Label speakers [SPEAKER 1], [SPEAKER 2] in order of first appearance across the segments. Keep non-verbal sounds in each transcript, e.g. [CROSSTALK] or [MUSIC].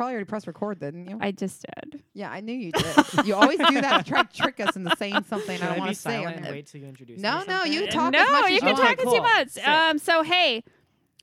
[SPEAKER 1] probably already pressed record, didn't you?
[SPEAKER 2] I just did.
[SPEAKER 1] yeah, I knew
[SPEAKER 2] [LAUGHS]
[SPEAKER 1] you did. you always do that to try to trick us into saying something
[SPEAKER 3] Should
[SPEAKER 1] I
[SPEAKER 3] I,
[SPEAKER 1] don't want
[SPEAKER 3] be
[SPEAKER 1] to say.
[SPEAKER 3] silent
[SPEAKER 1] on
[SPEAKER 3] and
[SPEAKER 1] there.
[SPEAKER 3] wait till you introduce
[SPEAKER 1] No,
[SPEAKER 3] me or
[SPEAKER 1] no,
[SPEAKER 3] something?
[SPEAKER 1] you
[SPEAKER 3] And-
[SPEAKER 1] talk
[SPEAKER 2] no,
[SPEAKER 1] as much as
[SPEAKER 2] you
[SPEAKER 1] you
[SPEAKER 2] can
[SPEAKER 1] want.
[SPEAKER 2] talk
[SPEAKER 3] Okay,
[SPEAKER 2] as you
[SPEAKER 3] cool.
[SPEAKER 2] want.
[SPEAKER 3] Sick.
[SPEAKER 2] Um, so hey,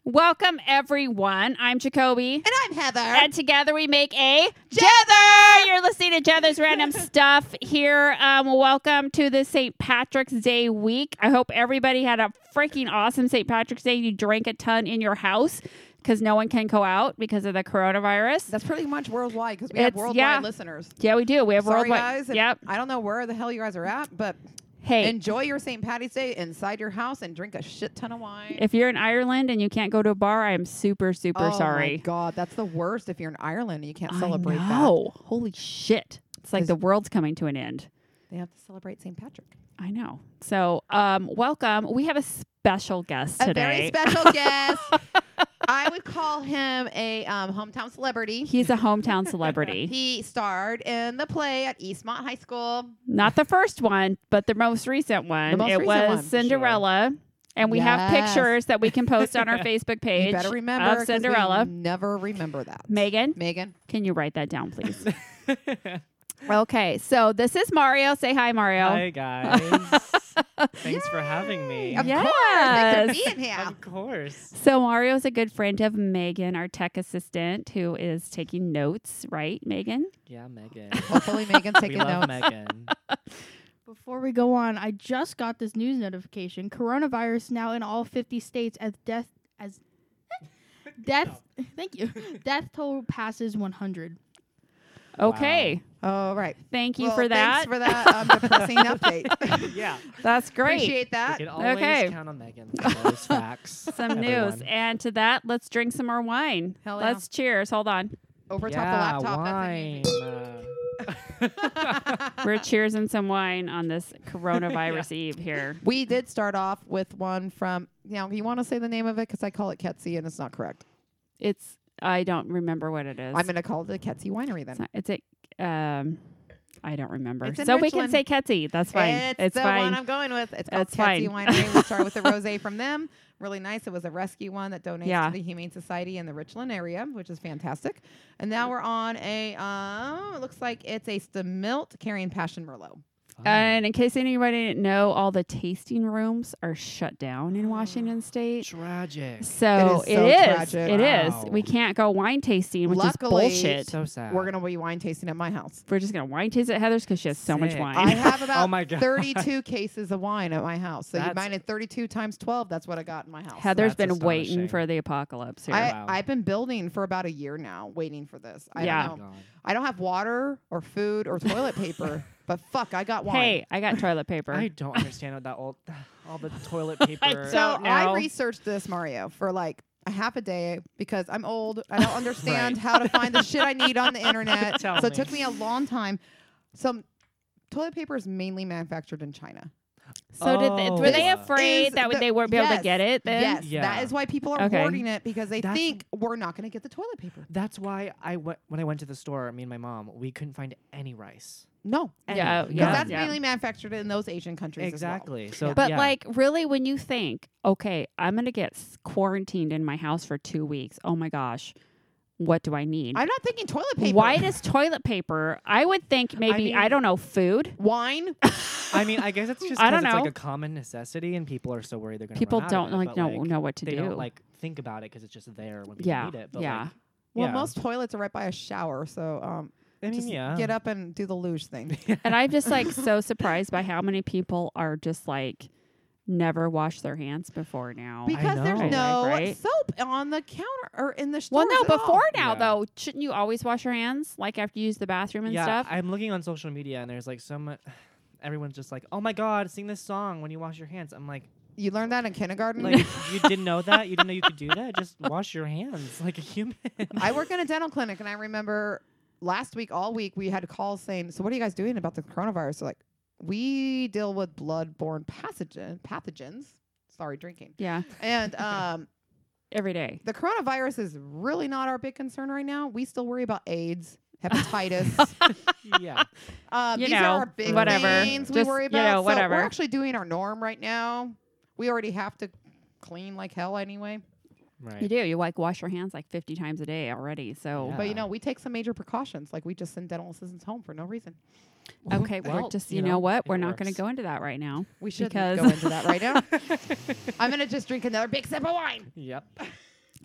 [SPEAKER 2] welcome everyone. I'm Jacoby,
[SPEAKER 1] And I'm Heather.
[SPEAKER 2] and together we make a Jether. You're listening
[SPEAKER 1] [LAUGHS]
[SPEAKER 2] to Jether's random stuff here. Um, welcome to the St. Patrick's Day week. I hope everybody had a freaking awesome St. Patrick's Day. You drank a ton in your house because no one can go out because of the coronavirus.
[SPEAKER 1] That's pretty much worldwide because we have
[SPEAKER 2] It's-
[SPEAKER 1] worldwide
[SPEAKER 2] yeah.
[SPEAKER 1] listeners.
[SPEAKER 2] yeah, we do. We have
[SPEAKER 1] Sorry,
[SPEAKER 2] worldwide.
[SPEAKER 1] guys. if-
[SPEAKER 2] Yep.
[SPEAKER 1] I don't know where the hell you guys are at, but
[SPEAKER 2] Hey,
[SPEAKER 1] enjoy your St. Patty's Day inside your house and drink a shit ton of wine.
[SPEAKER 2] if you're in Ireland and you can't go to a bar, I am super, super
[SPEAKER 1] oh
[SPEAKER 2] sorry.
[SPEAKER 1] my god, that's the worst. If you're in Ireland and you can't
[SPEAKER 2] I
[SPEAKER 1] celebrate that,
[SPEAKER 2] know. Holy shit. It's like
[SPEAKER 1] Is-
[SPEAKER 2] the world's coming to an end.
[SPEAKER 1] they have to celebrate St. Patrick.
[SPEAKER 2] I know. So, um, welcome. We have a special guest
[SPEAKER 1] A very
[SPEAKER 2] today. [LAUGHS]
[SPEAKER 1] special guest. I would call him a um, hometown celebrity.
[SPEAKER 2] He's a hometown celebrity.
[SPEAKER 1] [LAUGHS] He starred in the play at Eastmont High School.
[SPEAKER 2] Not the first one, but the most recent one.
[SPEAKER 1] most
[SPEAKER 2] it
[SPEAKER 1] recent
[SPEAKER 2] was
[SPEAKER 1] one, for sure.
[SPEAKER 2] Cinderella. And we have
[SPEAKER 1] Yes.
[SPEAKER 2] pictures that we can post
[SPEAKER 1] [LAUGHS]
[SPEAKER 2] on our Facebook page
[SPEAKER 1] You better remember 'cause
[SPEAKER 2] of
[SPEAKER 1] we
[SPEAKER 2] Cinderella.
[SPEAKER 1] never remember that.
[SPEAKER 2] Megan,
[SPEAKER 1] Megan.
[SPEAKER 2] can you write that down, please?
[SPEAKER 1] [LAUGHS]
[SPEAKER 2] okay. So, this is Mario. Say hi, Mario.
[SPEAKER 3] Hi guys. Thanks for having me.
[SPEAKER 1] Of
[SPEAKER 2] Yeah.
[SPEAKER 1] course. Thanks
[SPEAKER 2] Yes.
[SPEAKER 1] for
[SPEAKER 2] [LAUGHS]
[SPEAKER 1] being here.
[SPEAKER 3] Of course.
[SPEAKER 2] So Mario's a good friend of Megan, our tech assistant, who is taking notes, right, Megan?
[SPEAKER 3] Yeah, Megan.
[SPEAKER 1] Hopefully
[SPEAKER 2] [LAUGHS]
[SPEAKER 1] Megan's
[SPEAKER 3] we
[SPEAKER 1] taking
[SPEAKER 3] love
[SPEAKER 1] notes.
[SPEAKER 3] Megan.
[SPEAKER 4] Before we go on, I just got this news notification. Coronavirus now in all 50 states as death
[SPEAKER 3] [LAUGHS]
[SPEAKER 4] as death [LAUGHS] thank you. Death toll passes 100.
[SPEAKER 2] Okay.
[SPEAKER 1] All right.
[SPEAKER 2] Thank you
[SPEAKER 1] Well,
[SPEAKER 2] for that.
[SPEAKER 1] Thanks for that um,
[SPEAKER 2] [LAUGHS]
[SPEAKER 1] depressing update.
[SPEAKER 3] yeah.
[SPEAKER 2] That's great.
[SPEAKER 1] Appreciate that.
[SPEAKER 3] We can always
[SPEAKER 2] Okay.
[SPEAKER 3] count on Megan for
[SPEAKER 2] [LAUGHS]
[SPEAKER 3] those facts.
[SPEAKER 2] some news.
[SPEAKER 3] everyone.
[SPEAKER 2] And to that, let's drink some more wine.
[SPEAKER 1] Hell yeah.
[SPEAKER 2] let's cheers. Hold on.
[SPEAKER 1] [LAUGHS] Over top
[SPEAKER 3] yeah,
[SPEAKER 1] the laptop.
[SPEAKER 3] Wine. Um, Uh,
[SPEAKER 1] That's
[SPEAKER 3] [LAUGHS]
[SPEAKER 2] We're
[SPEAKER 1] amazing.
[SPEAKER 2] cheersing some wine on this
[SPEAKER 1] [LAUGHS]
[SPEAKER 2] coronavirus eve here.
[SPEAKER 1] we did start off with one from, you know, you want to say the name of it because I call it Ketzi and it's not correct.
[SPEAKER 2] It's I don't remember what it is.
[SPEAKER 1] I'm going to call it the Ketzi Winery then.
[SPEAKER 2] it's, not, it's a um I don't remember.
[SPEAKER 1] It's in
[SPEAKER 2] So we can
[SPEAKER 1] Richland.
[SPEAKER 2] say Ketzi. That's fine.
[SPEAKER 1] It's, the
[SPEAKER 2] fine.
[SPEAKER 1] one I'm going with. It's called
[SPEAKER 2] It's
[SPEAKER 1] Ketzi
[SPEAKER 2] fine.
[SPEAKER 1] Winery. We started with
[SPEAKER 2] [LAUGHS]
[SPEAKER 1] the rosé from them. Really nice. It was a rescue one that donates
[SPEAKER 2] Yeah.
[SPEAKER 1] to the Humane Society in the Richland area, which is fantastic. And now we're on a, um, it looks like it's a Stamilt carrying Passion Merlot.
[SPEAKER 2] and in case anybody didn't know, all the tasting rooms are shut
[SPEAKER 1] [GASPS]
[SPEAKER 2] down in Washington State.
[SPEAKER 3] Tragic.
[SPEAKER 2] So
[SPEAKER 1] It
[SPEAKER 2] it
[SPEAKER 1] is so
[SPEAKER 2] is.
[SPEAKER 1] tragic.
[SPEAKER 2] It is.
[SPEAKER 3] Wow.
[SPEAKER 2] We can't go wine tasting, which
[SPEAKER 1] Luckily-
[SPEAKER 2] is bullshit.
[SPEAKER 3] So sad.
[SPEAKER 1] We're going to be wine tasting at my
[SPEAKER 3] [LAUGHS]
[SPEAKER 1] house.
[SPEAKER 2] We're just gonna wine taste at Heather's because she has so much
[SPEAKER 3] Sick.
[SPEAKER 2] wine.
[SPEAKER 1] I have about
[SPEAKER 3] Oh my God.
[SPEAKER 1] 32 cases of wine at my house. So you
[SPEAKER 3] That's-
[SPEAKER 1] mine at 32 times 12. That's what I got in my house.
[SPEAKER 2] [LAUGHS] Heather's
[SPEAKER 3] That's
[SPEAKER 2] been waiting
[SPEAKER 3] astonishing.
[SPEAKER 2] for the apocalypse here.
[SPEAKER 1] I,
[SPEAKER 3] Wow.
[SPEAKER 1] I've been building for about a year now, waiting for this. I
[SPEAKER 2] Yeah.
[SPEAKER 3] Oh
[SPEAKER 1] don't
[SPEAKER 3] my
[SPEAKER 1] know.
[SPEAKER 3] God.
[SPEAKER 1] I don't have water or food or toilet
[SPEAKER 3] [LAUGHS]
[SPEAKER 1] paper, but fuck, I got wine.
[SPEAKER 2] hey, I got toilet paper.
[SPEAKER 3] I don't understand what that old, [SIGHS] all the toilet paper.
[SPEAKER 1] So
[SPEAKER 2] don't know.
[SPEAKER 1] I researched this Mario for like a half a day because I'm old.
[SPEAKER 3] [LAUGHS]
[SPEAKER 1] I don't understand how to find the shit I need on the internet. so
[SPEAKER 3] Tell
[SPEAKER 1] it took
[SPEAKER 3] me.
[SPEAKER 1] me a long time. Some toilet paper is mainly manufactured in China.
[SPEAKER 2] [LAUGHS] so did they,
[SPEAKER 3] Oh.
[SPEAKER 2] were they
[SPEAKER 1] This
[SPEAKER 2] afraid
[SPEAKER 1] is
[SPEAKER 2] that
[SPEAKER 1] the-
[SPEAKER 2] they wouldn't be able
[SPEAKER 1] yes,
[SPEAKER 2] to get it? Then
[SPEAKER 1] Yes,
[SPEAKER 3] Yeah.
[SPEAKER 1] that is why people are
[SPEAKER 2] Okay.
[SPEAKER 1] hoarding it because they
[SPEAKER 3] That's-
[SPEAKER 1] think we're not going to get the toilet paper.
[SPEAKER 3] That's why I went when I went to the store. Me and my mom, we couldn't find any rice.
[SPEAKER 1] No,
[SPEAKER 3] Any.
[SPEAKER 2] Yeah,
[SPEAKER 1] because
[SPEAKER 2] yeah,
[SPEAKER 1] that's
[SPEAKER 2] yeah.
[SPEAKER 1] mainly manufactured in those Asian countries. as well.
[SPEAKER 3] exactly.
[SPEAKER 1] Yeah.
[SPEAKER 3] So,
[SPEAKER 2] But
[SPEAKER 3] yeah.
[SPEAKER 2] like, really, when you think, okay, I'm gonna get s- quarantined in my house for two weeks. Oh my gosh, what do I need?
[SPEAKER 1] I'm not thinking toilet paper.
[SPEAKER 2] Why does toilet paper? I would think maybe I,
[SPEAKER 3] mean-
[SPEAKER 2] don't know food.
[SPEAKER 1] wine?
[SPEAKER 3] I mean, I guess it's just
[SPEAKER 2] I
[SPEAKER 3] 'cause
[SPEAKER 2] don't
[SPEAKER 3] it's
[SPEAKER 2] know.
[SPEAKER 3] like a common necessity, and people are so worried they're going.
[SPEAKER 2] People
[SPEAKER 3] run out
[SPEAKER 2] don't
[SPEAKER 3] of it,
[SPEAKER 2] like
[SPEAKER 3] but,
[SPEAKER 2] don't know what to
[SPEAKER 3] they
[SPEAKER 2] do.
[SPEAKER 3] don't like think about it because it's just there when people
[SPEAKER 2] Yeah,
[SPEAKER 3] need it. But
[SPEAKER 2] yeah.
[SPEAKER 3] like,
[SPEAKER 1] Well,
[SPEAKER 3] yeah.
[SPEAKER 1] most toilets are right by a shower, so um,
[SPEAKER 3] I mean,
[SPEAKER 1] just
[SPEAKER 3] yeah.
[SPEAKER 1] get up and do the luge
[SPEAKER 2] [LAUGHS]
[SPEAKER 1] thing.
[SPEAKER 2] and I'm just like [LAUGHS] so surprised by how many people are just like never wash their hands before now.
[SPEAKER 1] Because there's
[SPEAKER 3] know.
[SPEAKER 1] no
[SPEAKER 2] Right?
[SPEAKER 1] soap on the counter or in the store.
[SPEAKER 2] well, no, before now
[SPEAKER 3] Yeah.
[SPEAKER 2] though, shouldn't you always wash your hands like after you use the bathroom and
[SPEAKER 3] yeah,
[SPEAKER 2] stuff?
[SPEAKER 3] I'm looking on social media, and there's like so much. [SIGHS] Everyone's just like, "Oh my God, sing this song when you wash your hands."
[SPEAKER 2] [LAUGHS]
[SPEAKER 3] I'm like,
[SPEAKER 1] You learned that in kindergarten.
[SPEAKER 3] like you didn't know that? You didn't know you could do that? Just wash your hands like a
[SPEAKER 2] [LAUGHS]
[SPEAKER 3] human.
[SPEAKER 1] [LAUGHS] I work in a dental clinic, and I remember last week, all week, we had calls saying, "So what are you guys doing about the coronavirus?" So like, we deal with blood-borne pathogen pathogens. Sorry, drinking.
[SPEAKER 2] yeah, [LAUGHS]
[SPEAKER 1] And um,
[SPEAKER 2] every day.
[SPEAKER 1] the coronavirus is really not our big concern right now. We still worry about
[SPEAKER 2] [LAUGHS]
[SPEAKER 1] AIDS, hepatitis.
[SPEAKER 3] [LAUGHS] yeah.
[SPEAKER 1] Um,
[SPEAKER 2] You
[SPEAKER 1] these
[SPEAKER 2] know,
[SPEAKER 1] are our big
[SPEAKER 2] whatever.
[SPEAKER 1] things we
[SPEAKER 2] Just,
[SPEAKER 1] worry
[SPEAKER 2] you
[SPEAKER 1] about.
[SPEAKER 2] know,
[SPEAKER 1] So
[SPEAKER 2] whatever.
[SPEAKER 1] we're actually doing our norm right now. We already have to clean like hell anyway.
[SPEAKER 2] You
[SPEAKER 3] Right.
[SPEAKER 2] do. You like wash your hands like 50 times a day already. So,
[SPEAKER 1] But you
[SPEAKER 3] Yeah.
[SPEAKER 1] know, we take some major precautions. Like we just send dental assistants home for no reason.
[SPEAKER 2] okay, well,
[SPEAKER 3] Well,
[SPEAKER 2] just,
[SPEAKER 3] you
[SPEAKER 2] you know,
[SPEAKER 3] know,
[SPEAKER 2] what?
[SPEAKER 3] if
[SPEAKER 2] We're
[SPEAKER 3] it
[SPEAKER 2] not going to
[SPEAKER 3] works.
[SPEAKER 2] go into that right now.
[SPEAKER 1] We should
[SPEAKER 2] Because-
[SPEAKER 1] go into that right [LAUGHS] now. I'm gonna just drink another big sip of wine.
[SPEAKER 3] [LAUGHS] Yep.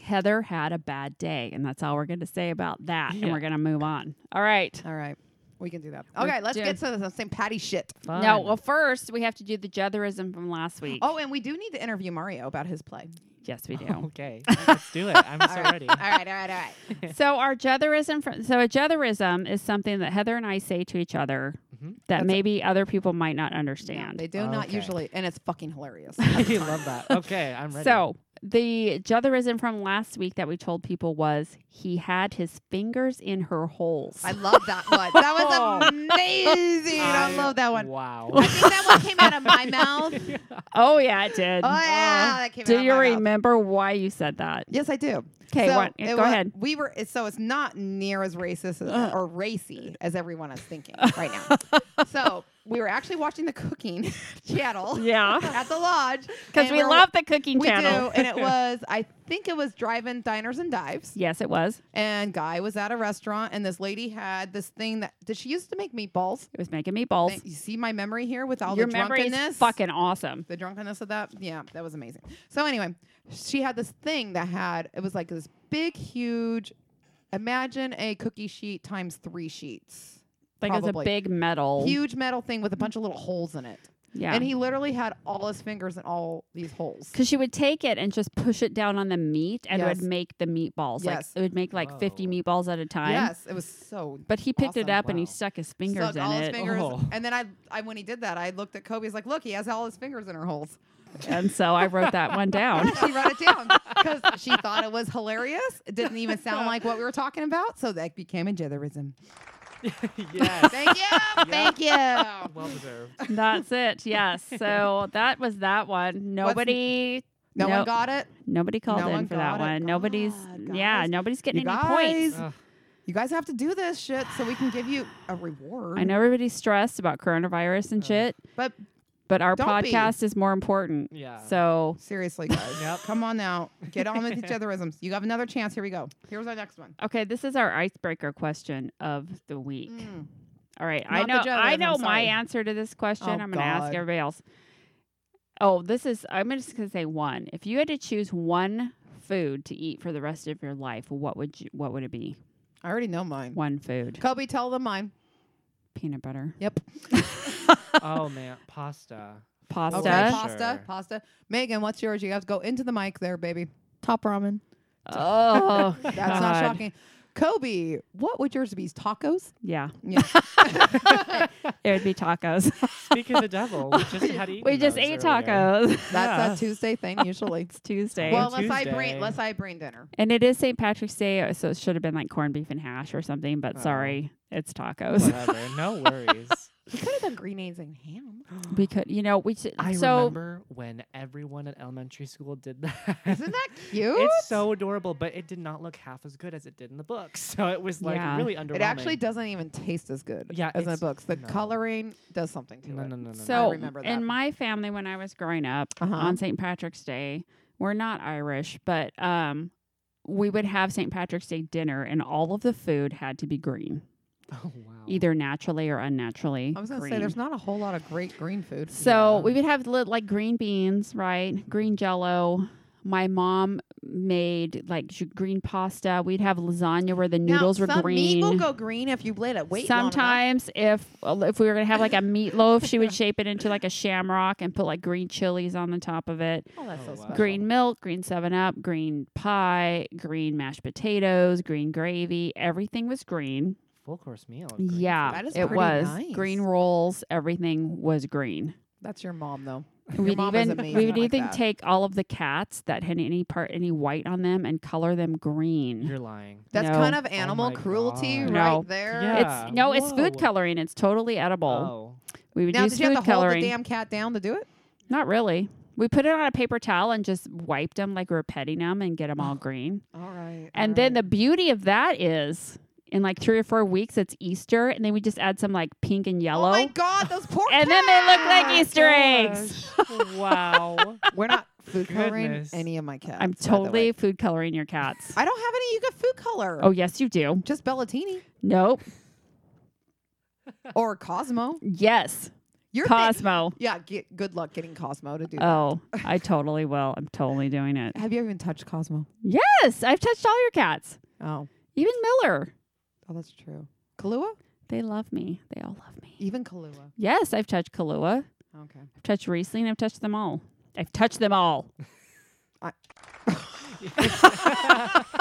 [SPEAKER 2] Heather had a bad day, and that's all we're going to say about that. And
[SPEAKER 3] Yeah.
[SPEAKER 2] we're going to move on. All right.
[SPEAKER 1] All right, we can do that.
[SPEAKER 2] We
[SPEAKER 1] Okay, let's
[SPEAKER 2] do.
[SPEAKER 1] get to the St. Patty shit.
[SPEAKER 2] No,
[SPEAKER 3] Fun.
[SPEAKER 2] well, first we have to do the Jetherism from last week.
[SPEAKER 1] Oh, and we do need to interview Mario about his play.
[SPEAKER 2] yes, we do.
[SPEAKER 3] [LAUGHS] Okay. Let's do it. I'm so
[SPEAKER 2] [LAUGHS]
[SPEAKER 1] right. [LAUGHS]
[SPEAKER 3] ready. [LAUGHS]
[SPEAKER 1] All right, all right, all right.
[SPEAKER 2] so our Jetherism from so a Jetherism is something that Heather and I say to each other
[SPEAKER 3] Mhm.
[SPEAKER 2] that
[SPEAKER 1] Mm-hmm. That's a-
[SPEAKER 2] maybe other people might not
[SPEAKER 1] [LAUGHS] Yeah,
[SPEAKER 2] understand.
[SPEAKER 1] they do not
[SPEAKER 3] Okay.
[SPEAKER 1] usually, and it's fucking [LAUGHS] hilarious.
[SPEAKER 3] I love that. Okay, I'm ready.
[SPEAKER 2] so the Jetherism from last week that we told people was he had his fingers in her holes.
[SPEAKER 1] I love that one. That [LAUGHS] was amazing. I,
[SPEAKER 3] I-
[SPEAKER 1] love that one.
[SPEAKER 3] Wow.
[SPEAKER 2] [LAUGHS]
[SPEAKER 3] [LAUGHS]
[SPEAKER 1] I think that one came out of my mouth.
[SPEAKER 2] [LAUGHS] oh yeah, it did.
[SPEAKER 1] Oh yeah, that came out
[SPEAKER 2] do
[SPEAKER 1] of
[SPEAKER 2] you
[SPEAKER 1] my mouth.
[SPEAKER 2] remember why you
[SPEAKER 1] [LAUGHS]
[SPEAKER 2] said that?
[SPEAKER 1] [LAUGHS] Yes, I do.
[SPEAKER 2] 'Kay,
[SPEAKER 1] So
[SPEAKER 2] what-
[SPEAKER 1] it
[SPEAKER 2] go
[SPEAKER 1] wa-
[SPEAKER 2] ahead.
[SPEAKER 1] We were so it's not near as racist as, or racy as everyone is
[SPEAKER 2] [LAUGHS]
[SPEAKER 1] thinking right now. so we were actually watching the cooking [LAUGHS] channel
[SPEAKER 2] [LAUGHS] Yeah,
[SPEAKER 1] at the lodge
[SPEAKER 2] because
[SPEAKER 1] and
[SPEAKER 2] we
[SPEAKER 1] we're-
[SPEAKER 2] love the cooking
[SPEAKER 1] we
[SPEAKER 2] channel.
[SPEAKER 1] do, and
[SPEAKER 2] [LAUGHS]
[SPEAKER 1] it was I think it was drive-in diners and dives,
[SPEAKER 2] Yes, it was.
[SPEAKER 1] and guy was at a restaurant, and this lady had this thing that did she used to make meatballs?
[SPEAKER 2] It was making meatballs.
[SPEAKER 1] You see my memory here with all
[SPEAKER 2] Your
[SPEAKER 1] the
[SPEAKER 2] memory
[SPEAKER 1] drunkenness
[SPEAKER 2] is fucking awesome.
[SPEAKER 1] the drunkenness of that yeah that was amazing so anyway she had this thing that had it was like this big huge imagine a cookie sheet times three sheets
[SPEAKER 2] Like it was a
[SPEAKER 1] Probably.
[SPEAKER 2] big metal.
[SPEAKER 1] huge metal thing with a bunch of little holes in it
[SPEAKER 2] yeah.
[SPEAKER 1] and he literally had all his fingers in all these holes
[SPEAKER 2] Because she would take it and just push it down on the meat, and it
[SPEAKER 1] Yes.
[SPEAKER 2] would make the meatballs.
[SPEAKER 1] Yes.
[SPEAKER 2] Like it would make like fifty
[SPEAKER 3] Whoa.
[SPEAKER 2] meatballs at a time.
[SPEAKER 1] yes it was so
[SPEAKER 2] But he picked it
[SPEAKER 1] Awesome.
[SPEAKER 2] up and he
[SPEAKER 3] Wow.
[SPEAKER 2] stuck his fingers
[SPEAKER 1] stuck
[SPEAKER 2] in
[SPEAKER 1] all his
[SPEAKER 2] it,
[SPEAKER 1] fingers
[SPEAKER 3] Oh.
[SPEAKER 1] and then I, I when he did that i looked at kobe he's like look he has all his fingers in her
[SPEAKER 2] [LAUGHS]
[SPEAKER 1] holes
[SPEAKER 2] and so I wrote that one
[SPEAKER 1] [LAUGHS]
[SPEAKER 2] down.
[SPEAKER 1] Yeah, she wrote it down because she thought it was hilarious it didn't even sound like what we were talking about so that became a jitherism
[SPEAKER 3] yes.
[SPEAKER 1] thank
[SPEAKER 2] [LAUGHS]
[SPEAKER 1] you thank you
[SPEAKER 3] Well deserved.
[SPEAKER 2] That's it. Yes.
[SPEAKER 1] [LAUGHS]
[SPEAKER 2] So that was that one. Nobody,
[SPEAKER 1] No one
[SPEAKER 2] Nope.
[SPEAKER 1] got it.
[SPEAKER 2] nobody called
[SPEAKER 1] No
[SPEAKER 2] in
[SPEAKER 1] one
[SPEAKER 2] for that
[SPEAKER 1] got it.
[SPEAKER 2] one. Nobody's,
[SPEAKER 1] God,
[SPEAKER 2] yeah,
[SPEAKER 1] guys.
[SPEAKER 2] nobody's getting
[SPEAKER 1] You
[SPEAKER 2] any points.
[SPEAKER 1] guys. You guys have to do this shit so we can give you a reward.
[SPEAKER 2] I know everybody's stressed about coronavirus and
[SPEAKER 3] Ugh.
[SPEAKER 2] shit,
[SPEAKER 1] But
[SPEAKER 2] but our
[SPEAKER 1] Don't be.
[SPEAKER 2] podcast is more important.
[SPEAKER 3] Yeah.
[SPEAKER 2] So
[SPEAKER 1] seriously, guys.
[SPEAKER 3] Yep.
[SPEAKER 2] [LAUGHS]
[SPEAKER 1] Come on now. Get on with each otherisms. You have another chance. Here we go. Here's our next one.
[SPEAKER 2] okay, this is our icebreaker question of the week.
[SPEAKER 1] Mm.
[SPEAKER 2] All right. I
[SPEAKER 1] Not the
[SPEAKER 2] know
[SPEAKER 1] Joe
[SPEAKER 2] I
[SPEAKER 1] Liz, I'm
[SPEAKER 2] know my
[SPEAKER 1] sorry.
[SPEAKER 2] answer to this question.
[SPEAKER 1] Oh,
[SPEAKER 2] I'm going to ask
[SPEAKER 1] God.
[SPEAKER 2] everybody else. Oh, this is I'm just going to say one. If you had to choose one food to eat for the rest of your life, what would you what would it be?
[SPEAKER 1] I already know mine.
[SPEAKER 2] One food.
[SPEAKER 1] Kobe, tell them mine.
[SPEAKER 2] Peanut butter.
[SPEAKER 1] Yep.
[SPEAKER 3] Oh man, pasta.
[SPEAKER 2] Pasta.
[SPEAKER 1] Okay.
[SPEAKER 3] Pasta.
[SPEAKER 1] Pasta.
[SPEAKER 3] Sure.
[SPEAKER 1] Pasta. Megan, what's yours? You guys go into the mic there, baby.
[SPEAKER 4] Top ramen.
[SPEAKER 2] Oh.
[SPEAKER 1] [LAUGHS] That's not
[SPEAKER 2] God.
[SPEAKER 1] shocking. Kobe, what would yours be? Tacos?
[SPEAKER 2] Yeah.
[SPEAKER 1] Yeah.
[SPEAKER 2] It would be tacos.
[SPEAKER 1] [LAUGHS]
[SPEAKER 3] Speak of the devil. We just had eaten
[SPEAKER 2] we just
[SPEAKER 3] those
[SPEAKER 2] ate
[SPEAKER 3] earlier.
[SPEAKER 2] tacos.
[SPEAKER 1] That's
[SPEAKER 3] Yeah.
[SPEAKER 1] a Tuesday thing
[SPEAKER 2] [LAUGHS]
[SPEAKER 1] usually.
[SPEAKER 2] it's Tuesday.
[SPEAKER 1] well,
[SPEAKER 3] Tuesday.
[SPEAKER 1] unless I brain, unless I brain dinner.
[SPEAKER 2] and it is St. Patrick's Day, so it should have been like corned beef and hash or something, but
[SPEAKER 3] Oh.
[SPEAKER 2] sorry, it's tacos.
[SPEAKER 3] Whatever.
[SPEAKER 2] [LAUGHS]
[SPEAKER 3] No worries.
[SPEAKER 1] We could have done green eggs and
[SPEAKER 3] [GASPS]
[SPEAKER 1] ham. [GASPS]
[SPEAKER 2] We could, you know, we should.
[SPEAKER 3] I
[SPEAKER 2] so
[SPEAKER 3] remember when everyone in elementary school did that.
[SPEAKER 1] Isn't
[SPEAKER 2] [LAUGHS]
[SPEAKER 1] that cute?
[SPEAKER 3] [LAUGHS] It's so adorable, but it did not look half as good as it did in the books. [LAUGHS] So it was like
[SPEAKER 2] Yeah.
[SPEAKER 3] really underwhelming.
[SPEAKER 1] It actually doesn't even taste as good
[SPEAKER 3] Yeah,
[SPEAKER 1] as in the
[SPEAKER 3] it's-
[SPEAKER 1] books. The
[SPEAKER 3] no.
[SPEAKER 1] coloring does something to
[SPEAKER 3] No,
[SPEAKER 1] it.
[SPEAKER 3] no, no, no.
[SPEAKER 2] So
[SPEAKER 1] I remember that.
[SPEAKER 2] in my family, when I was growing up
[SPEAKER 1] Uh-huh.
[SPEAKER 2] on St. Patrick's Day, we're not Irish, but um, we would have St. Patrick's Day dinner, and all of the food had to be green,
[SPEAKER 3] no. [LAUGHS] Oh wow.
[SPEAKER 2] either naturally or unnaturally.
[SPEAKER 1] I was going to
[SPEAKER 2] green.
[SPEAKER 1] say, there's not a whole lot of great green food.
[SPEAKER 2] So
[SPEAKER 3] Yeah.
[SPEAKER 2] we would have li- like green beans, right? Green jello. My mom made like sh- green pasta. We'd have lasagna where the noodles
[SPEAKER 1] now,
[SPEAKER 2] were
[SPEAKER 1] some
[SPEAKER 2] green.
[SPEAKER 1] meat will go green if you let it wait long enough.
[SPEAKER 2] Sometimes, if if we were gonna have like a meatloaf, she would shape it into like a shamrock and put like green chilies on the top of it.
[SPEAKER 1] Oh, that's
[SPEAKER 3] Oh,
[SPEAKER 1] so
[SPEAKER 3] wow.
[SPEAKER 1] special.
[SPEAKER 2] Green milk, green Seven Up, green pie, green mashed potatoes, green gravy. Everything was green.
[SPEAKER 3] full course meal. of green
[SPEAKER 2] Yeah,
[SPEAKER 1] That is
[SPEAKER 2] it
[SPEAKER 1] pretty
[SPEAKER 2] was
[SPEAKER 1] nice.
[SPEAKER 2] green rolls. Everything was green.
[SPEAKER 1] That's your mom, though. Your
[SPEAKER 2] We'd
[SPEAKER 1] mom is
[SPEAKER 2] even we
[SPEAKER 1] amazing
[SPEAKER 2] would
[SPEAKER 1] like
[SPEAKER 2] even
[SPEAKER 1] that.
[SPEAKER 2] take all of the cats that had any part any white on them and color them
[SPEAKER 3] food.
[SPEAKER 2] green.
[SPEAKER 3] You're lying.
[SPEAKER 1] That's
[SPEAKER 2] No. Oh
[SPEAKER 1] kind of animal
[SPEAKER 3] my
[SPEAKER 1] cruelty
[SPEAKER 3] God.
[SPEAKER 1] right
[SPEAKER 2] No.
[SPEAKER 1] there.
[SPEAKER 3] Yeah.
[SPEAKER 2] It's no, it's food
[SPEAKER 3] Whoa.
[SPEAKER 2] coloring. It's totally edible.
[SPEAKER 3] Oh.
[SPEAKER 2] We would
[SPEAKER 1] Now,
[SPEAKER 2] use
[SPEAKER 1] did you have
[SPEAKER 2] food
[SPEAKER 1] to
[SPEAKER 2] coloring.
[SPEAKER 1] hold the damn cat down to do it?
[SPEAKER 2] Not really. We put it on a paper towel and just wiped them like we were petting them and get them all green.
[SPEAKER 1] All right.
[SPEAKER 2] And then the beauty of that is in like three or four weeks, it's Easter. And then we just add some like pink and
[SPEAKER 1] Oh,
[SPEAKER 2] yellow.
[SPEAKER 1] my God, those poor
[SPEAKER 2] and then they look
[SPEAKER 1] cats!
[SPEAKER 2] [LAUGHS] like Easter eggs.
[SPEAKER 3] Oh. Wow.
[SPEAKER 1] We're not food coloring
[SPEAKER 3] Goodness.
[SPEAKER 1] any of my cats.
[SPEAKER 2] I'm
[SPEAKER 1] by the way.
[SPEAKER 2] totally food coloring your cats.
[SPEAKER 1] I don't have any Yucca food color.
[SPEAKER 2] [LAUGHS] Oh, yes, you do.
[SPEAKER 1] Just Bellatini
[SPEAKER 2] Nope.
[SPEAKER 1] or Cosmo.
[SPEAKER 2] Yes.
[SPEAKER 1] You're [LAUGHS]
[SPEAKER 2] Cosmo.
[SPEAKER 1] yeah, get, good luck getting Cosmo to do that.
[SPEAKER 2] Oh, I totally will. I'm totally doing it.
[SPEAKER 1] Have you ever even touched Cosmo?
[SPEAKER 2] Yes, I've touched all your cats,
[SPEAKER 1] Oh,
[SPEAKER 2] even Miller.
[SPEAKER 1] oh, that's true. Kahlua?
[SPEAKER 2] They love me. They all love me.
[SPEAKER 1] Even Kahlua.
[SPEAKER 2] Yes, I've touched Kahlua.
[SPEAKER 1] Okay.
[SPEAKER 2] I've touched Riesling. I've touched them all. I've touched them all.
[SPEAKER 1] all right,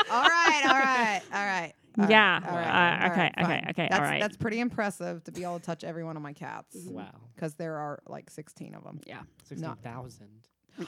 [SPEAKER 1] all right, all right. all right,
[SPEAKER 2] Yeah,
[SPEAKER 1] all
[SPEAKER 2] uh,
[SPEAKER 1] all
[SPEAKER 2] okay, okay,
[SPEAKER 1] fine.
[SPEAKER 2] okay, all
[SPEAKER 1] That's,
[SPEAKER 2] right.
[SPEAKER 1] That's pretty impressive to be able to touch every one of my cats
[SPEAKER 3] wow,
[SPEAKER 1] because there are like 16 of them.
[SPEAKER 3] sixteen thousand. [LAUGHS]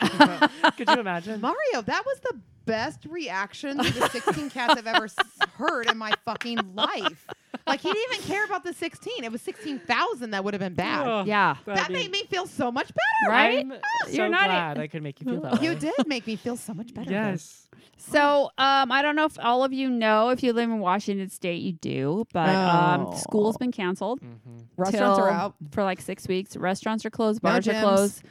[SPEAKER 3] Could you imagine?
[SPEAKER 1] Mario, that was the best reaction to the 16 cats I've ever s- heard in my fucking life. Like he didn't even care about the 16. It was 16,000 that would have been bad.
[SPEAKER 3] Oh, [LAUGHS]
[SPEAKER 2] Yeah.
[SPEAKER 1] that
[SPEAKER 3] that'd be-
[SPEAKER 1] made me feel so much better.
[SPEAKER 2] Right?
[SPEAKER 3] I'm
[SPEAKER 2] You're
[SPEAKER 3] so
[SPEAKER 2] not a-
[SPEAKER 3] glad I could make you feel that way.
[SPEAKER 1] You did make me feel so much better. though.
[SPEAKER 3] Yes.
[SPEAKER 2] So um, I don't know if all of you know if you live in Washington State, you do, but um,
[SPEAKER 1] Oh.
[SPEAKER 2] school's been canceled
[SPEAKER 3] Mm-hmm.
[SPEAKER 1] Restaurants are
[SPEAKER 2] till-
[SPEAKER 1] out.
[SPEAKER 2] for like six weeks. Restaurants are closed, bars are
[SPEAKER 1] gyms.
[SPEAKER 2] closed,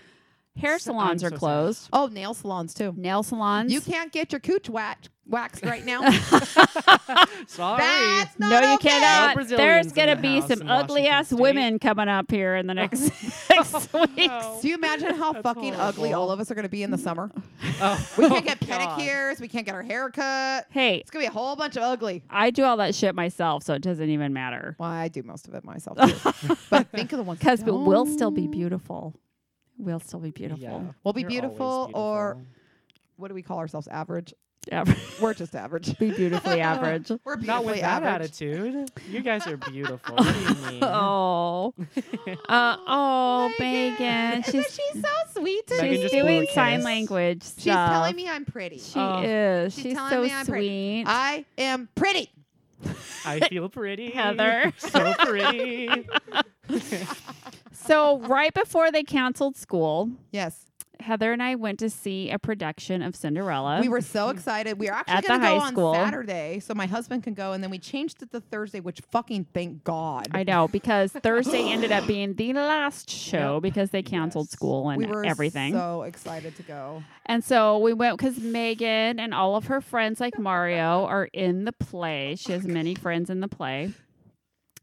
[SPEAKER 2] hair
[SPEAKER 3] So- I'm
[SPEAKER 2] salons are
[SPEAKER 3] so sad.
[SPEAKER 2] closed,
[SPEAKER 1] Oh, nail salons too.
[SPEAKER 2] nail salons.
[SPEAKER 1] You can't get your cooch wax- waxed right now.
[SPEAKER 3] [LAUGHS] Sorry. [LAUGHS]
[SPEAKER 1] That's not
[SPEAKER 2] no, you
[SPEAKER 1] okay.
[SPEAKER 2] cannot.
[SPEAKER 3] No
[SPEAKER 2] There's
[SPEAKER 3] Brazilians
[SPEAKER 2] gonna
[SPEAKER 3] in the
[SPEAKER 2] be
[SPEAKER 3] house
[SPEAKER 2] some
[SPEAKER 3] in
[SPEAKER 2] ugly ass
[SPEAKER 3] Washington State.
[SPEAKER 2] women coming up here in the next [LAUGHS] six
[SPEAKER 3] [LAUGHS]
[SPEAKER 2] weeks.
[SPEAKER 1] Do you imagine how
[SPEAKER 3] That's
[SPEAKER 1] fucking ugly
[SPEAKER 3] horrible.
[SPEAKER 1] all of us are going to be in the summer?
[SPEAKER 3] [LAUGHS] Oh.
[SPEAKER 1] We can't get
[SPEAKER 3] God.
[SPEAKER 1] pedicures. We can't get our hair cut.
[SPEAKER 2] Hey,
[SPEAKER 1] It's going to be a whole bunch of ugly.
[SPEAKER 2] I do all that shit myself, so it doesn't even matter.
[SPEAKER 1] Well, I do most of it
[SPEAKER 2] [LAUGHS]
[SPEAKER 1] myself. Too. but think of the ones that
[SPEAKER 2] Because but we'll still be
[SPEAKER 1] don't.
[SPEAKER 2] beautiful. We'll still be beautiful.
[SPEAKER 3] [LAUGHS] Yeah.
[SPEAKER 1] We'll be
[SPEAKER 3] You're always
[SPEAKER 1] beautiful or- What do we call ourselves? Average.
[SPEAKER 2] Aver- [LAUGHS]
[SPEAKER 1] We're just average.
[SPEAKER 2] be beautifully average.
[SPEAKER 1] We're beautifully
[SPEAKER 3] not with that
[SPEAKER 1] average.
[SPEAKER 3] attitude. You guys
[SPEAKER 1] [LAUGHS]
[SPEAKER 3] are beautiful. what do you mean?
[SPEAKER 2] Oh, uh, oh,
[SPEAKER 1] Megan. [LAUGHS]
[SPEAKER 2] Megan,
[SPEAKER 1] Isn't
[SPEAKER 2] she's
[SPEAKER 1] she so sweet to
[SPEAKER 3] Megan
[SPEAKER 1] me?
[SPEAKER 2] she's
[SPEAKER 3] just blew
[SPEAKER 2] doing
[SPEAKER 3] a
[SPEAKER 2] sign
[SPEAKER 3] kiss.
[SPEAKER 2] language
[SPEAKER 1] She's
[SPEAKER 2] stuff.
[SPEAKER 1] telling me I'm pretty.
[SPEAKER 2] she
[SPEAKER 3] Oh.
[SPEAKER 2] is. She's,
[SPEAKER 1] She's telling
[SPEAKER 2] so
[SPEAKER 1] me I'm pretty.
[SPEAKER 2] sweet.
[SPEAKER 1] [LAUGHS] I am pretty.
[SPEAKER 3] I feel pretty.
[SPEAKER 2] Heather.
[SPEAKER 3] [LAUGHS] so pretty. [LAUGHS]
[SPEAKER 2] so right before they canceled school,
[SPEAKER 1] Yes.
[SPEAKER 2] Heather and I went to see a production of Cinderella.
[SPEAKER 1] We were so excited. We were
[SPEAKER 2] At
[SPEAKER 1] actually
[SPEAKER 2] the
[SPEAKER 1] going to
[SPEAKER 2] high
[SPEAKER 1] go on
[SPEAKER 2] school.
[SPEAKER 1] Saturday so my husband can go, and then we changed it to Thursday, which fucking thank God.
[SPEAKER 2] I know because Thursday ended up being the last show because they canceled
[SPEAKER 3] Yes.
[SPEAKER 2] school and
[SPEAKER 1] we were
[SPEAKER 2] everything.
[SPEAKER 1] so excited to go.
[SPEAKER 2] and so we went because Megan and all of her friends, like Mario, are in the play. She has many friends in the play,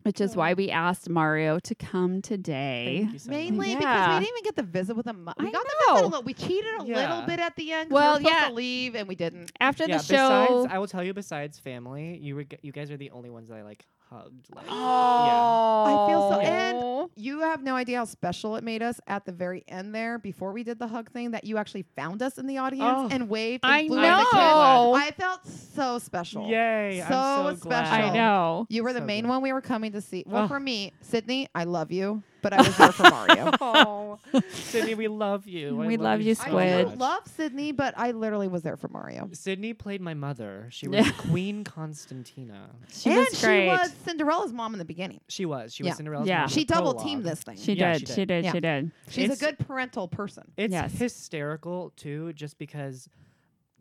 [SPEAKER 2] which is why we asked Mario to come today.
[SPEAKER 3] Thank you so
[SPEAKER 1] Mainly
[SPEAKER 3] much.
[SPEAKER 1] because
[SPEAKER 2] Yeah.
[SPEAKER 1] we didn't even get the visit with him. We
[SPEAKER 2] I
[SPEAKER 1] got the visit
[SPEAKER 2] know.
[SPEAKER 1] a little. We cheated a little
[SPEAKER 3] Yeah.
[SPEAKER 1] bit at the end. 'cause
[SPEAKER 2] Well,
[SPEAKER 1] we were supposed
[SPEAKER 2] yeah.
[SPEAKER 1] to leave and we didn't.
[SPEAKER 2] After
[SPEAKER 3] yeah,
[SPEAKER 2] the show,
[SPEAKER 3] Besides, I will tell you. Besides family, you were g- you guys are the only ones that I like hugged. Like,
[SPEAKER 1] Oh. I feel so- and-
[SPEAKER 2] Oh.
[SPEAKER 1] You have no idea how special it made us at the very end there before we did the hug thing that you actually found us in the audience
[SPEAKER 3] Oh.
[SPEAKER 1] and waved. And
[SPEAKER 2] I
[SPEAKER 1] blew
[SPEAKER 3] the
[SPEAKER 1] us a kiss.
[SPEAKER 2] know.
[SPEAKER 1] I felt so special.
[SPEAKER 3] Yay!
[SPEAKER 1] So
[SPEAKER 3] I'm so glad.
[SPEAKER 1] special.
[SPEAKER 2] I know.
[SPEAKER 1] You were the
[SPEAKER 3] So
[SPEAKER 1] main
[SPEAKER 3] good.
[SPEAKER 1] one we were coming to see. Well,
[SPEAKER 3] Oh.
[SPEAKER 1] for me, Sydney, I love you, but I was there for
[SPEAKER 2] [LAUGHS]
[SPEAKER 1] Mario.
[SPEAKER 3] Oh, Sydney, we love you. I
[SPEAKER 2] We love you,
[SPEAKER 3] so
[SPEAKER 1] I do
[SPEAKER 2] Squid.
[SPEAKER 3] much.
[SPEAKER 1] love Sydney, but I literally was there for Mario.
[SPEAKER 3] Sydney played my mother. She
[SPEAKER 2] Yeah. [LAUGHS]
[SPEAKER 3] was Queen Constantina.
[SPEAKER 2] She
[SPEAKER 1] and
[SPEAKER 2] was great.
[SPEAKER 1] she was Cinderella's mom in the beginning.
[SPEAKER 3] She was. She
[SPEAKER 1] Yeah.
[SPEAKER 3] was Cinderella's
[SPEAKER 2] Yeah.
[SPEAKER 3] mom in
[SPEAKER 1] She
[SPEAKER 3] the
[SPEAKER 1] double
[SPEAKER 3] prologue.
[SPEAKER 1] teamed this thing.
[SPEAKER 2] She,
[SPEAKER 3] Yeah,
[SPEAKER 2] did,
[SPEAKER 3] she
[SPEAKER 2] she
[SPEAKER 3] did.
[SPEAKER 2] did.
[SPEAKER 1] Yeah.
[SPEAKER 2] She did.
[SPEAKER 1] She's a
[SPEAKER 3] It's-
[SPEAKER 1] good parental person.
[SPEAKER 3] It's
[SPEAKER 2] Yes.
[SPEAKER 3] hysterical too, just because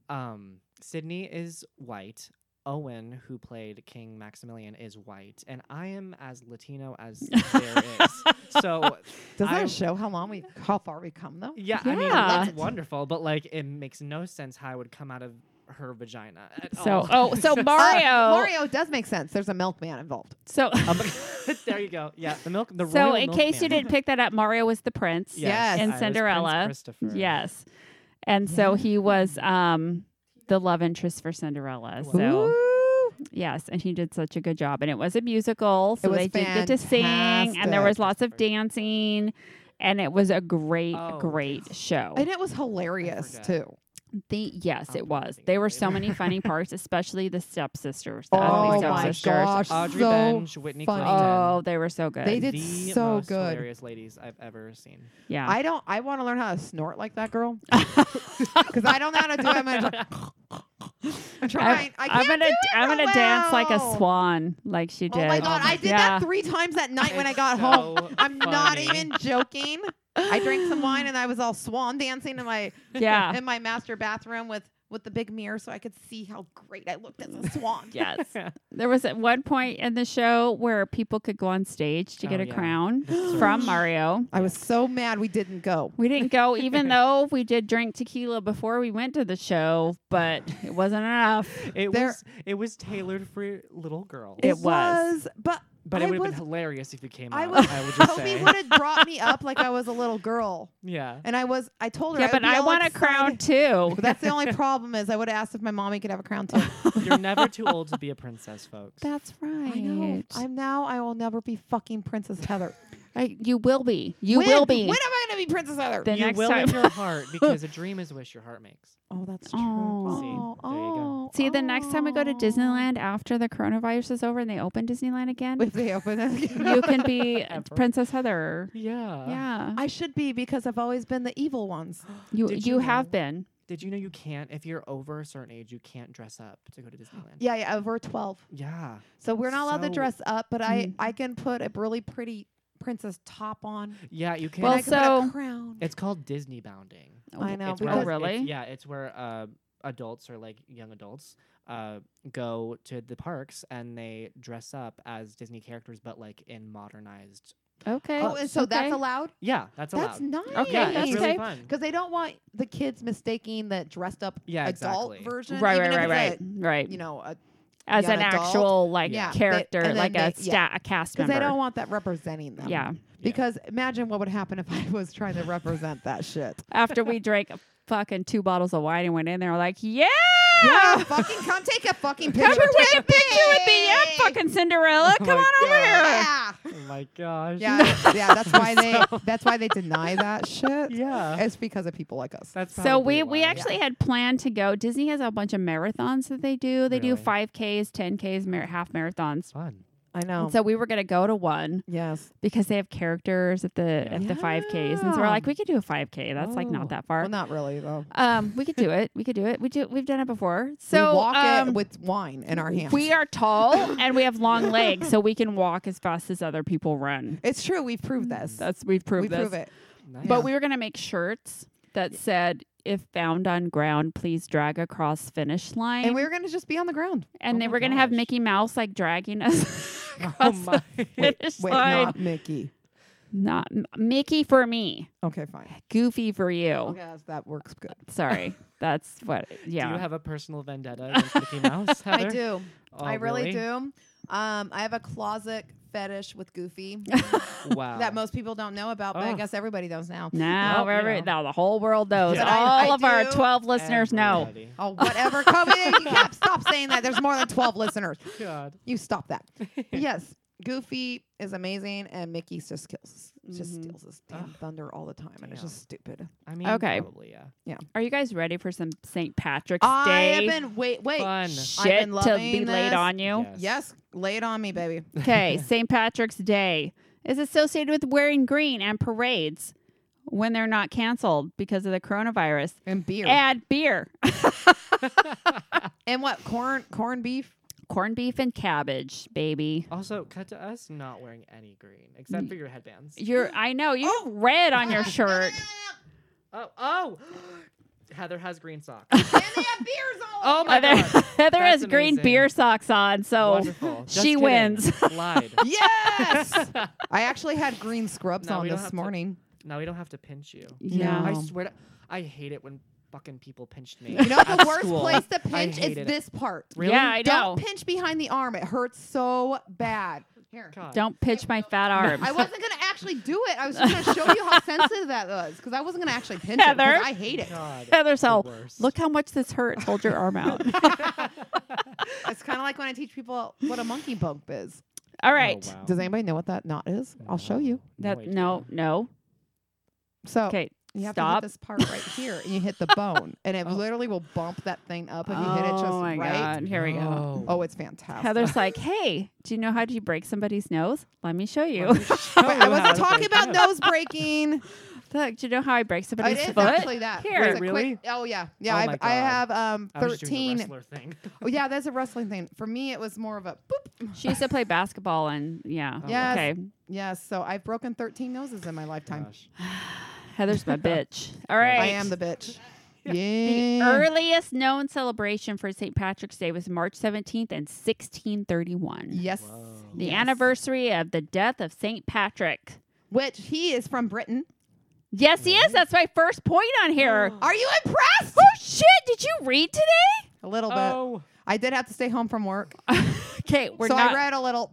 [SPEAKER 3] um, Sydney is white. Owen, who played King Maximilian, is white, and I am as Latino as there
[SPEAKER 2] [LAUGHS]
[SPEAKER 3] is. So
[SPEAKER 1] Does
[SPEAKER 3] I-
[SPEAKER 1] that show how long we, how far we've come
[SPEAKER 2] [LAUGHS]
[SPEAKER 1] though?
[SPEAKER 3] yeah, I mean
[SPEAKER 2] Yeah.
[SPEAKER 3] that's wonderful, but like it makes no sense how it would come out of her vagina. At
[SPEAKER 2] So,
[SPEAKER 3] all. [LAUGHS]
[SPEAKER 2] oh, so Mario.
[SPEAKER 1] Uh, Mario does make sense. There's a milkman involved.
[SPEAKER 2] So,
[SPEAKER 3] Um, [LAUGHS] there you go. Yeah, the milk. The
[SPEAKER 2] so
[SPEAKER 3] royal
[SPEAKER 2] in case you
[SPEAKER 3] milkman.
[SPEAKER 2] didn't pick that up, Mario was the prince.
[SPEAKER 1] Yes.
[SPEAKER 3] I
[SPEAKER 2] And
[SPEAKER 3] was Prince
[SPEAKER 2] Cinderella.
[SPEAKER 1] Mm.
[SPEAKER 3] Christopher.
[SPEAKER 2] Yes. And so he was um the love interest for Cinderella.
[SPEAKER 3] Wow.
[SPEAKER 2] So
[SPEAKER 1] Ooh.
[SPEAKER 2] yes, and he did such a good job. And it was a musical, so
[SPEAKER 1] was
[SPEAKER 2] they did get to sing, and there
[SPEAKER 1] fantastic.
[SPEAKER 2] was lots of dancing, and it was a great,
[SPEAKER 3] Oh,
[SPEAKER 2] great show.
[SPEAKER 1] And it was hilarious
[SPEAKER 3] forgot.
[SPEAKER 1] too.
[SPEAKER 2] The, yes,
[SPEAKER 3] I'll
[SPEAKER 2] it
[SPEAKER 3] do
[SPEAKER 2] was.
[SPEAKER 3] something
[SPEAKER 2] There were
[SPEAKER 3] later.
[SPEAKER 2] so many
[SPEAKER 1] [LAUGHS]
[SPEAKER 2] funny parts, especially the stepsisters, the
[SPEAKER 1] oh
[SPEAKER 2] ugly
[SPEAKER 1] my
[SPEAKER 2] stepsisters.
[SPEAKER 1] gosh,
[SPEAKER 3] Audrey
[SPEAKER 1] so
[SPEAKER 3] Benj, Whitney
[SPEAKER 1] funny.
[SPEAKER 3] Clinton.
[SPEAKER 2] Oh, they were so good.
[SPEAKER 1] They did
[SPEAKER 3] the
[SPEAKER 1] so
[SPEAKER 3] most
[SPEAKER 1] good.
[SPEAKER 3] Hilarious ladies I've ever seen.
[SPEAKER 2] yeah.
[SPEAKER 1] I don't. I want to learn how to snort like that [LAUGHS] girl because I don't know how to do it. I'm gonna [LAUGHS] try. trying. I
[SPEAKER 2] am
[SPEAKER 1] can't
[SPEAKER 2] gonna
[SPEAKER 1] do it
[SPEAKER 2] I'm
[SPEAKER 1] real
[SPEAKER 2] gonna dance like a
[SPEAKER 1] well.
[SPEAKER 2] swan, like she
[SPEAKER 1] Oh
[SPEAKER 2] did.
[SPEAKER 1] my god!
[SPEAKER 3] Oh my
[SPEAKER 1] I did
[SPEAKER 2] Yeah.
[SPEAKER 1] that three times that night when I
[SPEAKER 3] It's
[SPEAKER 1] got
[SPEAKER 3] so
[SPEAKER 1] home.
[SPEAKER 3] [LAUGHS]
[SPEAKER 1] I'm not
[SPEAKER 3] funny.
[SPEAKER 1] even joking. I drank some wine and I was all swan dancing in my
[SPEAKER 2] Yeah.
[SPEAKER 1] in my master bathroom with with the big mirror so I could see how great I looked as
[SPEAKER 2] [LAUGHS]
[SPEAKER 1] a swan.
[SPEAKER 2] Yes. There was at one point in the show where people could go on stage to
[SPEAKER 3] Oh,
[SPEAKER 2] get a
[SPEAKER 3] yeah.
[SPEAKER 2] crown
[SPEAKER 3] [GASPS] That's so
[SPEAKER 2] from
[SPEAKER 3] true.
[SPEAKER 2] Mario.
[SPEAKER 1] I was so mad we didn't go.
[SPEAKER 2] We didn't go,
[SPEAKER 3] [LAUGHS]
[SPEAKER 2] even though we did drink tequila before we went to the show, but it wasn't enough.
[SPEAKER 1] [LAUGHS]
[SPEAKER 3] It
[SPEAKER 1] There-
[SPEAKER 3] was it was tailored for little girls.
[SPEAKER 2] It was.
[SPEAKER 1] but
[SPEAKER 3] but
[SPEAKER 1] I
[SPEAKER 3] it would have been
[SPEAKER 1] was-
[SPEAKER 3] hilarious if you came
[SPEAKER 1] I
[SPEAKER 3] out.
[SPEAKER 1] was-
[SPEAKER 3] I will just
[SPEAKER 1] Toby
[SPEAKER 3] say.
[SPEAKER 1] would have brought me up like I was a little girl,
[SPEAKER 3] yeah.
[SPEAKER 1] and I was. I told her.
[SPEAKER 2] yeah,
[SPEAKER 1] would
[SPEAKER 2] but
[SPEAKER 1] be
[SPEAKER 2] I
[SPEAKER 1] all
[SPEAKER 2] want a
[SPEAKER 1] excited.
[SPEAKER 2] crown too. [LAUGHS]
[SPEAKER 1] But that's the only problem is I would have asked if my mommy could have a crown too.
[SPEAKER 3] You're never too old to be a princess,
[SPEAKER 2] [LAUGHS]
[SPEAKER 3] folks.
[SPEAKER 2] That's right.
[SPEAKER 1] I know. I'm now. I will never be fucking Princess Heather.
[SPEAKER 2] I- you will be. You
[SPEAKER 1] When-
[SPEAKER 2] will be.
[SPEAKER 1] When am I gonna be Princess Heather?
[SPEAKER 2] The
[SPEAKER 3] you
[SPEAKER 2] next
[SPEAKER 3] will
[SPEAKER 2] time.
[SPEAKER 3] in your heart
[SPEAKER 2] [LAUGHS]
[SPEAKER 3] because a dream is wish your heart makes.
[SPEAKER 1] oh, that's true.
[SPEAKER 2] Oh.
[SPEAKER 1] Oh,
[SPEAKER 3] See? There you go.
[SPEAKER 2] See, the next time we go to
[SPEAKER 1] oh.
[SPEAKER 2] Disneyland after the coronavirus is over and they open Disneyland again,
[SPEAKER 1] if they
[SPEAKER 2] [LAUGHS]
[SPEAKER 1] open it,
[SPEAKER 2] you can
[SPEAKER 1] [LAUGHS]
[SPEAKER 2] be
[SPEAKER 3] Ever.
[SPEAKER 2] Princess Heather.
[SPEAKER 1] Uh,
[SPEAKER 3] Yeah.
[SPEAKER 2] yeah.
[SPEAKER 1] I should be because I've always been the evil
[SPEAKER 2] [GASPS]
[SPEAKER 1] ones.
[SPEAKER 2] you
[SPEAKER 3] Did
[SPEAKER 2] you,
[SPEAKER 3] you
[SPEAKER 2] have
[SPEAKER 3] know-
[SPEAKER 2] been.
[SPEAKER 3] Did you know you can't if you're over a certain age you can't dress up to go to Disneyland?
[SPEAKER 1] Yeah, yeah, over twelve.
[SPEAKER 3] Yeah.
[SPEAKER 1] So we're not allowed to
[SPEAKER 3] So-
[SPEAKER 1] dress up, but I
[SPEAKER 2] Mm.
[SPEAKER 1] I can put a really pretty princess top on.
[SPEAKER 3] Yeah, you
[SPEAKER 1] and
[SPEAKER 3] can.
[SPEAKER 2] Well,
[SPEAKER 1] I can put
[SPEAKER 2] so-
[SPEAKER 1] a crown.
[SPEAKER 3] it's called Disney bounding.
[SPEAKER 1] I know
[SPEAKER 3] It's where-
[SPEAKER 2] Oh,
[SPEAKER 1] because
[SPEAKER 2] really?
[SPEAKER 3] it's- yeah, it's where uh, adults or like young adults uh, go to the parks and they dress up as Disney characters, but like in modernized.
[SPEAKER 2] Okay.
[SPEAKER 1] oh, and so that's
[SPEAKER 2] Okay.
[SPEAKER 1] allowed.
[SPEAKER 3] Yeah, that's allowed.
[SPEAKER 1] That's nice.
[SPEAKER 2] Okay,
[SPEAKER 3] yeah,
[SPEAKER 2] that's
[SPEAKER 3] it's
[SPEAKER 2] okay.
[SPEAKER 3] really fun.
[SPEAKER 1] Because they don't want the kids mistaking that dressed up
[SPEAKER 3] Yeah,
[SPEAKER 1] adult
[SPEAKER 3] exactly.
[SPEAKER 1] version,
[SPEAKER 2] Right,
[SPEAKER 1] even
[SPEAKER 2] right,
[SPEAKER 1] if
[SPEAKER 2] right,
[SPEAKER 1] it's
[SPEAKER 2] right,
[SPEAKER 1] A,
[SPEAKER 2] right.
[SPEAKER 1] you know,
[SPEAKER 2] As
[SPEAKER 1] young
[SPEAKER 2] an
[SPEAKER 1] adult.
[SPEAKER 2] actual like
[SPEAKER 1] Yeah. They-
[SPEAKER 2] character,
[SPEAKER 1] and
[SPEAKER 2] like
[SPEAKER 1] then
[SPEAKER 2] a
[SPEAKER 1] they-
[SPEAKER 2] stat, a cast
[SPEAKER 1] because
[SPEAKER 2] member.
[SPEAKER 1] they don't want that representing them.
[SPEAKER 2] yeah.
[SPEAKER 1] Because imagine what would happen if I [LAUGHS] was trying to represent that shit. [LAUGHS]
[SPEAKER 2] After we drank fucking two bottles of wine and went in there, we're like, [LAUGHS] yeah,
[SPEAKER 1] Yeah, fucking come take a fucking picture.
[SPEAKER 2] come here,
[SPEAKER 1] take
[SPEAKER 2] take a picture with me, yeah, fucking Cinderella,
[SPEAKER 3] Oh
[SPEAKER 2] come
[SPEAKER 3] my
[SPEAKER 2] on over here.
[SPEAKER 1] Yeah.
[SPEAKER 3] Oh my gosh.
[SPEAKER 1] Yeah, that- yeah, that's
[SPEAKER 2] [LAUGHS]
[SPEAKER 1] why they that's why they deny that shit.
[SPEAKER 3] [LAUGHS] Yeah.
[SPEAKER 1] It's because of people like us.
[SPEAKER 3] That's
[SPEAKER 2] So we
[SPEAKER 3] probably
[SPEAKER 2] we
[SPEAKER 3] why.
[SPEAKER 2] actually had planned to go. Disney has a bunch of marathons that they do. They do
[SPEAKER 3] Really?
[SPEAKER 2] five ks, ten ks, mar- half marathons.
[SPEAKER 3] It's fun.
[SPEAKER 1] I know.
[SPEAKER 2] And so we were gonna go to one
[SPEAKER 1] yes.
[SPEAKER 2] because they have characters at the at the five ks, and so we're
[SPEAKER 1] Yeah.
[SPEAKER 2] like, we could do a five k. That's like
[SPEAKER 3] Oh.
[SPEAKER 2] not that far.
[SPEAKER 1] Well, not really though.
[SPEAKER 2] Um, we could do it. We could do it. We do. We've done it before. So
[SPEAKER 1] we walk
[SPEAKER 2] um,
[SPEAKER 1] it with wine in our hands.
[SPEAKER 2] we
[SPEAKER 1] [COUGHS]
[SPEAKER 2] are tall and we have long legs, so we can walk as fast as other people run.
[SPEAKER 1] It's true. We've proved this.
[SPEAKER 2] Mm, That's we've proved
[SPEAKER 1] we
[SPEAKER 2] this.
[SPEAKER 1] prove it.
[SPEAKER 3] Nice.
[SPEAKER 2] But
[SPEAKER 1] Yeah.
[SPEAKER 2] we were gonna make shirts that said, "If found on ground, please drag across finish line."
[SPEAKER 1] And we were gonna just be on the ground.
[SPEAKER 2] and
[SPEAKER 3] Oh
[SPEAKER 2] they
[SPEAKER 3] my
[SPEAKER 2] were gonna have
[SPEAKER 3] gosh.
[SPEAKER 2] Mickey Mouse like dragging us
[SPEAKER 3] [LAUGHS]
[SPEAKER 2] [LAUGHS]
[SPEAKER 3] oh
[SPEAKER 2] across
[SPEAKER 3] my.
[SPEAKER 2] the finish
[SPEAKER 1] Wait,
[SPEAKER 2] line.
[SPEAKER 1] not Mickey.
[SPEAKER 2] Not M- Mickey for me,
[SPEAKER 1] Okay, fine.
[SPEAKER 2] Goofy for you.
[SPEAKER 1] Okay, that's- that works good.
[SPEAKER 2] Sorry,
[SPEAKER 1] [LAUGHS]
[SPEAKER 2] that's what. Yeah,
[SPEAKER 3] Do you have a personal vendetta against Mickey Mouse?
[SPEAKER 1] [LAUGHS]
[SPEAKER 3] Heather?
[SPEAKER 1] I do.
[SPEAKER 3] Oh,
[SPEAKER 1] I really, do. Um, I have a closet fetish with
[SPEAKER 3] [LAUGHS]
[SPEAKER 1] Goofy
[SPEAKER 3] Wow.
[SPEAKER 1] that most people don't know about, but I
[SPEAKER 3] Oh.
[SPEAKER 1] guess everybody knows now.
[SPEAKER 2] now
[SPEAKER 3] Well, you
[SPEAKER 2] every-
[SPEAKER 3] know.
[SPEAKER 2] now the whole world knows.
[SPEAKER 3] Yeah.
[SPEAKER 1] Oh, I-
[SPEAKER 2] All
[SPEAKER 1] I
[SPEAKER 2] of our
[SPEAKER 1] do.
[SPEAKER 2] twelve listeners know.
[SPEAKER 3] Everybody.
[SPEAKER 1] Oh, whatever.
[SPEAKER 3] [LAUGHS]
[SPEAKER 1] Kobe, you can't stop saying that. There's more than 12 listeners.
[SPEAKER 3] God.
[SPEAKER 1] You stop
[SPEAKER 3] [LAUGHS]
[SPEAKER 1] that. But yes, Goofy is amazing, and Mickey just kills, us. just
[SPEAKER 2] Mhm.
[SPEAKER 1] steals his damn
[SPEAKER 3] Ugh.
[SPEAKER 1] thunder all the time, and it's
[SPEAKER 3] Damn.
[SPEAKER 1] just stupid.
[SPEAKER 3] I mean,
[SPEAKER 2] Okay.
[SPEAKER 3] probably, yeah.
[SPEAKER 2] Are you guys ready for some St. Patrick's
[SPEAKER 1] I have
[SPEAKER 2] Day
[SPEAKER 1] been wait, wait.
[SPEAKER 3] Fun.
[SPEAKER 2] shit to be
[SPEAKER 1] loving
[SPEAKER 2] laid
[SPEAKER 1] this.
[SPEAKER 2] on you?
[SPEAKER 1] Yes, lay it on me, baby.
[SPEAKER 3] [LAUGHS]
[SPEAKER 2] Okay, St. Patrick's Day is associated with wearing green and parades when they're not canceled because of the coronavirus.
[SPEAKER 1] And beer.
[SPEAKER 2] Add beer,
[SPEAKER 1] and what? Corn, corn
[SPEAKER 3] [LAUGHS]
[SPEAKER 1] beef.
[SPEAKER 2] [LAUGHS] corned beef, and cabbage, baby.
[SPEAKER 3] Also, cut to us not wearing any green except for your headbands.
[SPEAKER 2] You're, I know you have red on [LAUGHS] your shirt.
[SPEAKER 3] Oh, oh! [GASPS] Heather has
[SPEAKER 1] [LAUGHS]
[SPEAKER 3] green socks.
[SPEAKER 1] and they have beers all
[SPEAKER 3] Oh my
[SPEAKER 2] Heather, [LAUGHS]
[SPEAKER 3] god!
[SPEAKER 2] Heather has
[SPEAKER 3] That's
[SPEAKER 2] green
[SPEAKER 3] amazing.
[SPEAKER 2] beer socks on, so
[SPEAKER 3] Wonderful. Just
[SPEAKER 2] she
[SPEAKER 1] [LAUGHS]
[SPEAKER 3] kidding.
[SPEAKER 2] wins.
[SPEAKER 3] Lied.
[SPEAKER 1] Yes. I actually had green scrubs
[SPEAKER 3] No,
[SPEAKER 1] on
[SPEAKER 3] we don't
[SPEAKER 1] this
[SPEAKER 3] have to-
[SPEAKER 1] morning.
[SPEAKER 3] now we don't have to pinch you.
[SPEAKER 2] yeah.
[SPEAKER 3] I
[SPEAKER 1] No.
[SPEAKER 3] swear, to, I hate it when fucking people pinched me.
[SPEAKER 1] You know the
[SPEAKER 3] at
[SPEAKER 1] worst
[SPEAKER 3] school.
[SPEAKER 1] place to
[SPEAKER 3] I
[SPEAKER 1] pinch is
[SPEAKER 3] hated it.
[SPEAKER 1] this part.
[SPEAKER 3] Really?
[SPEAKER 2] Yeah, I know.
[SPEAKER 1] Don't pinch behind the arm. It hurts so bad. Here.
[SPEAKER 3] God.
[SPEAKER 2] Don't pitch my fat arm. [LAUGHS]
[SPEAKER 1] I wasn't gonna actually do it. I was just gonna show you how sensitive that was because I wasn't gonna actually pinch it. 'cause
[SPEAKER 2] Heather?
[SPEAKER 1] I hate
[SPEAKER 3] [LAUGHS]
[SPEAKER 1] it. [LAUGHS]
[SPEAKER 3] God.
[SPEAKER 2] Heather's
[SPEAKER 3] The
[SPEAKER 2] all,
[SPEAKER 3] worst.
[SPEAKER 2] look how much this hurts. Hold your arm out.
[SPEAKER 1] It's kind of like when I teach people what a monkey bump is.
[SPEAKER 2] [LAUGHS] All right.
[SPEAKER 3] Oh, wow.
[SPEAKER 1] Does anybody know what that knot is? I'll show you.
[SPEAKER 3] No
[SPEAKER 2] That
[SPEAKER 3] idea.
[SPEAKER 2] no, no.
[SPEAKER 1] So
[SPEAKER 2] Okay,
[SPEAKER 1] Oh, you have
[SPEAKER 2] stop.
[SPEAKER 1] to hit this part right here, and you hit the bone, and it literally will bump that thing up if you hit it just
[SPEAKER 2] oh my
[SPEAKER 1] right.
[SPEAKER 2] god! Here we go.
[SPEAKER 3] No.
[SPEAKER 1] Oh, it's fantastic. [LAUGHS]
[SPEAKER 2] Heather's like, "Hey, do you know how you break somebody's nose? Let me show
[SPEAKER 3] Why
[SPEAKER 2] you.
[SPEAKER 3] don't you show
[SPEAKER 1] Wait, [LAUGHS] I
[SPEAKER 3] how
[SPEAKER 1] wasn't
[SPEAKER 3] to
[SPEAKER 1] talking
[SPEAKER 3] break [LAUGHS]
[SPEAKER 1] about
[SPEAKER 3] up?
[SPEAKER 1] nose
[SPEAKER 3] [LAUGHS]
[SPEAKER 1] breaking.
[SPEAKER 2] [LAUGHS] Look, do you know how I break somebody's
[SPEAKER 1] it is
[SPEAKER 2] foot?
[SPEAKER 1] actually that.
[SPEAKER 2] Here.
[SPEAKER 1] There's a
[SPEAKER 3] Really?
[SPEAKER 1] quick- oh yeah, yeah.
[SPEAKER 3] Oh
[SPEAKER 1] I've-
[SPEAKER 3] my
[SPEAKER 1] I
[SPEAKER 3] God.
[SPEAKER 1] have um
[SPEAKER 3] I was just doing the
[SPEAKER 1] thirteen. [LAUGHS]
[SPEAKER 3] wrestler thing.
[SPEAKER 1] Oh yeah, that's a wrestling thing. For me, it was more of a boop.
[SPEAKER 2] She used to play basketball, and yeah.
[SPEAKER 3] Oh,
[SPEAKER 1] Yes.
[SPEAKER 2] Okay.
[SPEAKER 1] Yes, so I've broken thirteen noses in my lifetime.
[SPEAKER 3] Gosh.
[SPEAKER 1] [LAUGHS]
[SPEAKER 2] Heather's my bitch. All right.
[SPEAKER 3] [LAUGHS]
[SPEAKER 1] I am the bitch.
[SPEAKER 2] The
[SPEAKER 1] Yeah.
[SPEAKER 2] earliest known celebration for St. Patrick's Day was March 17th in 1631.
[SPEAKER 1] yes.
[SPEAKER 3] Whoa.
[SPEAKER 2] The
[SPEAKER 1] yes.
[SPEAKER 2] anniversary of the death of St. Patrick.
[SPEAKER 1] Which he is from Britain.
[SPEAKER 2] Yes, he is.
[SPEAKER 3] Really?
[SPEAKER 2] That's my first point
[SPEAKER 1] [GASPS]
[SPEAKER 2] on here.
[SPEAKER 1] Are you impressed?
[SPEAKER 2] Oh, shit. Did you read today?
[SPEAKER 1] A little bit.
[SPEAKER 3] Oh,
[SPEAKER 1] I did have to stay home from work.
[SPEAKER 2] Okay, we're
[SPEAKER 1] so
[SPEAKER 2] not
[SPEAKER 1] I read a little.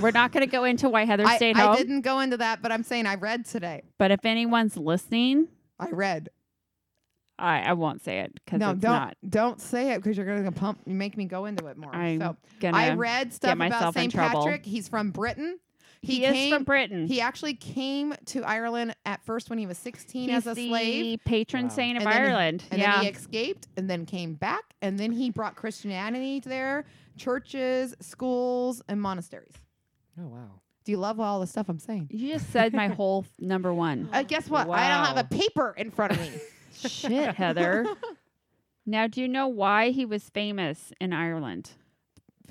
[SPEAKER 2] we're not going to go into why Heather
[SPEAKER 1] I,
[SPEAKER 2] stayed
[SPEAKER 1] I
[SPEAKER 2] home.
[SPEAKER 1] didn't go into that, but I'm saying I read today.
[SPEAKER 2] But if anyone's listening,
[SPEAKER 1] I read.
[SPEAKER 2] I, I won't say it because
[SPEAKER 1] No, don't
[SPEAKER 2] it's not.
[SPEAKER 1] don't say it because you're going to pump make me go into it more.
[SPEAKER 2] I'm
[SPEAKER 1] so
[SPEAKER 2] gonna.
[SPEAKER 1] I read stuff about
[SPEAKER 2] myself in
[SPEAKER 1] St.
[SPEAKER 2] trouble.
[SPEAKER 1] Patrick. He's from Britain.
[SPEAKER 2] He,
[SPEAKER 1] came,
[SPEAKER 2] is from Britain.
[SPEAKER 1] He actually came to Ireland at first when he was 16
[SPEAKER 2] He's
[SPEAKER 1] as a slave,
[SPEAKER 2] the patron
[SPEAKER 3] Wow.
[SPEAKER 2] saint of
[SPEAKER 1] And then he-
[SPEAKER 2] Ireland.
[SPEAKER 1] and
[SPEAKER 2] yeah.
[SPEAKER 1] then he escaped, and then came back, and then he brought Christianity to there, churches, schools, and monasteries.
[SPEAKER 3] oh wow.
[SPEAKER 1] Do you love all the stuff I'm saying?
[SPEAKER 2] you just said my whole f-
[SPEAKER 1] [LAUGHS]
[SPEAKER 2] number one.
[SPEAKER 1] Uh, guess what? I don't have
[SPEAKER 3] Wow.
[SPEAKER 1] a paper in front of
[SPEAKER 2] [LAUGHS]
[SPEAKER 1] me.
[SPEAKER 3] [LAUGHS]
[SPEAKER 2] Shit,
[SPEAKER 1] [LAUGHS]
[SPEAKER 2] Heather. Now, do you know why he was famous in Ireland?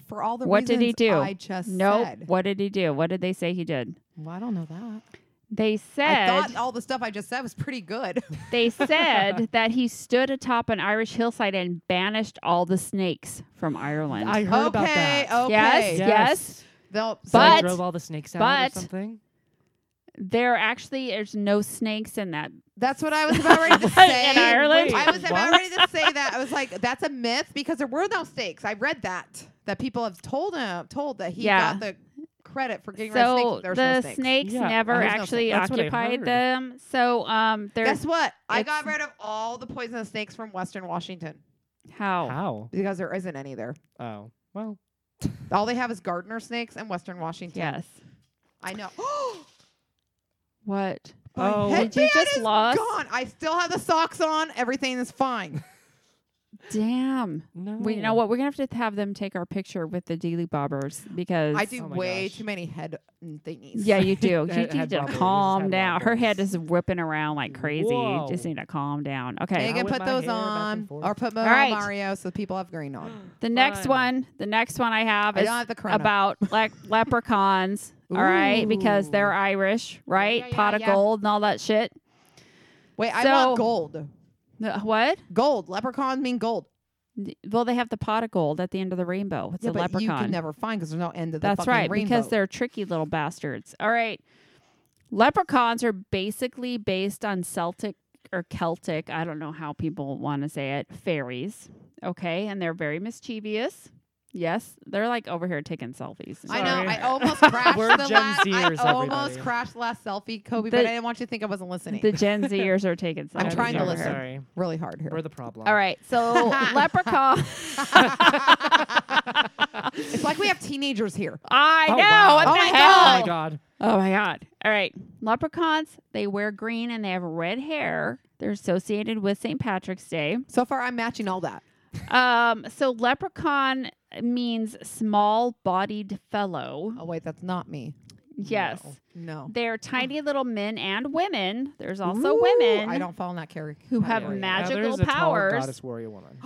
[SPEAKER 1] For all the
[SPEAKER 2] What did he
[SPEAKER 1] reasons
[SPEAKER 2] do?
[SPEAKER 1] I just
[SPEAKER 2] No.
[SPEAKER 1] said.
[SPEAKER 2] What did he do? What did they say he did?
[SPEAKER 1] Well, I don't know that.
[SPEAKER 2] They said
[SPEAKER 1] I thought all the stuff I just said was pretty good. [LAUGHS]
[SPEAKER 2] They said that he stood atop an Irish hillside and banished all the snakes from Ireland.
[SPEAKER 3] I heard about
[SPEAKER 1] okay,
[SPEAKER 3] that.
[SPEAKER 1] okay.
[SPEAKER 2] Yes. Yes.
[SPEAKER 1] They'll-
[SPEAKER 3] So they
[SPEAKER 2] oh, But-
[SPEAKER 3] drove all the snakes out
[SPEAKER 2] but-
[SPEAKER 3] or something.
[SPEAKER 2] there actually there's no snakes in that.
[SPEAKER 1] That's what I was about
[SPEAKER 2] [LAUGHS]
[SPEAKER 1] ready to
[SPEAKER 2] What?
[SPEAKER 1] say.
[SPEAKER 2] In Ireland?
[SPEAKER 1] I was about
[SPEAKER 3] What?
[SPEAKER 1] ready to say that. I was like, that's a myth because there were no stakes. I read that that people have told him told that he
[SPEAKER 2] Yeah.
[SPEAKER 1] got the credit for getting rid
[SPEAKER 2] So
[SPEAKER 1] of snakes. There's
[SPEAKER 2] the
[SPEAKER 1] no
[SPEAKER 2] snakes,
[SPEAKER 1] snakes.
[SPEAKER 3] Yeah,
[SPEAKER 2] never
[SPEAKER 1] there's no
[SPEAKER 2] actually
[SPEAKER 3] snakes. That's what I
[SPEAKER 2] occupied
[SPEAKER 3] heard.
[SPEAKER 2] them. So um, there's
[SPEAKER 1] Guess what? I got
[SPEAKER 2] it's-
[SPEAKER 1] rid of all the poisonous snakes from Western Washington
[SPEAKER 2] how
[SPEAKER 3] How?
[SPEAKER 1] because there isn't any there.
[SPEAKER 3] Oh, well.
[SPEAKER 1] All they have is gardener snakes in Western Washington.
[SPEAKER 2] yes.
[SPEAKER 1] I know. [GASPS]
[SPEAKER 2] What?
[SPEAKER 1] My
[SPEAKER 3] Oh,
[SPEAKER 2] did you
[SPEAKER 1] headband
[SPEAKER 2] just
[SPEAKER 1] is
[SPEAKER 2] lost?
[SPEAKER 1] Gone. I still have the socks on. Everything is fine.
[SPEAKER 2] Damn.
[SPEAKER 3] No.
[SPEAKER 2] We you know what we're gonna have to have them take our picture with the Dealey Bobbers because
[SPEAKER 1] I do
[SPEAKER 3] Oh my
[SPEAKER 1] way
[SPEAKER 3] gosh.
[SPEAKER 1] too many head thingies.
[SPEAKER 2] Yeah, you
[SPEAKER 3] [LAUGHS]
[SPEAKER 2] do. You
[SPEAKER 3] Head-
[SPEAKER 2] need
[SPEAKER 3] head
[SPEAKER 2] to
[SPEAKER 3] bobbles.
[SPEAKER 2] calm
[SPEAKER 3] Head
[SPEAKER 2] down. Her head
[SPEAKER 3] bobbles.
[SPEAKER 2] is whipping around like crazy. You Just
[SPEAKER 3] Whoa.
[SPEAKER 2] need to calm down. Okay.
[SPEAKER 1] Megan,
[SPEAKER 3] whip
[SPEAKER 1] put
[SPEAKER 3] my
[SPEAKER 1] those
[SPEAKER 3] hair back and
[SPEAKER 1] on,
[SPEAKER 3] forth.
[SPEAKER 1] or put
[SPEAKER 2] All
[SPEAKER 1] Mario,
[SPEAKER 2] right.
[SPEAKER 1] Mario so people have green on.
[SPEAKER 2] The next
[SPEAKER 3] Fun.
[SPEAKER 2] one, the next one I have
[SPEAKER 1] I
[SPEAKER 2] is
[SPEAKER 1] don't have the corona.
[SPEAKER 2] about le-
[SPEAKER 1] [LAUGHS]
[SPEAKER 2] leprechauns. All right, because they're Irish, right?
[SPEAKER 1] yeah,
[SPEAKER 2] Pot of
[SPEAKER 1] yeah.
[SPEAKER 2] gold and all that shit.
[SPEAKER 1] Wait, I
[SPEAKER 2] So-
[SPEAKER 1] want gold.
[SPEAKER 2] The- what?
[SPEAKER 1] Gold. Leprechauns mean gold.
[SPEAKER 2] N- Well, they have the pot of gold at the end of the rainbow. It's
[SPEAKER 1] yeah,
[SPEAKER 2] a
[SPEAKER 1] but
[SPEAKER 2] leprechaun.
[SPEAKER 1] you can never find because there's no end to the
[SPEAKER 2] That's
[SPEAKER 1] fucking
[SPEAKER 2] right,
[SPEAKER 1] rainbow.
[SPEAKER 2] because they're tricky little bastards. All right. Leprechauns are basically based on Celtic or Celtic, I don't know how people want to say it, fairies. Okay. And they're very mischievous. Yes. They're like over here taking selfies.
[SPEAKER 1] I know.
[SPEAKER 3] [LAUGHS] Sorry.
[SPEAKER 1] I almost crashed
[SPEAKER 3] We're
[SPEAKER 1] the
[SPEAKER 3] Gen
[SPEAKER 1] last.
[SPEAKER 3] Zers,
[SPEAKER 1] I almost
[SPEAKER 3] everybody.
[SPEAKER 1] crashed last selfie, Kobe.
[SPEAKER 2] The-
[SPEAKER 1] but I didn't want you to think I wasn't listening. [LAUGHS]
[SPEAKER 2] The Gen Zers are taking selfies.
[SPEAKER 1] I'm trying to
[SPEAKER 2] over
[SPEAKER 1] listen.
[SPEAKER 2] here.
[SPEAKER 3] Sorry.
[SPEAKER 1] really hard here.
[SPEAKER 3] We're the problem.
[SPEAKER 2] All right. [LAUGHS] So, leprechaun.
[SPEAKER 1] it's like we
[SPEAKER 3] [LAUGHS]
[SPEAKER 1] have teenagers here.
[SPEAKER 2] I
[SPEAKER 3] Oh,
[SPEAKER 2] know.
[SPEAKER 3] wow.
[SPEAKER 2] What
[SPEAKER 1] Oh
[SPEAKER 2] the
[SPEAKER 1] my
[SPEAKER 2] hell?
[SPEAKER 1] God.
[SPEAKER 3] Oh my god.
[SPEAKER 2] Oh my god. All right. Leprechauns, they wear green and they have red hair. They're associated with St. Patrick's Day.
[SPEAKER 1] So far, I'm matching all that.
[SPEAKER 2] Um, so leprechaun means small bodied fellow.
[SPEAKER 1] Oh wait, that's not me.
[SPEAKER 2] Yes.
[SPEAKER 3] No.
[SPEAKER 1] No.
[SPEAKER 2] They're tiny little men and women. There's also
[SPEAKER 1] Ooh,
[SPEAKER 2] women
[SPEAKER 1] I don't fall in that category.
[SPEAKER 2] who have
[SPEAKER 1] category.
[SPEAKER 2] magical
[SPEAKER 3] Heather's A tall
[SPEAKER 2] powers.
[SPEAKER 3] goddess warrior woman.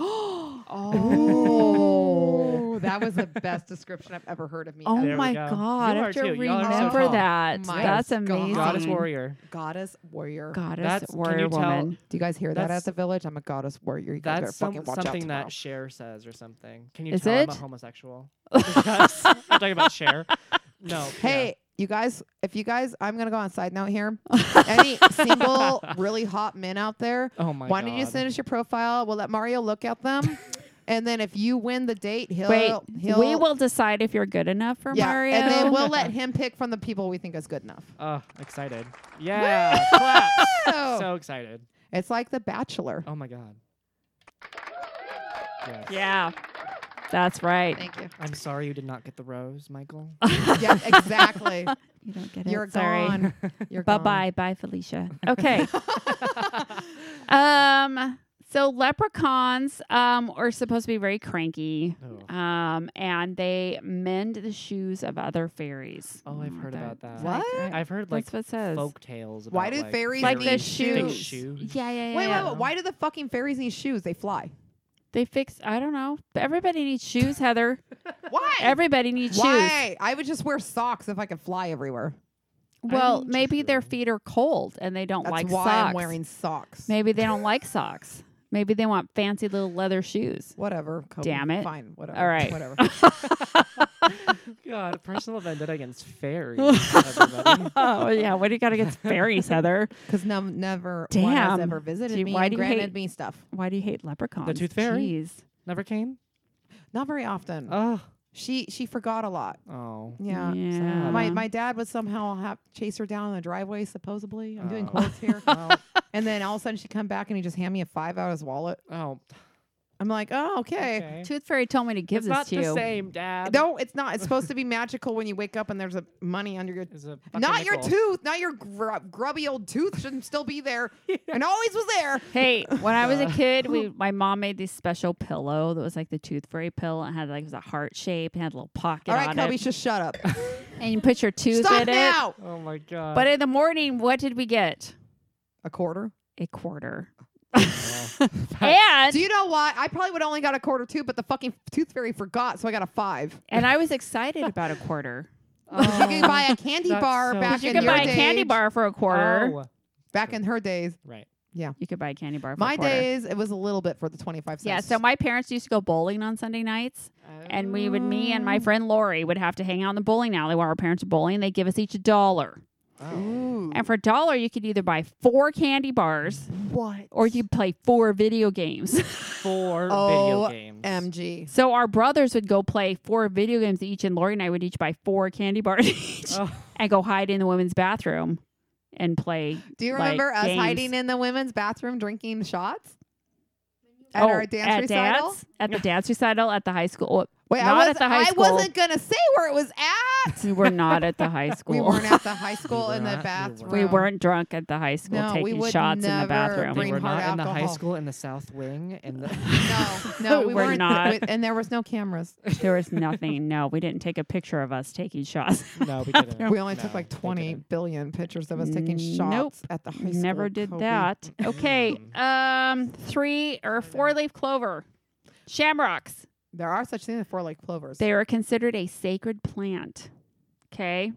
[SPEAKER 1] Oh, that was the best description I've ever heard of me.
[SPEAKER 2] Oh
[SPEAKER 1] ever.
[SPEAKER 3] There we
[SPEAKER 2] my god.
[SPEAKER 3] go. You
[SPEAKER 2] I
[SPEAKER 3] are
[SPEAKER 2] have to
[SPEAKER 3] too. Y'all are so
[SPEAKER 2] remember
[SPEAKER 3] tall.
[SPEAKER 2] that.
[SPEAKER 1] My
[SPEAKER 2] That's
[SPEAKER 1] God.
[SPEAKER 2] [GASPS] amazing.
[SPEAKER 3] Goddess warrior.
[SPEAKER 1] goddess warrior.
[SPEAKER 2] Goddess
[SPEAKER 3] That's- can
[SPEAKER 2] warrior
[SPEAKER 3] you tell-
[SPEAKER 2] woman.
[SPEAKER 1] Do you guys hear that
[SPEAKER 3] That's-
[SPEAKER 1] at the village? I'm a goddess warrior. You guys better
[SPEAKER 3] That's some-
[SPEAKER 1] fucking watch out
[SPEAKER 3] something
[SPEAKER 1] tomorrow.
[SPEAKER 3] that Cher says or something. Can you
[SPEAKER 2] Is
[SPEAKER 3] tell I'm a
[SPEAKER 2] it? [LAUGHS]
[SPEAKER 3] homosexual? [LAUGHS] Yes. I'm talking about Cher. No.
[SPEAKER 1] Hey, you guys, if you guys, I'm gonna go on a side note
[SPEAKER 2] [LAUGHS]
[SPEAKER 1] here. Any single really hot men out there?
[SPEAKER 3] yeah. Oh my
[SPEAKER 1] why
[SPEAKER 3] god.
[SPEAKER 1] don't you send us your profile? We'll let Mario look at
[SPEAKER 2] [LAUGHS]
[SPEAKER 1] them, and then if you win the date, he'll
[SPEAKER 2] Wait,
[SPEAKER 1] he'll
[SPEAKER 2] we will decide if you're good enough for
[SPEAKER 1] yeah,
[SPEAKER 2] Mario.
[SPEAKER 1] and then we'll let him pick from the people we think is good
[SPEAKER 2] [LAUGHS]
[SPEAKER 1] enough.
[SPEAKER 3] Oh, excited. Yeah. claps.
[SPEAKER 1] So,
[SPEAKER 3] So excited.
[SPEAKER 1] it's like The Bachelor.
[SPEAKER 3] Oh my god. Yes.
[SPEAKER 2] yeah. That's
[SPEAKER 3] Oh.
[SPEAKER 2] right.
[SPEAKER 1] Thank you.
[SPEAKER 3] I'm sorry you did not get the
[SPEAKER 2] [LAUGHS]
[SPEAKER 3] rose, Michael.
[SPEAKER 1] yeah, exactly.
[SPEAKER 2] You don't get it.
[SPEAKER 1] You're
[SPEAKER 2] Sorry. [LAUGHS]
[SPEAKER 1] gone. You're
[SPEAKER 2] Bye
[SPEAKER 1] gone.
[SPEAKER 2] bye.
[SPEAKER 1] [LAUGHS]
[SPEAKER 2] Bye, Felicia. Okay. um, so leprechauns um are supposed to be very cranky.
[SPEAKER 3] Oh,
[SPEAKER 2] Um, and they mend the shoes of other fairies.
[SPEAKER 3] Oh, I've heard about that.
[SPEAKER 1] What?
[SPEAKER 3] I've heard like
[SPEAKER 2] That's what it says.
[SPEAKER 3] folk tales. About,
[SPEAKER 1] Why do
[SPEAKER 3] like,
[SPEAKER 1] fairies
[SPEAKER 2] like
[SPEAKER 1] need
[SPEAKER 2] the
[SPEAKER 1] shoes?
[SPEAKER 2] shoes.
[SPEAKER 3] shoes.
[SPEAKER 2] Yeah, yeah, yeah.
[SPEAKER 1] Wait,
[SPEAKER 2] yeah.
[SPEAKER 1] wait, wait. Why do the fucking fairies need shoes? They fly.
[SPEAKER 2] They fix I don't know. But everybody needs
[SPEAKER 1] [LAUGHS]
[SPEAKER 2] shoes, Heather.
[SPEAKER 1] Why?
[SPEAKER 2] Everybody needs shoes.
[SPEAKER 1] Why? I would just wear socks if I could fly everywhere.
[SPEAKER 2] Well,
[SPEAKER 3] mean,
[SPEAKER 2] maybe their
[SPEAKER 3] true.
[SPEAKER 2] feet are cold and they don't
[SPEAKER 1] That's
[SPEAKER 2] like
[SPEAKER 1] why
[SPEAKER 2] socks.
[SPEAKER 1] I'm wearing socks.
[SPEAKER 2] Maybe they don't like socks. Maybe they want fancy little leather shoes.
[SPEAKER 1] Whatever. Kobe.
[SPEAKER 2] Damn it.
[SPEAKER 1] Fine. Whatever.
[SPEAKER 2] All right. [LAUGHS]
[SPEAKER 1] Whatever.
[SPEAKER 3] God, personal vendetta
[SPEAKER 2] [LAUGHS]
[SPEAKER 3] against fairies. everybody.
[SPEAKER 2] oh yeah, what do you got [LAUGHS] against fairies, Heather?
[SPEAKER 1] Because num never one has
[SPEAKER 2] Damn.
[SPEAKER 1] ever visited
[SPEAKER 2] Gee,
[SPEAKER 1] me
[SPEAKER 2] why
[SPEAKER 1] and
[SPEAKER 2] do you
[SPEAKER 1] granted
[SPEAKER 2] hate-
[SPEAKER 1] me stuff.
[SPEAKER 2] Why do you hate leprechauns?
[SPEAKER 3] Tooth Fairy?
[SPEAKER 2] Jeez.
[SPEAKER 3] Never came.
[SPEAKER 1] Not very often.
[SPEAKER 3] Oh,
[SPEAKER 1] she she forgot a lot.
[SPEAKER 3] oh.
[SPEAKER 1] Yeah.
[SPEAKER 2] Yeah.
[SPEAKER 1] My my dad would somehow have chase her down in the driveway, supposedly. I'm doing
[SPEAKER 3] Oh.
[SPEAKER 1] quotes
[SPEAKER 2] [LAUGHS]
[SPEAKER 1] here.
[SPEAKER 3] Well,
[SPEAKER 1] and then all of a sudden she come back and he just hand me a five out of his wallet.
[SPEAKER 3] oh,
[SPEAKER 1] I'm like, oh, okay.
[SPEAKER 3] okay.
[SPEAKER 2] Tooth Fairy told me to give
[SPEAKER 3] it's
[SPEAKER 2] this
[SPEAKER 3] not
[SPEAKER 2] to
[SPEAKER 3] the
[SPEAKER 2] you.
[SPEAKER 3] same, Dad.
[SPEAKER 1] No, it's not. It's supposed to be magical when you wake up and there's a money under your
[SPEAKER 3] It's a fucking
[SPEAKER 1] not your
[SPEAKER 3] nickel.
[SPEAKER 1] tooth, not your grub, grubby old tooth shouldn't still be
[SPEAKER 2] [LAUGHS]
[SPEAKER 1] there and always was there.
[SPEAKER 2] Hey, when I [LAUGHS] was a
[SPEAKER 3] Uh.
[SPEAKER 2] kid, we my mom made this special pillow that was like the Tooth Fairy pillow. It had like it was a heart shape and had a little pocket
[SPEAKER 1] all right,
[SPEAKER 2] on
[SPEAKER 1] Kobe,
[SPEAKER 2] it,
[SPEAKER 1] just shut
[SPEAKER 2] [LAUGHS]
[SPEAKER 1] up.
[SPEAKER 2] and you put your tooth
[SPEAKER 1] Stop
[SPEAKER 2] in
[SPEAKER 1] now.
[SPEAKER 3] Oh my
[SPEAKER 2] it.
[SPEAKER 3] God.
[SPEAKER 2] But in the morning, what did we get?
[SPEAKER 1] A quarter.
[SPEAKER 2] A [LAUGHS] quarter.
[SPEAKER 3] Well,
[SPEAKER 2] And
[SPEAKER 1] Do you know why? I probably would only got a quarter too, but the fucking tooth fairy forgot, so I got a five.
[SPEAKER 2] and I was excited about a quarter.
[SPEAKER 1] you
[SPEAKER 2] Oh.
[SPEAKER 1] could buy a candy
[SPEAKER 3] that's
[SPEAKER 1] bar [LAUGHS]
[SPEAKER 3] so
[SPEAKER 1] back
[SPEAKER 2] You
[SPEAKER 1] in
[SPEAKER 2] could
[SPEAKER 1] your
[SPEAKER 2] buy a
[SPEAKER 1] days.
[SPEAKER 2] candy bar for a quarter.
[SPEAKER 3] oh,
[SPEAKER 1] Back in her days,
[SPEAKER 3] right.
[SPEAKER 2] You could buy a candy bar for
[SPEAKER 1] my
[SPEAKER 2] a quarter.
[SPEAKER 1] days, it was a little bit for the twenty-five cents.
[SPEAKER 2] Yeah, so my parents used to go bowling on Sunday nights, and we would, me and
[SPEAKER 1] Oh.
[SPEAKER 2] my friend Lori, would have to hang out in the bowling alley while our parents were bowling. They give us each a dollar,
[SPEAKER 3] Oh.
[SPEAKER 1] Ooh.
[SPEAKER 2] and for a dollar, you could either buy four candy bars
[SPEAKER 1] what?
[SPEAKER 2] or you could play four video games. [LAUGHS]
[SPEAKER 3] Four
[SPEAKER 1] Oh,
[SPEAKER 3] video games.
[SPEAKER 1] MG.
[SPEAKER 2] so our brothers would go play four video games each, and Lori and I would each buy four candy bars [LAUGHS] each,
[SPEAKER 3] Oh.
[SPEAKER 2] and go hide in the women's bathroom and play.
[SPEAKER 1] Do you
[SPEAKER 2] like,
[SPEAKER 1] remember us
[SPEAKER 2] games.
[SPEAKER 1] hiding in the women's bathroom drinking shots at
[SPEAKER 2] Oh,
[SPEAKER 1] our dance
[SPEAKER 2] at
[SPEAKER 1] recital?
[SPEAKER 2] dance- at the dance recital at the high school.
[SPEAKER 1] Wait,
[SPEAKER 2] Not
[SPEAKER 1] I was
[SPEAKER 2] at the high
[SPEAKER 1] I
[SPEAKER 2] school.
[SPEAKER 1] wasn't gonna say where it was at.
[SPEAKER 2] We were not at the high school.
[SPEAKER 1] We weren't at the
[SPEAKER 3] [LAUGHS]
[SPEAKER 1] high school
[SPEAKER 3] were
[SPEAKER 1] in the
[SPEAKER 3] not. We
[SPEAKER 1] bathroom.
[SPEAKER 2] We weren't drunk at the high school
[SPEAKER 1] No, we
[SPEAKER 2] taking
[SPEAKER 1] would
[SPEAKER 2] shots in
[SPEAKER 1] never
[SPEAKER 2] the bathroom.
[SPEAKER 1] bring
[SPEAKER 3] We were
[SPEAKER 1] hard
[SPEAKER 3] not in the high
[SPEAKER 1] alcohol.
[SPEAKER 3] school in the South Wing. In the
[SPEAKER 1] [LAUGHS] No, no,
[SPEAKER 2] [LAUGHS]
[SPEAKER 1] we
[SPEAKER 2] We're
[SPEAKER 1] weren't.
[SPEAKER 2] not.
[SPEAKER 1] We- and there was no
[SPEAKER 2] [LAUGHS]
[SPEAKER 1] cameras.
[SPEAKER 2] [LAUGHS] There was nothing. No, we didn't take a picture of us taking shots.
[SPEAKER 3] [LAUGHS] [LAUGHS] no, we didn't.
[SPEAKER 1] We only
[SPEAKER 3] No,
[SPEAKER 1] took like
[SPEAKER 3] we
[SPEAKER 1] 20
[SPEAKER 3] didn't.
[SPEAKER 1] billion pictures of us taking shots
[SPEAKER 2] Nope.
[SPEAKER 1] at the high
[SPEAKER 2] We
[SPEAKER 1] school.
[SPEAKER 2] never did
[SPEAKER 1] Kobe.
[SPEAKER 2] that. Okay. Um, three or four leaf clover. Shamrocks.
[SPEAKER 1] There are such things as four like clovers.
[SPEAKER 2] They are considered a sacred plant. Okay.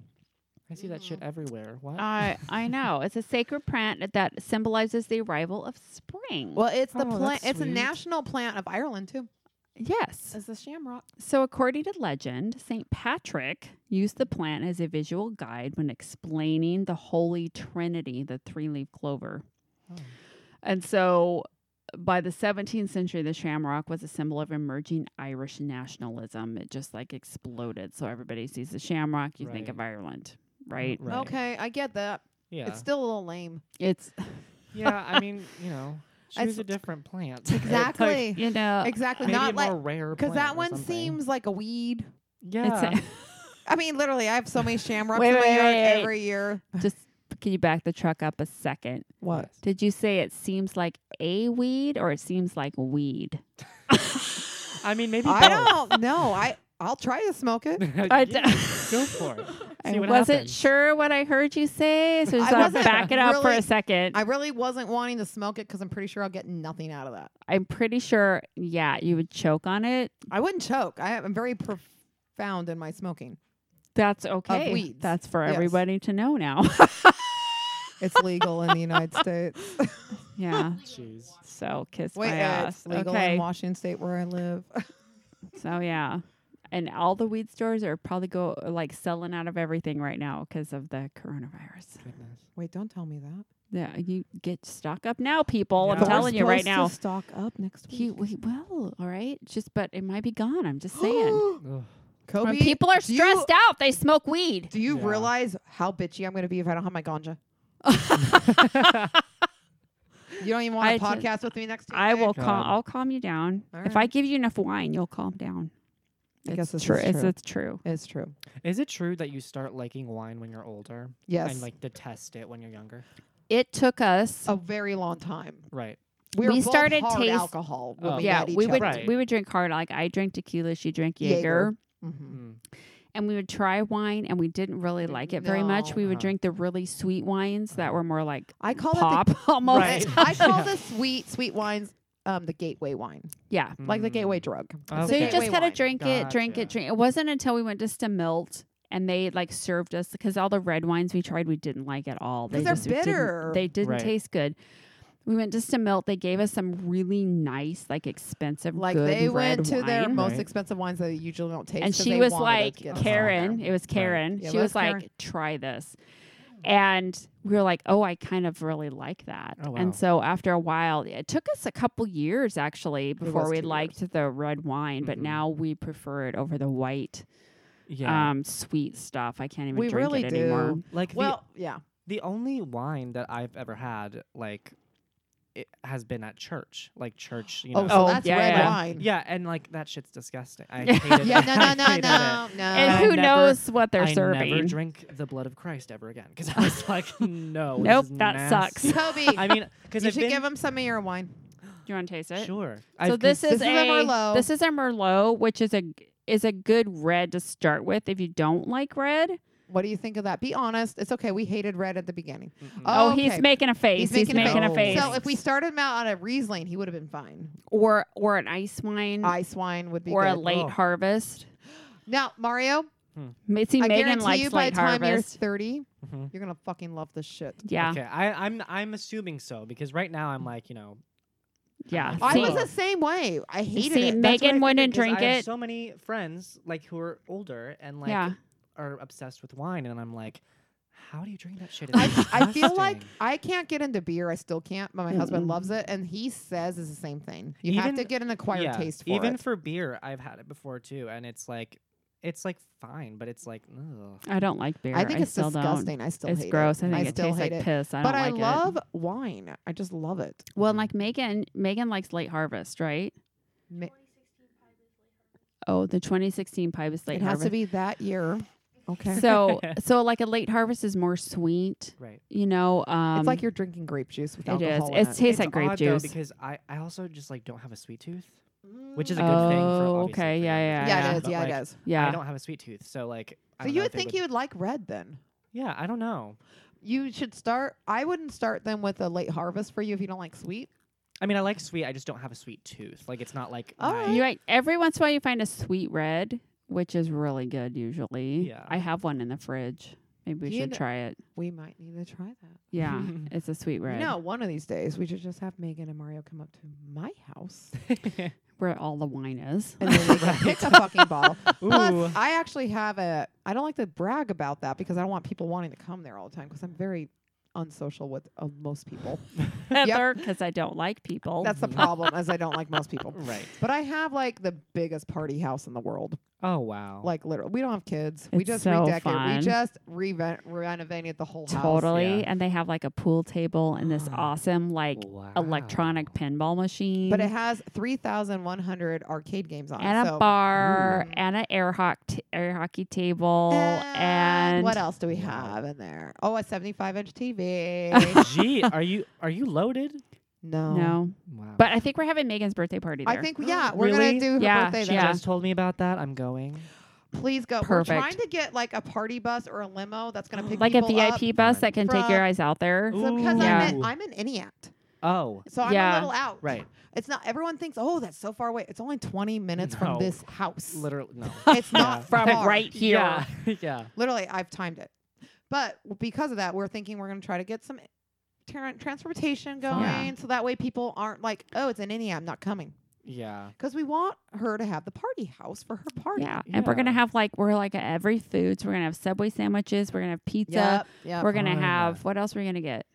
[SPEAKER 3] I see that
[SPEAKER 1] Mm-hmm.
[SPEAKER 3] shit everywhere. What?
[SPEAKER 2] I I know. It's a sacred plant that symbolizes the arrival of spring.
[SPEAKER 1] well, it's the
[SPEAKER 3] Oh,
[SPEAKER 1] plant.
[SPEAKER 3] that's
[SPEAKER 1] It's a
[SPEAKER 3] sweet.
[SPEAKER 1] national plant of Ireland too.
[SPEAKER 2] yes.
[SPEAKER 1] It's the shamrock.
[SPEAKER 2] So, according to legend, St. Patrick used the plant as a visual guide when explaining the Holy Trinity, the three leaf clover.
[SPEAKER 3] Oh.
[SPEAKER 2] And so, by the 17th century, the shamrock was a symbol of emerging Irish nationalism. It just like exploded. So, everybody sees the shamrock, you think
[SPEAKER 3] Right. Mm-hmm.
[SPEAKER 2] of Ireland, right?
[SPEAKER 3] Right.
[SPEAKER 1] Okay, I get that.
[SPEAKER 3] Yeah. [LAUGHS]
[SPEAKER 1] It's still a little
[SPEAKER 2] [LAUGHS]
[SPEAKER 1] lame.
[SPEAKER 2] It's
[SPEAKER 3] yeah. I mean, you know,
[SPEAKER 1] I
[SPEAKER 3] choose
[SPEAKER 1] s-
[SPEAKER 3] a different [LAUGHS] plant.
[SPEAKER 1] Exactly.
[SPEAKER 2] you
[SPEAKER 3] [LAUGHS]
[SPEAKER 2] know,
[SPEAKER 1] exactly.
[SPEAKER 3] Maybe
[SPEAKER 1] Not
[SPEAKER 3] a
[SPEAKER 1] like
[SPEAKER 3] more rare.
[SPEAKER 1] because
[SPEAKER 3] Because
[SPEAKER 1] that one seems like a weed.
[SPEAKER 3] Yeah.
[SPEAKER 2] it's
[SPEAKER 1] I mean, literally, I have so many shamrocks
[SPEAKER 2] Wait,
[SPEAKER 1] in my
[SPEAKER 2] wait,
[SPEAKER 1] yard
[SPEAKER 2] wait, wait.
[SPEAKER 1] every year.
[SPEAKER 2] just can you back the truck up a second?
[SPEAKER 1] What?
[SPEAKER 2] Did you say it seems like a weed or it seems like weed?
[SPEAKER 3] [LAUGHS] I mean, maybe.
[SPEAKER 1] I
[SPEAKER 3] both.
[SPEAKER 1] don't know. I I'll try to smoke it.
[SPEAKER 3] [LAUGHS]
[SPEAKER 2] I
[SPEAKER 3] Yeah,
[SPEAKER 2] d-
[SPEAKER 3] Go for
[SPEAKER 1] [LAUGHS]
[SPEAKER 3] it.
[SPEAKER 2] I
[SPEAKER 3] See what
[SPEAKER 2] wasn't
[SPEAKER 3] happens.
[SPEAKER 2] sure what I heard you say, so just
[SPEAKER 1] I
[SPEAKER 2] I'll
[SPEAKER 1] wasn't
[SPEAKER 2] back it up for
[SPEAKER 1] really-
[SPEAKER 2] a second.
[SPEAKER 1] I really wasn't wanting to smoke it because I'm pretty sure I'll get nothing out of that.
[SPEAKER 2] I'm pretty sure, yeah, you would choke on it.
[SPEAKER 1] I wouldn't choke. I, am very profound in my smoking.
[SPEAKER 2] That's okay.
[SPEAKER 1] weeds.
[SPEAKER 2] That's for
[SPEAKER 1] Yes.
[SPEAKER 2] everybody to know now.
[SPEAKER 1] It's legal in the United States.
[SPEAKER 2] [LAUGHS] yeah.
[SPEAKER 3] Jeez.
[SPEAKER 2] So kiss
[SPEAKER 1] Wait,
[SPEAKER 2] my
[SPEAKER 1] uh, it's
[SPEAKER 2] ass.
[SPEAKER 1] legal
[SPEAKER 2] okay.
[SPEAKER 1] in Washington State where I live.
[SPEAKER 2] so yeah. And all the weed stores are probably go like selling out of everything right now because of the coronavirus.
[SPEAKER 3] Goodness.
[SPEAKER 1] Wait, don't tell me that.
[SPEAKER 2] Yeah, you get stock up now, people.
[SPEAKER 3] Yeah.
[SPEAKER 2] I'm
[SPEAKER 3] But we're
[SPEAKER 2] telling you right now.
[SPEAKER 1] stock up next
[SPEAKER 2] He, we will, all right. Just but it might be gone. I'm just saying. [GASPS]
[SPEAKER 3] Ugh.
[SPEAKER 1] [GASPS] Kobe,
[SPEAKER 2] when people are
[SPEAKER 1] do you-
[SPEAKER 2] stressed out, they smoke weed.
[SPEAKER 1] Do you
[SPEAKER 3] Yeah.
[SPEAKER 1] realize how bitchy I'm going to be if I don't have my
[SPEAKER 2] [LAUGHS]
[SPEAKER 1] ganja? You don't even want
[SPEAKER 2] I
[SPEAKER 1] a
[SPEAKER 2] just-
[SPEAKER 1] podcast with me next Tuesday?
[SPEAKER 2] I will
[SPEAKER 3] God.
[SPEAKER 2] calm. I'll calm you down.
[SPEAKER 1] All
[SPEAKER 2] If
[SPEAKER 1] right.
[SPEAKER 2] I give you enough wine, you'll calm down.
[SPEAKER 1] I guess this
[SPEAKER 2] true.
[SPEAKER 1] is
[SPEAKER 2] It's,
[SPEAKER 1] true. It's
[SPEAKER 2] it's true.
[SPEAKER 1] true.
[SPEAKER 3] Is it true that you start liking wine when you're older
[SPEAKER 1] Yes.
[SPEAKER 3] and like detest it when you're younger?
[SPEAKER 2] It took us.
[SPEAKER 1] a very long time.
[SPEAKER 3] Right.
[SPEAKER 1] We, were
[SPEAKER 2] We
[SPEAKER 1] both
[SPEAKER 2] started
[SPEAKER 1] hard
[SPEAKER 2] taste-
[SPEAKER 1] alcohol. When
[SPEAKER 3] Oh.
[SPEAKER 1] we
[SPEAKER 2] yeah,
[SPEAKER 1] met each
[SPEAKER 2] we would
[SPEAKER 1] other.
[SPEAKER 3] Right.
[SPEAKER 2] we would drink hard. Like I drank tequila, she drank Jaeger,
[SPEAKER 1] Jaeger. Mhm.
[SPEAKER 3] Mm.
[SPEAKER 2] and we would try wine, and we didn't really like it very much.
[SPEAKER 1] No.
[SPEAKER 2] We would
[SPEAKER 3] Uh-huh.
[SPEAKER 2] drink the really sweet wines that were more like
[SPEAKER 1] I call it [LAUGHS]
[SPEAKER 2] pop [LAUGHS]
[SPEAKER 1] the,
[SPEAKER 2] almost.
[SPEAKER 3] Right.
[SPEAKER 1] I call
[SPEAKER 2] [LAUGHS]
[SPEAKER 3] Yeah.
[SPEAKER 1] the sweet sweet wines um, the gateway wine,
[SPEAKER 2] Yeah.
[SPEAKER 1] like the
[SPEAKER 3] Mm.
[SPEAKER 1] gateway drug. It's
[SPEAKER 2] So
[SPEAKER 1] a
[SPEAKER 3] Okay.
[SPEAKER 2] you just
[SPEAKER 1] gateway
[SPEAKER 2] kind of
[SPEAKER 1] wine.
[SPEAKER 2] drink it, drink it,
[SPEAKER 3] Gotcha.
[SPEAKER 2] drink. It wasn't until we went to Stamelt and they like served us because all the red wines we tried we didn't like at all. They
[SPEAKER 1] 'Cause they're
[SPEAKER 2] just didn't-
[SPEAKER 1] bitter.
[SPEAKER 2] they didn't
[SPEAKER 3] Right.
[SPEAKER 2] taste good. We went just to Milt. They gave us some really nice, like expensive,
[SPEAKER 1] Like
[SPEAKER 2] good
[SPEAKER 1] they went
[SPEAKER 2] red
[SPEAKER 1] to their
[SPEAKER 2] wine.
[SPEAKER 1] most
[SPEAKER 3] Right.
[SPEAKER 1] expensive wines that you usually don't taste.
[SPEAKER 2] and
[SPEAKER 1] 'cause
[SPEAKER 2] she
[SPEAKER 1] they
[SPEAKER 2] was
[SPEAKER 1] wanted us
[SPEAKER 2] like
[SPEAKER 1] to get us on
[SPEAKER 2] Karen.
[SPEAKER 1] there.
[SPEAKER 2] It was Karen.
[SPEAKER 1] Yeah, it
[SPEAKER 2] she
[SPEAKER 1] was
[SPEAKER 2] was like,
[SPEAKER 1] Karen.
[SPEAKER 2] try this. And we were like, oh, I kind of really like that.
[SPEAKER 3] Oh, wow.
[SPEAKER 2] And so after a while, it took us a couple years actually before
[SPEAKER 1] was
[SPEAKER 2] we
[SPEAKER 1] two Mm-hmm.
[SPEAKER 2] liked the red wine, but
[SPEAKER 3] Mhm.
[SPEAKER 2] now we prefer it over the white,
[SPEAKER 3] Yeah.
[SPEAKER 2] um, sweet stuff. I can't even
[SPEAKER 1] We
[SPEAKER 2] drink
[SPEAKER 1] really
[SPEAKER 2] it
[SPEAKER 1] do.
[SPEAKER 2] anymore.
[SPEAKER 3] like the
[SPEAKER 1] Well, yeah.
[SPEAKER 3] The only wine that I've ever had, like, it has been at church. Like church, you know.
[SPEAKER 1] Oh, so
[SPEAKER 2] Oh,
[SPEAKER 1] that's
[SPEAKER 2] yeah,
[SPEAKER 1] red
[SPEAKER 2] yeah.
[SPEAKER 1] wine.
[SPEAKER 3] Yeah, and like that shit's disgusting.
[SPEAKER 2] [LAUGHS]
[SPEAKER 3] I
[SPEAKER 2] Yeah.
[SPEAKER 3] hate it.
[SPEAKER 1] Yeah,
[SPEAKER 3] I
[SPEAKER 1] no, no,
[SPEAKER 3] hated it.
[SPEAKER 1] no, no, no.
[SPEAKER 2] and
[SPEAKER 3] I
[SPEAKER 2] who
[SPEAKER 3] never-
[SPEAKER 2] knows what they're
[SPEAKER 3] I
[SPEAKER 2] serving?
[SPEAKER 3] never drink the blood of Christ ever again because I was like, [LAUGHS] no, this
[SPEAKER 2] Nope,
[SPEAKER 3] is
[SPEAKER 2] that
[SPEAKER 3] nasty. [LAUGHS]
[SPEAKER 2] sucks.
[SPEAKER 1] Toby,
[SPEAKER 3] I mean, because
[SPEAKER 1] you
[SPEAKER 3] I've
[SPEAKER 1] should
[SPEAKER 3] been
[SPEAKER 1] give him some of your wine.
[SPEAKER 2] Do you want to taste it?
[SPEAKER 3] sure.
[SPEAKER 2] So
[SPEAKER 3] I've
[SPEAKER 2] this
[SPEAKER 3] cons-
[SPEAKER 2] is,
[SPEAKER 1] this is
[SPEAKER 2] a,
[SPEAKER 1] a Merlot.
[SPEAKER 2] This is a Merlot, which is a is a good red to start with. If you don't like red,
[SPEAKER 1] What do you think of that? Be honest. It's okay. We hated red at the beginning.
[SPEAKER 3] Mm-mm.
[SPEAKER 2] oh,
[SPEAKER 1] Okay.
[SPEAKER 2] he's making a face. He's making, a, face.
[SPEAKER 1] So if we started him out on a Riesling, he would have been fine.
[SPEAKER 2] or or an ice wine,
[SPEAKER 1] Ice wine would be
[SPEAKER 2] or a
[SPEAKER 1] good.
[SPEAKER 2] late
[SPEAKER 3] Oh.
[SPEAKER 2] harvest.
[SPEAKER 1] now, Mario,
[SPEAKER 2] Ma- See,
[SPEAKER 1] I
[SPEAKER 2] Megan
[SPEAKER 1] guarantee
[SPEAKER 2] likes
[SPEAKER 1] you by
[SPEAKER 2] late
[SPEAKER 1] the time
[SPEAKER 2] harvest.
[SPEAKER 1] you're 30,
[SPEAKER 3] Mhm.
[SPEAKER 1] you're going to fucking love this shit.
[SPEAKER 2] Yeah,
[SPEAKER 3] Okay, I, I'm I'm assuming so because right now I'm like you know
[SPEAKER 2] yeah.
[SPEAKER 1] I
[SPEAKER 2] See,
[SPEAKER 1] was the same way. I hated
[SPEAKER 2] see,
[SPEAKER 1] it.
[SPEAKER 3] That's what I
[SPEAKER 2] Megan wouldn't
[SPEAKER 3] figured, 'cause
[SPEAKER 2] drink
[SPEAKER 3] I have
[SPEAKER 2] it.
[SPEAKER 3] so many friends like who are older and like
[SPEAKER 2] yeah,
[SPEAKER 3] are obsessed with wine, and I'm like, how do you drink that shit? It's
[SPEAKER 1] I, I feel like
[SPEAKER 3] disgusting."
[SPEAKER 1] I can't get into beer. I still can't, but my husband
[SPEAKER 2] Mm-mm.
[SPEAKER 1] loves it, and he says it's the same thing. You have
[SPEAKER 3] Even-
[SPEAKER 1] to get an acquired
[SPEAKER 3] Yeah,
[SPEAKER 1] taste for
[SPEAKER 3] even
[SPEAKER 1] it.
[SPEAKER 3] for beer, I've had it before too, and it's like it's like fine, but it's like ugh.
[SPEAKER 2] I don't like beer.
[SPEAKER 1] I think it's
[SPEAKER 2] still
[SPEAKER 1] disgusting. I still
[SPEAKER 2] Don't. It's
[SPEAKER 1] hate
[SPEAKER 2] gross.
[SPEAKER 1] it.
[SPEAKER 2] I think it
[SPEAKER 1] still
[SPEAKER 2] tastes
[SPEAKER 1] hate
[SPEAKER 2] like
[SPEAKER 1] it.
[SPEAKER 2] piss. I don't
[SPEAKER 1] but I
[SPEAKER 2] like
[SPEAKER 1] love
[SPEAKER 2] it.
[SPEAKER 1] wine. I just love it.
[SPEAKER 2] Well, like Megan, Megan likes late harvest, right?
[SPEAKER 1] Ma-
[SPEAKER 2] Oh, the 2016 Pibus late
[SPEAKER 1] it
[SPEAKER 2] harvest.
[SPEAKER 1] has to be that year. Okay. [LAUGHS]
[SPEAKER 2] so so like a late harvest is more sweet
[SPEAKER 3] right.
[SPEAKER 2] you know um
[SPEAKER 1] it's like you're drinking grape juice with
[SPEAKER 2] it is
[SPEAKER 1] alcohol.
[SPEAKER 2] it
[SPEAKER 1] in it.
[SPEAKER 2] tastes like grape
[SPEAKER 3] odd,
[SPEAKER 2] juice
[SPEAKER 3] though, because I I also just like don't have a sweet tooth, which is a good thing. For,
[SPEAKER 2] Oh,
[SPEAKER 3] obviously,
[SPEAKER 2] okay,
[SPEAKER 3] for
[SPEAKER 2] yeah,
[SPEAKER 3] you,
[SPEAKER 1] yeah,
[SPEAKER 2] yeah, yeah,
[SPEAKER 1] it is.
[SPEAKER 3] but,
[SPEAKER 1] Yeah,
[SPEAKER 3] like,
[SPEAKER 1] it is.
[SPEAKER 3] I
[SPEAKER 2] yeah
[SPEAKER 3] don't have a sweet tooth, so like. I
[SPEAKER 1] So you
[SPEAKER 3] don't know
[SPEAKER 1] would
[SPEAKER 3] if it
[SPEAKER 1] think you would like red then.
[SPEAKER 3] Yeah, I don't know.
[SPEAKER 1] You should start. I wouldn't start them with a late harvest for you if you don't like sweet.
[SPEAKER 3] I mean, I like sweet. I just don't have a sweet tooth. Like it's not like
[SPEAKER 1] All
[SPEAKER 3] my-
[SPEAKER 1] right.
[SPEAKER 2] you're right every once in a while you find a sweet red which is really good usually
[SPEAKER 3] Yeah.
[SPEAKER 2] i have one in the fridge maybe we
[SPEAKER 1] You
[SPEAKER 2] should
[SPEAKER 1] kn-
[SPEAKER 2] try it
[SPEAKER 1] We might need to try that. [LAUGHS]
[SPEAKER 2] yeah it's a sweet
[SPEAKER 1] You
[SPEAKER 2] red
[SPEAKER 1] know, one of these days we should just have Megan and Mario come up to my
[SPEAKER 2] [LAUGHS]
[SPEAKER 1] house
[SPEAKER 2] where all the
[SPEAKER 1] [LAUGHS]
[SPEAKER 2] wine is
[SPEAKER 1] and then we can pick a fucking bottle.
[SPEAKER 3] [LAUGHS] Ooh.
[SPEAKER 1] Plus, I actually have a. I don't like to brag about that because I don't want people wanting to come there all the time because I'm very unsocial with uh, most people.
[SPEAKER 2] heather because i don't like people
[SPEAKER 1] That's the problem, as I don't like most
[SPEAKER 3] [LAUGHS]
[SPEAKER 1] people.
[SPEAKER 3] right.
[SPEAKER 1] But I have like the biggest party house in the world.
[SPEAKER 3] Oh wow.
[SPEAKER 1] Like literally, we don't have kids. we
[SPEAKER 2] It's
[SPEAKER 1] just
[SPEAKER 2] so
[SPEAKER 1] redeck it.
[SPEAKER 2] fun.
[SPEAKER 1] We just revent, renovated the whole house.
[SPEAKER 2] totally
[SPEAKER 3] yeah.
[SPEAKER 2] and they have like a pool table and
[SPEAKER 1] [GASPS]
[SPEAKER 2] this awesome like
[SPEAKER 3] Wow.
[SPEAKER 2] electronic pinball machine
[SPEAKER 1] But it has 3,100 arcade games on it.
[SPEAKER 2] and a
[SPEAKER 1] so-
[SPEAKER 2] bar
[SPEAKER 1] Ooh.
[SPEAKER 2] and an air, hoc t- air hockey table
[SPEAKER 1] And
[SPEAKER 2] and,
[SPEAKER 1] what else do we
[SPEAKER 3] Wow.
[SPEAKER 1] have in there? Oh, a 75 inch
[SPEAKER 2] [LAUGHS]
[SPEAKER 1] TV.
[SPEAKER 3] Gee, are you are you loaded?
[SPEAKER 1] no.
[SPEAKER 2] no
[SPEAKER 3] Wow.
[SPEAKER 2] but i think we're having megan's birthday party there
[SPEAKER 1] I think, yeah, we're
[SPEAKER 3] Really?
[SPEAKER 1] going to do her
[SPEAKER 2] Yeah,
[SPEAKER 1] birthday
[SPEAKER 3] she
[SPEAKER 1] there.
[SPEAKER 2] yeah.
[SPEAKER 3] just told me about that. I'm going.
[SPEAKER 1] Please go. We're
[SPEAKER 2] Perfect.
[SPEAKER 1] trying to get like a party bus or a limo that's
[SPEAKER 2] [GASPS]
[SPEAKER 1] going to pick
[SPEAKER 2] like a
[SPEAKER 1] people
[SPEAKER 2] vip
[SPEAKER 1] up.
[SPEAKER 2] bus that can take your
[SPEAKER 1] from-
[SPEAKER 2] eyes out there
[SPEAKER 3] Ooh.
[SPEAKER 1] So, because
[SPEAKER 2] Yeah.
[SPEAKER 1] I'm, in, I'm in Eniac.
[SPEAKER 3] Oh,
[SPEAKER 1] So I'm a
[SPEAKER 2] Yeah.
[SPEAKER 1] little out.
[SPEAKER 3] right.
[SPEAKER 1] It's not, everyone thinks, oh, that's so far away. It's only 20 minutes
[SPEAKER 3] No.
[SPEAKER 1] from this house.
[SPEAKER 3] Literally, no.
[SPEAKER 1] It's
[SPEAKER 3] Yeah.
[SPEAKER 1] not
[SPEAKER 3] [LAUGHS]
[SPEAKER 2] from
[SPEAKER 1] far.
[SPEAKER 2] right here
[SPEAKER 3] Yeah, yeah.
[SPEAKER 1] Literally, I've timed it. But because of that, we're thinking we're going to try to get some tra- transportation
[SPEAKER 3] Fun.
[SPEAKER 1] going
[SPEAKER 2] Yeah.
[SPEAKER 1] so that way people aren't like, oh, it's an Indiana, I'm not coming.
[SPEAKER 3] Yeah.
[SPEAKER 1] Because we want her to have the party house for her party.
[SPEAKER 2] yeah and we're gonna
[SPEAKER 3] Yeah.
[SPEAKER 2] have like we're like at every foods we're gonna have subway sandwiches we're gonna have pizza
[SPEAKER 1] Yep, yep.
[SPEAKER 2] we're gonna
[SPEAKER 3] Fun.
[SPEAKER 2] have what else we're gonna get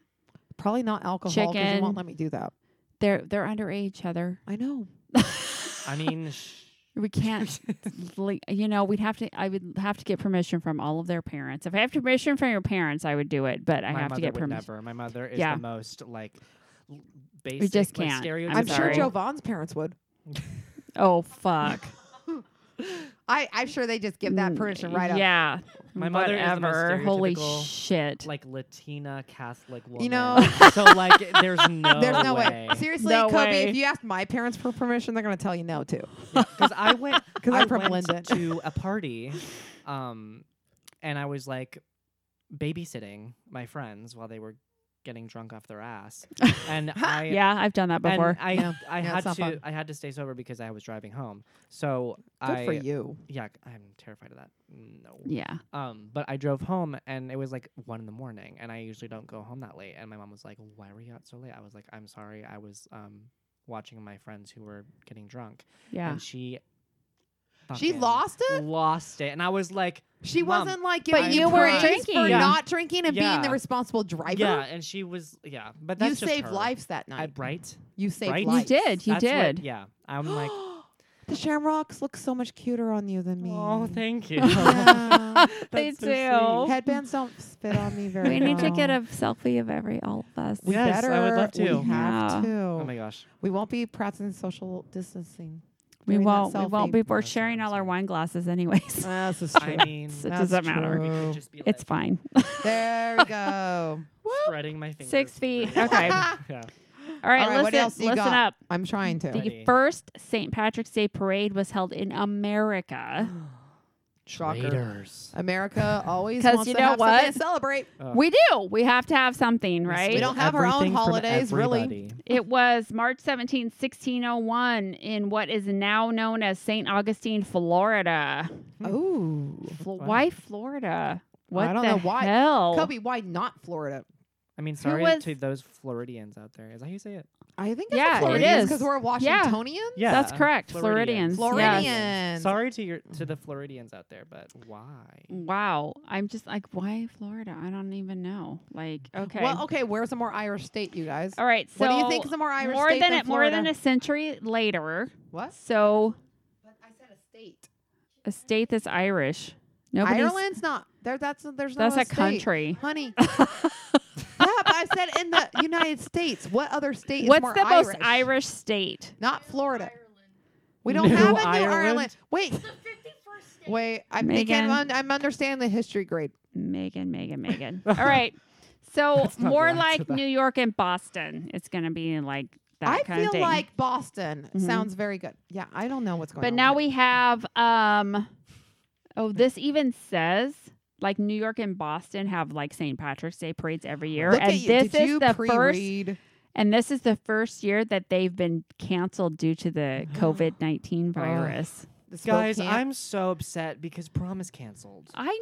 [SPEAKER 1] Probably not alcohol because you
[SPEAKER 2] Chicken.
[SPEAKER 1] won't let me do that.
[SPEAKER 2] they're they're underage heather
[SPEAKER 1] I know.
[SPEAKER 3] I mean, sh-
[SPEAKER 2] [LAUGHS]
[SPEAKER 1] [LAUGHS]
[SPEAKER 2] we can't like, you know we'd have to i would have to get permission from all of their parents if i have permission from your parents i would do it but i
[SPEAKER 3] my
[SPEAKER 2] have to
[SPEAKER 3] mother
[SPEAKER 2] get
[SPEAKER 3] would
[SPEAKER 2] permission
[SPEAKER 3] never. My mother is
[SPEAKER 2] Yeah.
[SPEAKER 3] the most like l- basic.
[SPEAKER 2] just
[SPEAKER 3] like,
[SPEAKER 2] can't. I'm
[SPEAKER 3] stereotypical-
[SPEAKER 1] I'm, sure
[SPEAKER 2] sorry.
[SPEAKER 1] Joe Vaughn's parents would.
[SPEAKER 2] oh fuck
[SPEAKER 1] I, I'm sure they just [LAUGHS] give that
[SPEAKER 2] Mm,
[SPEAKER 1] permission right up.
[SPEAKER 2] Yeah.
[SPEAKER 3] My mother is the most
[SPEAKER 2] Whatever. Holy
[SPEAKER 3] stereotypical,
[SPEAKER 2] shit.
[SPEAKER 3] like Latina Catholic woman.
[SPEAKER 1] You know-
[SPEAKER 3] [LAUGHS]
[SPEAKER 1] [LAUGHS]
[SPEAKER 3] so like, there's no.
[SPEAKER 1] There's no way. Seriously,
[SPEAKER 2] No
[SPEAKER 1] Kobe,
[SPEAKER 2] way.
[SPEAKER 1] if you asked my parents for permission, they're going to tell you no, too.
[SPEAKER 3] because
[SPEAKER 1] [LAUGHS]
[SPEAKER 3] I went
[SPEAKER 1] 'Cause
[SPEAKER 3] I
[SPEAKER 1] I'm from
[SPEAKER 3] went
[SPEAKER 1] Linden.
[SPEAKER 3] to a party, um, and I was like babysitting my friends while they were getting drunk off
[SPEAKER 1] [LAUGHS]
[SPEAKER 3] their ass. and I
[SPEAKER 2] Yeah, I've done that
[SPEAKER 3] and
[SPEAKER 2] before.
[SPEAKER 3] I
[SPEAKER 1] Yeah. [LAUGHS]
[SPEAKER 3] I
[SPEAKER 1] Yeah,
[SPEAKER 3] had
[SPEAKER 1] it's
[SPEAKER 3] to
[SPEAKER 1] not fun.
[SPEAKER 3] I had to stay sober because I was driving home. So
[SPEAKER 1] Good
[SPEAKER 3] I
[SPEAKER 1] for you.
[SPEAKER 3] yeah I'm terrified of that. No.
[SPEAKER 2] yeah.
[SPEAKER 3] Um, but I drove home and it was like one in the morning, and I usually don't go home that late. And my mom was like, "Why were you out so late?" I was like, "I'm sorry, I was um watching my friends who were getting drunk."
[SPEAKER 2] Yeah.
[SPEAKER 3] And she.
[SPEAKER 1] She
[SPEAKER 3] fucking
[SPEAKER 1] lost it.
[SPEAKER 3] Lost it, and I was like,
[SPEAKER 1] She
[SPEAKER 3] Mom,
[SPEAKER 1] wasn't like
[SPEAKER 2] But
[SPEAKER 1] giving
[SPEAKER 2] you weren't
[SPEAKER 1] praise
[SPEAKER 2] drinking.
[SPEAKER 1] for
[SPEAKER 2] Yeah.
[SPEAKER 1] not drinking and being
[SPEAKER 3] Yeah.
[SPEAKER 1] the responsible driver.
[SPEAKER 3] "Yeah," and she was, "Yeah." But that's
[SPEAKER 1] you
[SPEAKER 3] just
[SPEAKER 1] saved
[SPEAKER 3] her.
[SPEAKER 1] lives that
[SPEAKER 3] I,
[SPEAKER 1] night.
[SPEAKER 3] right?
[SPEAKER 1] you saved
[SPEAKER 3] right? You
[SPEAKER 2] You
[SPEAKER 1] lives.
[SPEAKER 2] did. You
[SPEAKER 3] That's what-
[SPEAKER 2] did.
[SPEAKER 3] yeah, I'm
[SPEAKER 1] [GASPS]
[SPEAKER 3] like,
[SPEAKER 1] the shamrocks look so much cuter on you than me.
[SPEAKER 3] oh, thank you.
[SPEAKER 1] Oh. Yeah.
[SPEAKER 2] They
[SPEAKER 3] That's so sweet.
[SPEAKER 1] [LAUGHS]
[SPEAKER 2] do.
[SPEAKER 1] Headbands don't fit on me very
[SPEAKER 2] We need to get
[SPEAKER 1] well.
[SPEAKER 2] a selfie of every all of us.
[SPEAKER 1] We
[SPEAKER 3] Yes,
[SPEAKER 1] better.
[SPEAKER 3] I would love to.
[SPEAKER 1] We have
[SPEAKER 2] Yeah.
[SPEAKER 1] to.
[SPEAKER 3] [LAUGHS] Oh
[SPEAKER 1] [LAUGHS]
[SPEAKER 3] my gosh.
[SPEAKER 1] we won't be practicing social distancing.
[SPEAKER 2] We
[SPEAKER 1] Doing that
[SPEAKER 2] won't. We won't.
[SPEAKER 1] selfie. [LAUGHS]
[SPEAKER 2] Be, we're
[SPEAKER 3] That's what
[SPEAKER 2] sharing
[SPEAKER 3] I'm
[SPEAKER 2] all our
[SPEAKER 3] saying.
[SPEAKER 2] wine glasses [LAUGHS] anyways.
[SPEAKER 1] Ah, this is true.
[SPEAKER 3] I mean,
[SPEAKER 2] So it
[SPEAKER 1] That's
[SPEAKER 2] doesn't matter.
[SPEAKER 3] we
[SPEAKER 1] true.
[SPEAKER 3] could just be like
[SPEAKER 2] It's fine.
[SPEAKER 1] There we go.
[SPEAKER 3] spreading my fingers.
[SPEAKER 2] Six feet.
[SPEAKER 3] really
[SPEAKER 2] Okay.
[SPEAKER 3] wide. yeah.
[SPEAKER 2] All right,
[SPEAKER 1] All right,
[SPEAKER 2] listen,
[SPEAKER 1] what else you
[SPEAKER 2] listen
[SPEAKER 1] got?
[SPEAKER 2] up.
[SPEAKER 1] I'm trying
[SPEAKER 2] [LAUGHS]
[SPEAKER 1] to.
[SPEAKER 2] The
[SPEAKER 3] Ready.
[SPEAKER 2] first St. Patrick's Day parade was held in America.
[SPEAKER 1] Mm. Shocker.
[SPEAKER 3] Traders. [LAUGHS]
[SPEAKER 1] America always
[SPEAKER 2] 'Cause
[SPEAKER 1] wants
[SPEAKER 2] you
[SPEAKER 1] to
[SPEAKER 2] know
[SPEAKER 1] have something
[SPEAKER 2] what?
[SPEAKER 1] to celebrate.
[SPEAKER 3] Uh,
[SPEAKER 2] We do. We have to have something, right?
[SPEAKER 1] We don't have our own
[SPEAKER 3] Everything from
[SPEAKER 1] holidays, really.
[SPEAKER 3] everybody.
[SPEAKER 2] It was March 17, 1601, in what is now known as St. Augustine, Florida.
[SPEAKER 1] Ooh.
[SPEAKER 2] Fl-
[SPEAKER 3] Wow.
[SPEAKER 2] Why Florida? What
[SPEAKER 1] I don't
[SPEAKER 2] the
[SPEAKER 1] know why.
[SPEAKER 2] hell?
[SPEAKER 1] Kobe, why not Florida?
[SPEAKER 3] I mean, sorry
[SPEAKER 2] was-
[SPEAKER 3] to those Floridians out there. Is that how you say it?
[SPEAKER 1] I think
[SPEAKER 2] Yeah, it
[SPEAKER 1] it's Floridians
[SPEAKER 2] is.
[SPEAKER 1] because we're Washingtonians.
[SPEAKER 3] Yeah,
[SPEAKER 2] That's correct. Floridians.
[SPEAKER 1] Floridians. Yes.
[SPEAKER 3] Sorry to your to the Floridians out there, but why?
[SPEAKER 2] Wow. I'm just like, why Florida? I don't even know. Like, okay.
[SPEAKER 1] Well, okay. Where's a more Irish state, you guys?
[SPEAKER 2] All right. So
[SPEAKER 1] what do you think is a more Irish
[SPEAKER 2] more
[SPEAKER 1] state
[SPEAKER 2] than,
[SPEAKER 1] than
[SPEAKER 2] a, more than
[SPEAKER 1] Florida?
[SPEAKER 2] a century later.
[SPEAKER 1] What?
[SPEAKER 2] So
[SPEAKER 1] But I said a state.
[SPEAKER 2] a state that's Irish. Nobody's,
[SPEAKER 1] Ireland's not there. That's there's
[SPEAKER 2] That's
[SPEAKER 1] no
[SPEAKER 2] a
[SPEAKER 1] state.
[SPEAKER 2] country.
[SPEAKER 1] honey.
[SPEAKER 2] [LAUGHS]
[SPEAKER 1] yeah, but I said in the United States. What other state? is
[SPEAKER 2] What's
[SPEAKER 1] more
[SPEAKER 2] the
[SPEAKER 1] Irish?
[SPEAKER 2] most Irish state?
[SPEAKER 1] Not Florida. We
[SPEAKER 3] New
[SPEAKER 1] don't have a New
[SPEAKER 3] Ireland?
[SPEAKER 1] Ireland. Wait, wait. I'm
[SPEAKER 2] Megan.
[SPEAKER 1] thinking. I'm, I'm understanding the history grade.
[SPEAKER 2] Megan, Megan,
[SPEAKER 3] [LAUGHS]
[SPEAKER 2] Megan. All right. So
[SPEAKER 3] That's not
[SPEAKER 2] more
[SPEAKER 3] going to
[SPEAKER 2] like
[SPEAKER 3] that.
[SPEAKER 2] New York and Boston. It's going to be like that
[SPEAKER 1] I
[SPEAKER 2] kind of
[SPEAKER 1] feel
[SPEAKER 2] thing.
[SPEAKER 1] like Boston
[SPEAKER 2] Mhm.
[SPEAKER 1] sounds very good. Yeah, I don't know what's going on.
[SPEAKER 2] but now
[SPEAKER 1] here.
[SPEAKER 2] we have um oh this even says like New York and Boston have like St. Patrick's Day parades every year
[SPEAKER 1] Look
[SPEAKER 2] and
[SPEAKER 1] at you.
[SPEAKER 2] this
[SPEAKER 1] Did
[SPEAKER 2] is
[SPEAKER 1] you
[SPEAKER 2] the first
[SPEAKER 1] pre-read?
[SPEAKER 2] and this is the first year that they've been canceled due to the COVID-19 virus.
[SPEAKER 1] the Spokane?
[SPEAKER 3] Guys, I'm so upset because prom is canceled.
[SPEAKER 2] I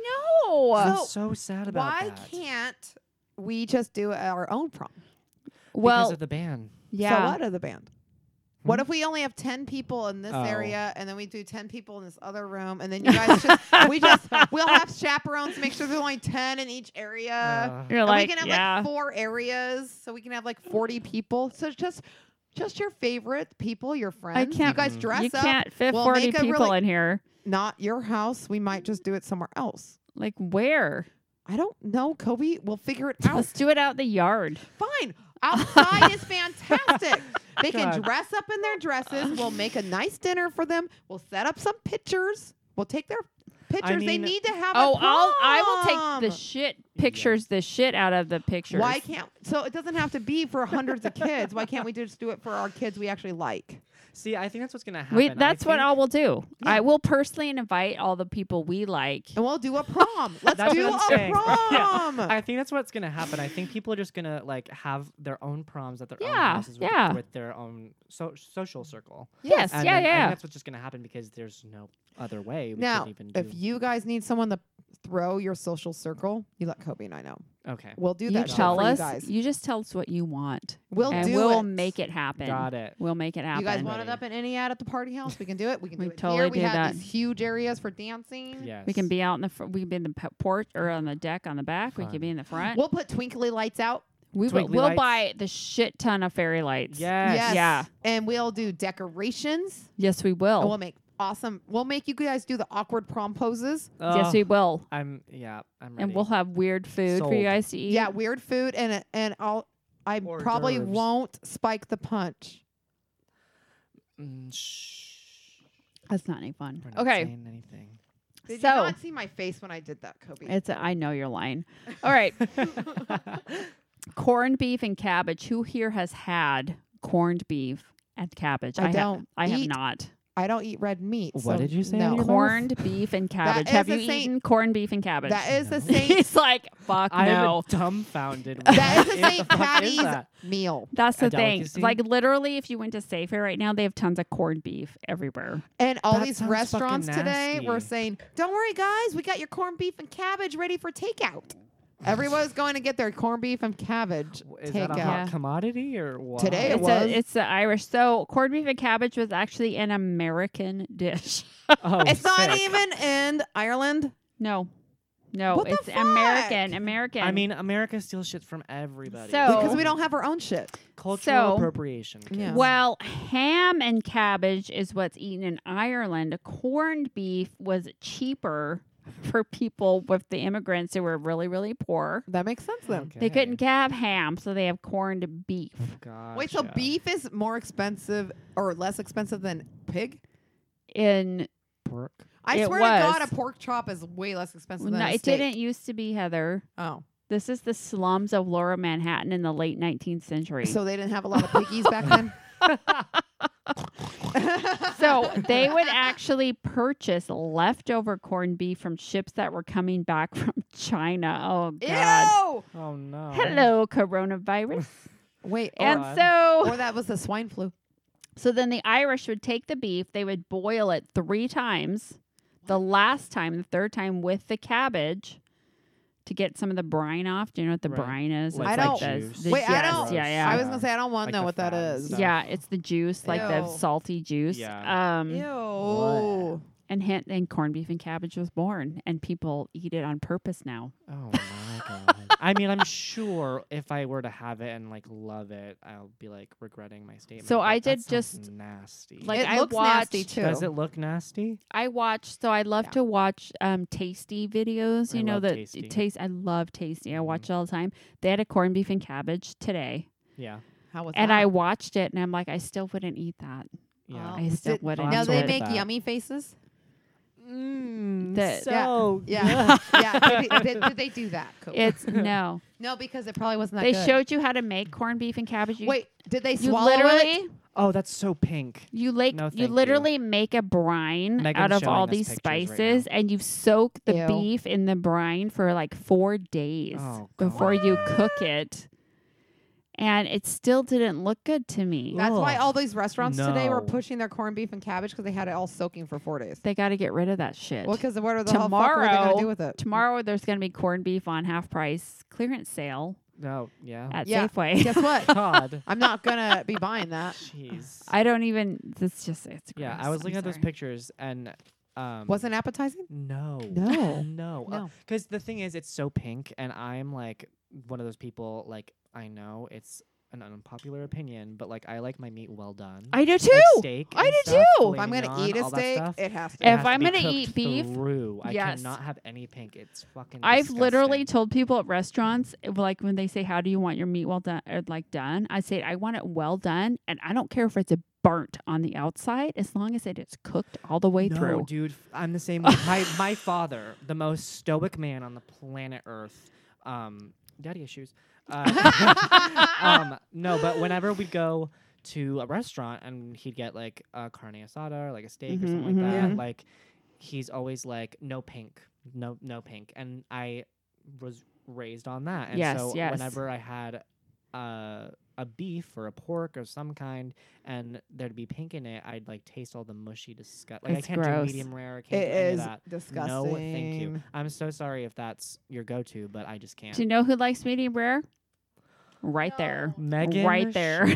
[SPEAKER 2] know.
[SPEAKER 1] So-
[SPEAKER 3] I'm so sad about
[SPEAKER 1] Why
[SPEAKER 3] that.
[SPEAKER 1] can't we just do our own prom?
[SPEAKER 2] well,
[SPEAKER 3] because of the ban.
[SPEAKER 2] yeah.
[SPEAKER 1] So what of the band? What
[SPEAKER 3] Hmm?
[SPEAKER 1] if we only have ten people in this
[SPEAKER 3] Oh.
[SPEAKER 1] area, and then we do ten people in this other room, and then you guys
[SPEAKER 2] [LAUGHS]
[SPEAKER 1] just we just we'll have chaperones to make sure there's only ten in each area.
[SPEAKER 3] Uh,
[SPEAKER 2] You're
[SPEAKER 1] And
[SPEAKER 2] like,
[SPEAKER 1] we can have
[SPEAKER 2] yeah.
[SPEAKER 1] like four areas, so we can have like forty people. So just just your favorite people, your friends. You
[SPEAKER 2] can't-
[SPEAKER 1] guys
[SPEAKER 3] Mhm.
[SPEAKER 1] dress
[SPEAKER 2] you
[SPEAKER 1] up.
[SPEAKER 2] can't fit
[SPEAKER 1] We'll
[SPEAKER 2] 40
[SPEAKER 1] make a
[SPEAKER 2] people
[SPEAKER 1] really-
[SPEAKER 2] in here.
[SPEAKER 1] Not your house. We might just do it somewhere else.
[SPEAKER 2] Like where?
[SPEAKER 1] I don't know, Kobe. We'll figure
[SPEAKER 2] [LAUGHS]
[SPEAKER 1] it out.
[SPEAKER 2] Let's do it out in the yard.
[SPEAKER 1] Fine. Outside is fantastic. They can
[SPEAKER 3] God.
[SPEAKER 1] dress up in their dresses. We'll make a nice dinner for them. We'll set up some pictures. We'll take their pictures. they
[SPEAKER 3] mean-
[SPEAKER 1] need to have.
[SPEAKER 2] Oh,
[SPEAKER 1] a
[SPEAKER 2] I'll I will
[SPEAKER 1] prom.
[SPEAKER 2] take the shit pictures the shit out of the pictures.
[SPEAKER 1] Why can't so it doesn't have to be for hundreds of kids? Why can't we just do it for our kids we actually like?
[SPEAKER 3] see, I think that's what's gonna happen.
[SPEAKER 2] we,
[SPEAKER 3] I
[SPEAKER 2] that's what
[SPEAKER 3] think-
[SPEAKER 2] I will do.
[SPEAKER 1] Yeah.
[SPEAKER 2] I will personally invite all the people we like.
[SPEAKER 1] And we'll do a prom. Let's
[SPEAKER 3] That's
[SPEAKER 1] do
[SPEAKER 3] what
[SPEAKER 1] a
[SPEAKER 3] I'm saying.
[SPEAKER 1] prom.
[SPEAKER 2] [LAUGHS]
[SPEAKER 3] I think that's what's gonna happen. I think people are just gonna like have their own proms at their own
[SPEAKER 2] Yeah,
[SPEAKER 3] houses with,
[SPEAKER 2] yeah.
[SPEAKER 3] with their own so- social circle.
[SPEAKER 2] Yes,
[SPEAKER 3] And
[SPEAKER 2] yeah,
[SPEAKER 3] then I think
[SPEAKER 2] yeah.
[SPEAKER 3] that's what's just gonna happen because there's no other way. We
[SPEAKER 1] Now,
[SPEAKER 3] couldn't even do.
[SPEAKER 1] if you guys need someone to throw your social circle, you let Kobe and I know.
[SPEAKER 3] okay,
[SPEAKER 1] We'll do
[SPEAKER 2] you
[SPEAKER 1] that. shit
[SPEAKER 2] tell
[SPEAKER 1] for
[SPEAKER 2] us.
[SPEAKER 1] you guys.
[SPEAKER 2] just tell us what you want,
[SPEAKER 1] We'll
[SPEAKER 2] and
[SPEAKER 1] do
[SPEAKER 2] we'll
[SPEAKER 1] it.
[SPEAKER 2] make it happen.
[SPEAKER 3] got it.
[SPEAKER 2] We'll make it happen.
[SPEAKER 1] You guys want it
[SPEAKER 3] Ready.
[SPEAKER 1] up in any ad at the party house? We can do it. We can
[SPEAKER 2] We
[SPEAKER 1] do it
[SPEAKER 2] totally
[SPEAKER 1] here. We
[SPEAKER 2] do
[SPEAKER 1] have
[SPEAKER 2] that.
[SPEAKER 1] these huge areas for dancing.
[SPEAKER 3] Yes.
[SPEAKER 2] we can be out in the fr- we can be in the p- porch or on the deck on the back. We
[SPEAKER 3] Fun.
[SPEAKER 2] can be in the front.
[SPEAKER 1] We'll put twinkly lights out
[SPEAKER 2] we will
[SPEAKER 3] Twinkly
[SPEAKER 2] we'll
[SPEAKER 3] lights.
[SPEAKER 2] buy the shit ton of fairy lights.
[SPEAKER 3] Yes.
[SPEAKER 1] Yes.
[SPEAKER 2] Yeah. Oh.
[SPEAKER 1] and we'll do decorations.
[SPEAKER 2] Yes, we
[SPEAKER 1] And
[SPEAKER 2] will.
[SPEAKER 1] we'll make awesome. We'll make you guys do the awkward prom poses.
[SPEAKER 2] yes,
[SPEAKER 3] Ugh,
[SPEAKER 2] we will.
[SPEAKER 3] Oh, I'm yeah. I'm ready.
[SPEAKER 2] And we'll have weird food for you
[SPEAKER 3] Sold.
[SPEAKER 2] guys to eat.
[SPEAKER 1] Yeah, weird food and and I'll I
[SPEAKER 3] Hors
[SPEAKER 1] probably
[SPEAKER 3] d'oeuvres.
[SPEAKER 1] won't spike the punch.
[SPEAKER 3] Mm, shh.
[SPEAKER 2] That's not any fun.
[SPEAKER 3] We're not
[SPEAKER 2] Okay.
[SPEAKER 3] saying
[SPEAKER 2] [LAUGHS]
[SPEAKER 3] anything.
[SPEAKER 1] Did
[SPEAKER 2] So-
[SPEAKER 1] you [LAUGHS] not see my face when I did that, Kobe?
[SPEAKER 2] It's a, I know you're lying.
[SPEAKER 1] [LAUGHS]
[SPEAKER 2] All right. corned beef and cabbage. Who here has had corned beef and cabbage?
[SPEAKER 1] I
[SPEAKER 2] ha-
[SPEAKER 1] don't
[SPEAKER 2] I have
[SPEAKER 1] eat
[SPEAKER 2] not.
[SPEAKER 1] I don't eat red meat.
[SPEAKER 3] What
[SPEAKER 1] so
[SPEAKER 3] did you say
[SPEAKER 1] No.
[SPEAKER 3] on your
[SPEAKER 2] Corned beef and cabbage.
[SPEAKER 1] is
[SPEAKER 2] Have
[SPEAKER 1] a
[SPEAKER 2] you
[SPEAKER 1] saint-
[SPEAKER 2] eaten corned beef and cabbage?
[SPEAKER 1] That is the
[SPEAKER 3] No.
[SPEAKER 1] Saint.
[SPEAKER 2] [LAUGHS] He's like, fuck
[SPEAKER 3] I
[SPEAKER 2] no.
[SPEAKER 3] am
[SPEAKER 2] [LAUGHS]
[SPEAKER 3] dumbfounded.
[SPEAKER 1] that is
[SPEAKER 3] What
[SPEAKER 1] the
[SPEAKER 3] the
[SPEAKER 1] Saint
[SPEAKER 3] fuck is
[SPEAKER 1] Patty's
[SPEAKER 3] that?
[SPEAKER 1] meal,
[SPEAKER 2] That's the
[SPEAKER 3] a
[SPEAKER 2] thing.
[SPEAKER 3] delicacy?
[SPEAKER 2] Like literally, if you went to Safeway right now, they have tons of corned beef everywhere.
[SPEAKER 1] and all
[SPEAKER 3] That
[SPEAKER 1] these
[SPEAKER 3] sounds fucking
[SPEAKER 1] restaurants today were
[SPEAKER 3] nasty.
[SPEAKER 1] saying, "Don't worry, guys, we got your corned beef and cabbage ready for takeout." Everyone's going to get their corned beef and cabbage
[SPEAKER 3] Is that a
[SPEAKER 1] takeout.
[SPEAKER 2] Yeah.
[SPEAKER 3] hot commodity or what?
[SPEAKER 1] Today It
[SPEAKER 2] it's
[SPEAKER 1] was?
[SPEAKER 2] a it's the Irish. So corned beef and cabbage was actually an American dish. [LAUGHS]
[SPEAKER 3] Oh,
[SPEAKER 1] It's not
[SPEAKER 3] sick.
[SPEAKER 1] even in Ireland.
[SPEAKER 2] no, no,
[SPEAKER 1] What the
[SPEAKER 2] it's
[SPEAKER 1] fuck?
[SPEAKER 2] American. American.
[SPEAKER 3] I mean, America steals shit from everybody.
[SPEAKER 2] So-
[SPEAKER 1] Because we don't have our own shit.
[SPEAKER 3] cultural
[SPEAKER 2] So-
[SPEAKER 3] appropriation.
[SPEAKER 1] Yeah.
[SPEAKER 3] kids.
[SPEAKER 2] Well, ham and cabbage is what's eaten in Ireland. Corned beef was cheaper [LAUGHS] for people with the immigrants who were really, really poor.
[SPEAKER 1] That makes sense then.
[SPEAKER 2] They couldn't have ham, so they have corned beef.
[SPEAKER 3] Gotcha.
[SPEAKER 1] Wait, so beef is more expensive or less expensive than pig?
[SPEAKER 2] In
[SPEAKER 3] Pork.
[SPEAKER 1] I
[SPEAKER 2] It
[SPEAKER 1] swear to God,
[SPEAKER 2] was.
[SPEAKER 1] a pork chop is way less expensive than
[SPEAKER 2] no,
[SPEAKER 1] a
[SPEAKER 2] it
[SPEAKER 1] steak.
[SPEAKER 2] didn't used to be Heather.
[SPEAKER 1] Oh,
[SPEAKER 2] This is the slums of Lower Manhattan in the late 19th century. [LAUGHS] So,
[SPEAKER 1] so they didn't have a lot of piggies back then.
[SPEAKER 2] they would actually purchase leftover corned beef from ships that were coming back [LAUGHS] from China. [LAUGHS] Oh God!
[SPEAKER 1] Ew!
[SPEAKER 3] Oh no.
[SPEAKER 2] Hello, coronavirus.
[SPEAKER 1] Wait, or,
[SPEAKER 2] and
[SPEAKER 3] God.
[SPEAKER 2] so,
[SPEAKER 1] or that was the swine flu.
[SPEAKER 2] so then the Irish would take the beef. They would boil it three times. The last time, the third time, with the cabbage. To get some of the brine off, do you know what the
[SPEAKER 3] Right.
[SPEAKER 2] brine is?
[SPEAKER 3] Like
[SPEAKER 1] I don't-
[SPEAKER 2] It's this-
[SPEAKER 3] juice.
[SPEAKER 2] the-
[SPEAKER 1] Wait, I
[SPEAKER 2] yes,
[SPEAKER 1] don't.
[SPEAKER 2] Yeah, yeah.
[SPEAKER 1] I was gonna say I don't want to
[SPEAKER 3] Like
[SPEAKER 1] know
[SPEAKER 3] the
[SPEAKER 1] what that
[SPEAKER 3] fat
[SPEAKER 1] is.
[SPEAKER 3] stuff.
[SPEAKER 2] Yeah, it's the juice, like the
[SPEAKER 1] Ew.
[SPEAKER 2] salty juice.
[SPEAKER 3] Yeah.
[SPEAKER 2] Um,
[SPEAKER 1] Ew.
[SPEAKER 2] And hint, and corned beef and cabbage was born, and people eat it on purpose now.
[SPEAKER 3] Oh my god. I mean, I'm sure if I were to have it and like love it, I'll be like regretting my statement.
[SPEAKER 2] So
[SPEAKER 3] but
[SPEAKER 2] I
[SPEAKER 3] that
[SPEAKER 2] did
[SPEAKER 3] sounds
[SPEAKER 2] just,
[SPEAKER 3] nasty.
[SPEAKER 2] like,
[SPEAKER 1] it
[SPEAKER 2] I
[SPEAKER 1] looks nasty
[SPEAKER 2] watched-
[SPEAKER 1] too.
[SPEAKER 3] does it look nasty?
[SPEAKER 2] I watch, so I love
[SPEAKER 1] Yeah.
[SPEAKER 2] to watch um, tasty videos.
[SPEAKER 3] I
[SPEAKER 2] You know
[SPEAKER 3] love
[SPEAKER 2] that
[SPEAKER 3] Tasty.
[SPEAKER 2] taste. I love tasty. I
[SPEAKER 3] Mhm.
[SPEAKER 2] watch it all the time. They had a corned beef and cabbage today,
[SPEAKER 3] Yeah.
[SPEAKER 1] How was
[SPEAKER 2] and
[SPEAKER 1] that?
[SPEAKER 2] I watched it, and I'm like, I still wouldn't eat that.
[SPEAKER 3] Yeah.
[SPEAKER 2] I still
[SPEAKER 1] Did-
[SPEAKER 2] wouldn't.
[SPEAKER 1] Now
[SPEAKER 3] That's
[SPEAKER 2] do
[SPEAKER 1] they [LAUGHS]
[SPEAKER 2] it.
[SPEAKER 3] what-
[SPEAKER 1] make
[SPEAKER 3] That.
[SPEAKER 1] yummy
[SPEAKER 3] [LAUGHS]
[SPEAKER 1] faces.
[SPEAKER 2] Oh.
[SPEAKER 3] Mm,
[SPEAKER 2] That-
[SPEAKER 1] Yeah.
[SPEAKER 3] so
[SPEAKER 1] Yeah,
[SPEAKER 3] good.
[SPEAKER 1] yeah. Did, did- did they do that? Cool.
[SPEAKER 2] It's no.
[SPEAKER 1] no, because it probably wasn't that
[SPEAKER 2] they
[SPEAKER 1] good.
[SPEAKER 2] showed you how to make corned beef and cabbage. You,
[SPEAKER 1] Wait, did they
[SPEAKER 2] you
[SPEAKER 1] swallow
[SPEAKER 2] literally.
[SPEAKER 1] it?
[SPEAKER 3] [LAUGHS] Oh, that's so pink.
[SPEAKER 2] You like
[SPEAKER 3] No,
[SPEAKER 2] you
[SPEAKER 3] thank you.
[SPEAKER 2] literally make a brine
[SPEAKER 3] Megan's
[SPEAKER 2] out of all
[SPEAKER 3] showing us
[SPEAKER 2] these
[SPEAKER 3] pictures right now.
[SPEAKER 2] spices and you soak the
[SPEAKER 1] Ew.
[SPEAKER 2] beef in the brine for like 4 days
[SPEAKER 3] Oh,
[SPEAKER 2] before you
[SPEAKER 3] God.
[SPEAKER 2] cook it. And it still didn't look good to me.
[SPEAKER 1] That's why
[SPEAKER 3] Ugh.
[SPEAKER 1] all these restaurants today were
[SPEAKER 3] No.
[SPEAKER 1] pushing their corned beef and cabbage because they had it all soaking for four days.
[SPEAKER 2] They got to get rid of that shit.
[SPEAKER 1] Well, because what are the hell fuck were they gonna
[SPEAKER 2] Tomorrow-
[SPEAKER 1] do with it?
[SPEAKER 2] [LAUGHS] Tomorrow there's going to be corned beef on half price clearance sale
[SPEAKER 3] No, Oh, yeah.
[SPEAKER 2] [LAUGHS] at
[SPEAKER 1] Yeah.
[SPEAKER 2] Safeway.
[SPEAKER 1] Guess what?
[SPEAKER 3] God.
[SPEAKER 1] I'm not gonna be buying that.
[SPEAKER 3] Jeez.
[SPEAKER 2] I don't even it's just it's
[SPEAKER 3] yeah,
[SPEAKER 2] gross.
[SPEAKER 3] I was
[SPEAKER 2] I'm
[SPEAKER 3] looking at those
[SPEAKER 2] sorry.
[SPEAKER 3] pictures and um
[SPEAKER 1] Wasn't appetizing. [LAUGHS]
[SPEAKER 3] No.
[SPEAKER 1] No.
[SPEAKER 3] [LAUGHS] No.
[SPEAKER 1] No.
[SPEAKER 3] Because the thing is, it's so pink, and I'm like one of those people. Like I know it's an unpopular opinion, but like I like my meat well done.
[SPEAKER 2] I do
[SPEAKER 3] Like
[SPEAKER 2] too.
[SPEAKER 3] steak.
[SPEAKER 2] I
[SPEAKER 3] and
[SPEAKER 2] do
[SPEAKER 3] stuff,
[SPEAKER 2] too.
[SPEAKER 1] If I'm gonna
[SPEAKER 3] filet
[SPEAKER 1] eat a
[SPEAKER 3] mignon, all that
[SPEAKER 1] steak,
[SPEAKER 3] stuff,
[SPEAKER 1] it has to. [LAUGHS]
[SPEAKER 2] If [LAUGHS]
[SPEAKER 3] has to
[SPEAKER 2] I'm
[SPEAKER 3] be
[SPEAKER 2] gonna
[SPEAKER 3] cooked
[SPEAKER 2] eat beef,
[SPEAKER 3] through. I
[SPEAKER 2] yes.
[SPEAKER 3] cannot have any pink. It's fucking.
[SPEAKER 2] I've literally
[SPEAKER 3] disgusting.
[SPEAKER 2] told people at restaurants, if, like when they say, "How do you want your meat well done?" or like done, I say, "I want it well done," and I don't care if it's burnt on the outside, as long as it is cooked all the way
[SPEAKER 3] no,
[SPEAKER 2] through.
[SPEAKER 3] dude. f- I'm the same. way. my my father, the most stoic man on the planet Earth, um, daddy issues. Uh,
[SPEAKER 1] [LAUGHS]
[SPEAKER 3] [LAUGHS] um, no, but whenever we go to a restaurant and he'd get like a carne asada or like a steak
[SPEAKER 2] Mhm,
[SPEAKER 3] or something
[SPEAKER 2] mhm.
[SPEAKER 3] like that,
[SPEAKER 1] Yeah.
[SPEAKER 3] like he's always like no pink, no no pink, and I was raised on that, and
[SPEAKER 2] Yes,
[SPEAKER 3] so
[SPEAKER 2] yes.
[SPEAKER 3] whenever I had uh, a beef or a pork or some kind, and there'd be pink in it, I'd like taste all the mushy disgust. Like
[SPEAKER 2] It's
[SPEAKER 3] I can't
[SPEAKER 2] gross.
[SPEAKER 3] do medium rare. I can't
[SPEAKER 1] It
[SPEAKER 3] do any
[SPEAKER 1] is
[SPEAKER 3] of that.
[SPEAKER 1] disgusting.
[SPEAKER 3] No, thank you. I'm so sorry if that's your go-to, but I just can't.
[SPEAKER 2] Do you know who likes medium rare? Right there.
[SPEAKER 3] Megan,
[SPEAKER 2] Right there.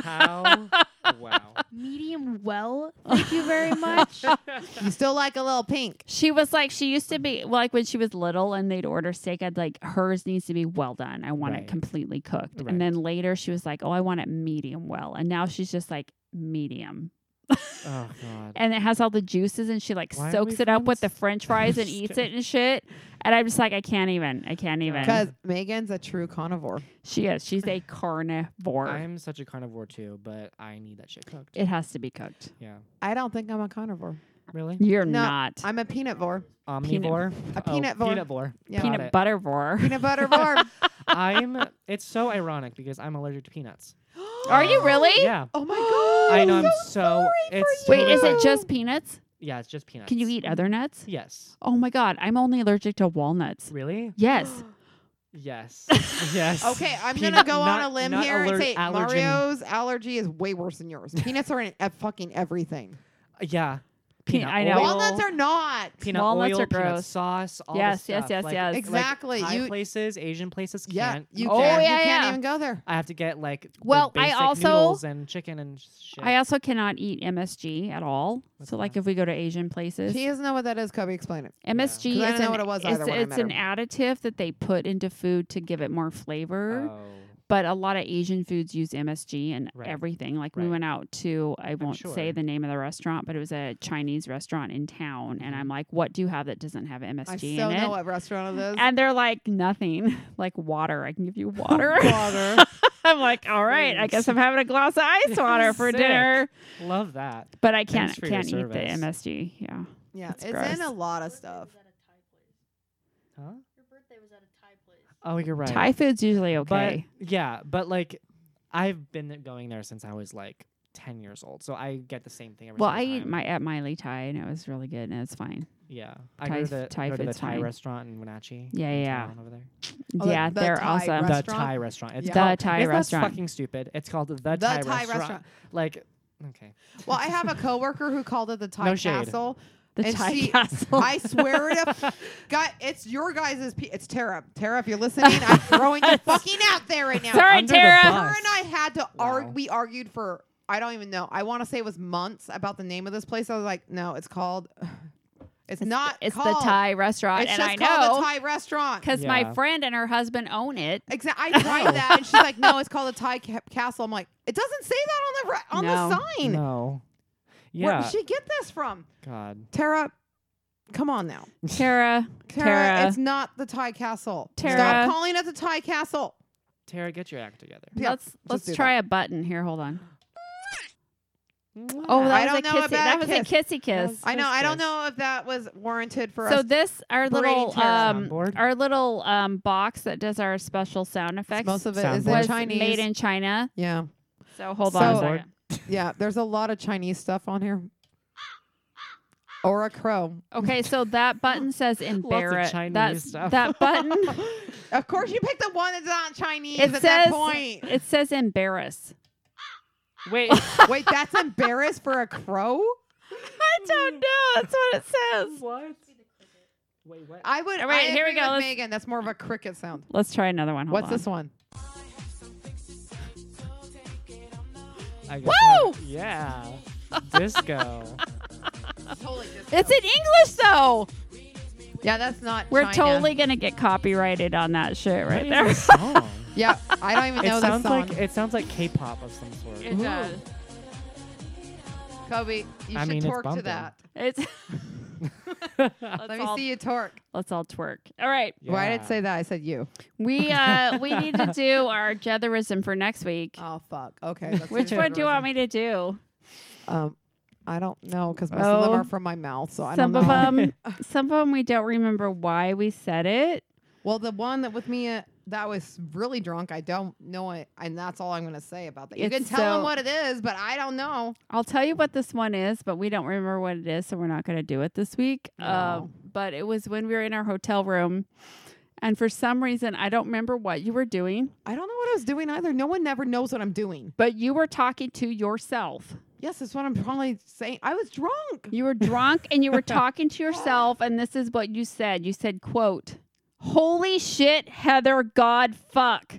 [SPEAKER 3] Shannon. How? wow.
[SPEAKER 4] Medium [LAUGHS] well. Thank you very much.
[SPEAKER 3] [LAUGHS]
[SPEAKER 1] You still like a little pink.
[SPEAKER 2] [LAUGHS] She was like, she used to be like when she was little and they'd order steak, I'd like, hers needs to be well done. I want
[SPEAKER 3] Right.
[SPEAKER 2] it completely cooked.
[SPEAKER 3] Right.
[SPEAKER 2] And then later she was like, oh, I want it medium well. And now she's just like, medium.
[SPEAKER 3] Oh god.
[SPEAKER 2] and it has all the juices and she like
[SPEAKER 3] Why are
[SPEAKER 2] soaks
[SPEAKER 3] we
[SPEAKER 2] it up with the
[SPEAKER 3] friends?
[SPEAKER 2] french fries
[SPEAKER 3] [LAUGHS]
[SPEAKER 2] and
[SPEAKER 3] Just
[SPEAKER 2] eats it
[SPEAKER 3] kidding.
[SPEAKER 2] and shit and i'm just like i can't even i can't even
[SPEAKER 1] Because Megan's a true carnivore.
[SPEAKER 2] she is she's a carnivore
[SPEAKER 3] I'm such a carnivore too, but I need that shit cooked.
[SPEAKER 2] it has to be cooked
[SPEAKER 3] yeah.
[SPEAKER 1] I don't think I'm a carnivore.
[SPEAKER 3] Really?
[SPEAKER 2] you're
[SPEAKER 1] No,
[SPEAKER 2] not
[SPEAKER 1] I'm a peanutvore.
[SPEAKER 3] Omnivore.
[SPEAKER 1] A
[SPEAKER 3] Oh,
[SPEAKER 1] peanutvore.
[SPEAKER 3] Peanutvore.
[SPEAKER 1] Yeah. [LAUGHS]
[SPEAKER 3] Got
[SPEAKER 2] peanut
[SPEAKER 3] it.
[SPEAKER 2] butter vor
[SPEAKER 1] Peanut butter bar.
[SPEAKER 2] [LAUGHS]
[SPEAKER 3] I'm. It's so ironic because I'm allergic to peanuts.
[SPEAKER 2] [LAUGHS] Are you really?
[SPEAKER 3] Yeah.
[SPEAKER 1] [GASPS] Oh my god!
[SPEAKER 3] I know.
[SPEAKER 1] [GASPS]
[SPEAKER 3] I'm
[SPEAKER 1] so
[SPEAKER 3] so. It's
[SPEAKER 2] Wait,
[SPEAKER 3] totally
[SPEAKER 2] is it
[SPEAKER 3] fine.
[SPEAKER 2] just peanuts?
[SPEAKER 3] Yeah, it's just peanuts.
[SPEAKER 2] Can you eat other nuts?
[SPEAKER 3] Yes.
[SPEAKER 2] Oh my god, I'm only allergic to walnuts.
[SPEAKER 3] Really?
[SPEAKER 1] [GASPS]
[SPEAKER 2] Yes. [LAUGHS]
[SPEAKER 3] Yes. yes.
[SPEAKER 1] Okay, I'm
[SPEAKER 3] Peanut-
[SPEAKER 1] gonna go on
[SPEAKER 3] not-
[SPEAKER 1] a limb
[SPEAKER 3] not
[SPEAKER 1] here
[SPEAKER 3] aller-
[SPEAKER 1] and say
[SPEAKER 3] allergen-
[SPEAKER 1] Mario's allergy is way worse than yours. Peanuts are in ev- fucking everything.
[SPEAKER 3] Yeah.
[SPEAKER 2] Pe-
[SPEAKER 3] Peanut
[SPEAKER 2] I know.
[SPEAKER 3] oil,
[SPEAKER 1] Walnuts are not.
[SPEAKER 3] peanut
[SPEAKER 2] Walnuts
[SPEAKER 3] oil,
[SPEAKER 2] are
[SPEAKER 3] peanut
[SPEAKER 2] gross.
[SPEAKER 3] sauce. All
[SPEAKER 2] Yes,
[SPEAKER 3] this
[SPEAKER 2] yes,
[SPEAKER 3] stuff.
[SPEAKER 2] yes,
[SPEAKER 3] like,
[SPEAKER 2] yes.
[SPEAKER 3] like
[SPEAKER 1] Exactly.
[SPEAKER 3] Thai
[SPEAKER 1] You-
[SPEAKER 3] places, Asian places
[SPEAKER 1] Yeah,
[SPEAKER 3] can't.
[SPEAKER 1] you
[SPEAKER 2] Oh,
[SPEAKER 1] can't,
[SPEAKER 2] yeah,
[SPEAKER 1] you can't
[SPEAKER 2] yeah.
[SPEAKER 1] even go there.
[SPEAKER 3] I have to get like the
[SPEAKER 2] Well, I
[SPEAKER 3] basic
[SPEAKER 2] also-
[SPEAKER 3] noodles and chicken and shit.
[SPEAKER 2] I also cannot eat MSG at all.
[SPEAKER 3] What's
[SPEAKER 2] so, like,
[SPEAKER 3] that?
[SPEAKER 2] if we go to Asian places,
[SPEAKER 1] She doesn't know what that is. Kobe, explain it.
[SPEAKER 2] MSG
[SPEAKER 1] 'Cause I
[SPEAKER 2] is
[SPEAKER 1] didn't know
[SPEAKER 2] an,
[SPEAKER 1] what it was
[SPEAKER 2] it's,
[SPEAKER 1] either when I
[SPEAKER 2] it's
[SPEAKER 1] met
[SPEAKER 2] an additive that they put into food to give it more flavor.
[SPEAKER 3] Oh,
[SPEAKER 2] but a lot of Asian foods use MSG and
[SPEAKER 3] Right.
[SPEAKER 2] everything. Like we
[SPEAKER 3] Right.
[SPEAKER 2] went out to, I won't say
[SPEAKER 3] sure.
[SPEAKER 2] the name of the restaurant, but it was a Chinese restaurant in town, and I'm like, what do you have that doesn't have MSG
[SPEAKER 1] I
[SPEAKER 2] in
[SPEAKER 1] still
[SPEAKER 2] it?
[SPEAKER 1] know what restaurant it is.
[SPEAKER 2] and they're like nothing, [LAUGHS] like water. I can give you water.
[SPEAKER 3] water.
[SPEAKER 2] [LAUGHS] I'm like, all right, I guess I'm having a glass of ice water for
[SPEAKER 3] Sick.
[SPEAKER 2] dinner,
[SPEAKER 3] Love that.
[SPEAKER 2] but I can't
[SPEAKER 3] Thanks for your
[SPEAKER 2] can't eat the
[SPEAKER 3] service.
[SPEAKER 2] MSG. Yeah,
[SPEAKER 1] yeah,
[SPEAKER 2] that's
[SPEAKER 1] it's in
[SPEAKER 2] gross.
[SPEAKER 1] a lot of stuff.
[SPEAKER 3] Huh?
[SPEAKER 4] Your birthday was at a Thai place.
[SPEAKER 3] Oh, you're right.
[SPEAKER 2] Thai food's usually okay.
[SPEAKER 3] But yeah, but like, I've been going there since I was like ten years old, so I get the same thing every.
[SPEAKER 2] well, I
[SPEAKER 3] single
[SPEAKER 2] eat
[SPEAKER 3] time.
[SPEAKER 2] my at Miley Thai, and it was really good, and it's fine.
[SPEAKER 3] Yeah, I
[SPEAKER 2] Thai
[SPEAKER 3] go
[SPEAKER 2] f-
[SPEAKER 3] to the,
[SPEAKER 2] Thai
[SPEAKER 3] go to the
[SPEAKER 2] food's
[SPEAKER 3] Thai
[SPEAKER 2] fine.
[SPEAKER 3] restaurant in Wenatchee.
[SPEAKER 2] Yeah,
[SPEAKER 3] in
[SPEAKER 2] yeah.
[SPEAKER 3] town Over there.
[SPEAKER 1] Oh, the-
[SPEAKER 2] yeah,
[SPEAKER 1] the
[SPEAKER 2] they're
[SPEAKER 1] Thai
[SPEAKER 2] awesome.
[SPEAKER 1] restaurant.
[SPEAKER 3] The Thai restaurant. It's
[SPEAKER 1] Yeah.
[SPEAKER 2] The
[SPEAKER 3] called,
[SPEAKER 2] Thai
[SPEAKER 3] it's not
[SPEAKER 2] restaurant.
[SPEAKER 3] fucking stupid. It's called the,
[SPEAKER 1] The Thai restaurant.
[SPEAKER 3] Like, okay.
[SPEAKER 1] Well, I have a coworker who called it the Thai
[SPEAKER 3] No shade.
[SPEAKER 1] Castle.
[SPEAKER 2] The
[SPEAKER 1] And
[SPEAKER 2] Thai
[SPEAKER 1] she- [LAUGHS]
[SPEAKER 2] [LAUGHS] castle.
[SPEAKER 1] I swear to
[SPEAKER 2] [LAUGHS]
[SPEAKER 1] f- God, it's your guys' pe- it's Tara. Tara, if you're listening, I'm throwing
[SPEAKER 2] [LAUGHS]
[SPEAKER 1] you fucking out there right now.
[SPEAKER 2] Sorry,
[SPEAKER 3] Under the
[SPEAKER 2] Tara.
[SPEAKER 3] bus.
[SPEAKER 1] Her and I had to
[SPEAKER 3] Wow.
[SPEAKER 1] argue. We argued for I don't even know. I want to say it was months about the name of this place. I was like, no, it's called. [SIGHS] It's,
[SPEAKER 2] It's the-
[SPEAKER 1] not.
[SPEAKER 2] It's
[SPEAKER 1] called,
[SPEAKER 2] the Thai restaurant,
[SPEAKER 1] It's
[SPEAKER 2] and
[SPEAKER 1] just
[SPEAKER 2] I
[SPEAKER 1] called the
[SPEAKER 2] [LAUGHS] know
[SPEAKER 1] Thai restaurant.
[SPEAKER 2] because
[SPEAKER 3] Yeah.
[SPEAKER 2] my friend and her husband own
[SPEAKER 3] [LAUGHS]
[SPEAKER 2] it.
[SPEAKER 1] Exactly. I tried that, and she's like, "No, it's called the Thai ca- Castle." I'm like, "It doesn't say that on the re- on
[SPEAKER 2] No.
[SPEAKER 1] the sign.
[SPEAKER 3] No. Yeah.
[SPEAKER 1] Where did she get this from?"
[SPEAKER 3] God.
[SPEAKER 1] Tara, come on now,
[SPEAKER 2] Tara,
[SPEAKER 1] Tara.
[SPEAKER 2] Tara.
[SPEAKER 1] It's not the Thai Castle.
[SPEAKER 2] Tara.
[SPEAKER 1] Stop calling it the Thai Castle.
[SPEAKER 3] Tara, get your act together.
[SPEAKER 1] Yeah,
[SPEAKER 2] let's let's
[SPEAKER 1] do
[SPEAKER 2] try a button here. Hold on.
[SPEAKER 3] Mwah.
[SPEAKER 2] Oh,
[SPEAKER 1] I
[SPEAKER 2] that was a
[SPEAKER 1] don't know
[SPEAKER 2] kissy.
[SPEAKER 1] about
[SPEAKER 2] That was a
[SPEAKER 1] kiss.
[SPEAKER 2] kissy kiss.
[SPEAKER 1] I know.
[SPEAKER 3] Let's
[SPEAKER 1] I don't
[SPEAKER 3] kiss.
[SPEAKER 1] know if that was warranted for
[SPEAKER 2] So
[SPEAKER 1] us.
[SPEAKER 2] this our
[SPEAKER 1] Brady
[SPEAKER 2] little
[SPEAKER 1] Tara.
[SPEAKER 2] um
[SPEAKER 3] Soundboard.
[SPEAKER 2] our little um box that does our special sound effects
[SPEAKER 1] Most of it is
[SPEAKER 3] Soundboard.
[SPEAKER 1] in
[SPEAKER 2] was
[SPEAKER 1] Chinese.
[SPEAKER 2] made in China.
[SPEAKER 1] yeah,
[SPEAKER 2] So hold on a
[SPEAKER 1] So-
[SPEAKER 2] second.
[SPEAKER 1] yeah. There's a lot of Chinese stuff on here. Or a crow.
[SPEAKER 2] Okay, so that button
[SPEAKER 3] [LAUGHS]
[SPEAKER 2] says embarrass.
[SPEAKER 3] Chinese
[SPEAKER 2] That's
[SPEAKER 3] stuff.
[SPEAKER 2] that button.
[SPEAKER 3] [LAUGHS]
[SPEAKER 1] Of course, you picked the one that's not Chinese
[SPEAKER 2] it
[SPEAKER 1] at
[SPEAKER 2] says
[SPEAKER 1] that point.
[SPEAKER 2] [LAUGHS] it says embarrass.
[SPEAKER 3] Wait.
[SPEAKER 1] Wait, that's embarrassed for a crow?
[SPEAKER 2] I don't know. That's what it says.
[SPEAKER 3] what? Wait, what?
[SPEAKER 1] I would.
[SPEAKER 2] All right,
[SPEAKER 1] I
[SPEAKER 2] here we
[SPEAKER 1] agree
[SPEAKER 2] go.
[SPEAKER 1] With
[SPEAKER 2] Let's-
[SPEAKER 1] Megan, that's more of a cricket sound.
[SPEAKER 2] Let's try another one. Hold
[SPEAKER 1] What's
[SPEAKER 2] on.
[SPEAKER 1] this one?
[SPEAKER 3] I Woo! Yeah. Disco.
[SPEAKER 1] Totally
[SPEAKER 2] It's in English though.
[SPEAKER 1] yeah, that's not.
[SPEAKER 2] We're
[SPEAKER 1] China.
[SPEAKER 2] totally gonna get copyrighted on that shit [LAUGHS] right
[SPEAKER 3] What
[SPEAKER 2] there.
[SPEAKER 3] is this song?
[SPEAKER 1] Yeah, I don't even
[SPEAKER 3] it
[SPEAKER 1] know this
[SPEAKER 3] sounds
[SPEAKER 1] song.
[SPEAKER 3] like it sounds like K-pop of some sort.
[SPEAKER 2] [LAUGHS] It does.
[SPEAKER 1] Kobe, you
[SPEAKER 3] I
[SPEAKER 1] should
[SPEAKER 3] mean, it's
[SPEAKER 1] torque to
[SPEAKER 3] bumping.
[SPEAKER 1] that.
[SPEAKER 2] It's
[SPEAKER 3] [LAUGHS]
[SPEAKER 2] let's
[SPEAKER 1] Let me
[SPEAKER 2] all,
[SPEAKER 1] see you torque.
[SPEAKER 2] Let's all twerk. All [LAUGHS] right,
[SPEAKER 1] Why did
[SPEAKER 3] Yeah.
[SPEAKER 1] it say that? I said you.
[SPEAKER 2] we uh we need to do our jetherism for next week.
[SPEAKER 1] Oh fuck. Okay.
[SPEAKER 2] [LAUGHS]
[SPEAKER 1] let's
[SPEAKER 2] Which
[SPEAKER 1] do
[SPEAKER 2] one do you
[SPEAKER 1] Jetherism.
[SPEAKER 2] want me to do?
[SPEAKER 1] Um, I don't know because most of them
[SPEAKER 2] Oh.
[SPEAKER 1] are from my mouth, so I don't
[SPEAKER 2] Some
[SPEAKER 1] know.
[SPEAKER 2] of them, some of them we don't remember why we said it.
[SPEAKER 1] Well, the one that with me uh, that was really drunk, I don't know it, and that's all I'm gonna say about that. You
[SPEAKER 2] It's
[SPEAKER 1] can tell
[SPEAKER 2] so-
[SPEAKER 1] them what it is, but I don't know.
[SPEAKER 2] I'll tell you what this one is, but we don't remember what it is, so we're not going to do it this week. Uh,
[SPEAKER 1] No.
[SPEAKER 2] but it was when we were in our hotel room, and for some reason I don't remember what you were doing,
[SPEAKER 1] I don't know what I was doing either. No one never knows what I'm doing.
[SPEAKER 2] but you were talking to yourself.
[SPEAKER 1] Yes, that's what I'm probably saying. I was drunk.
[SPEAKER 2] You were drunk and
[SPEAKER 1] [LAUGHS]
[SPEAKER 2] you were talking to yourself, and this is what you said. You said, quote, Holy shit, Heather,
[SPEAKER 1] [LAUGHS]
[SPEAKER 2] God fuck.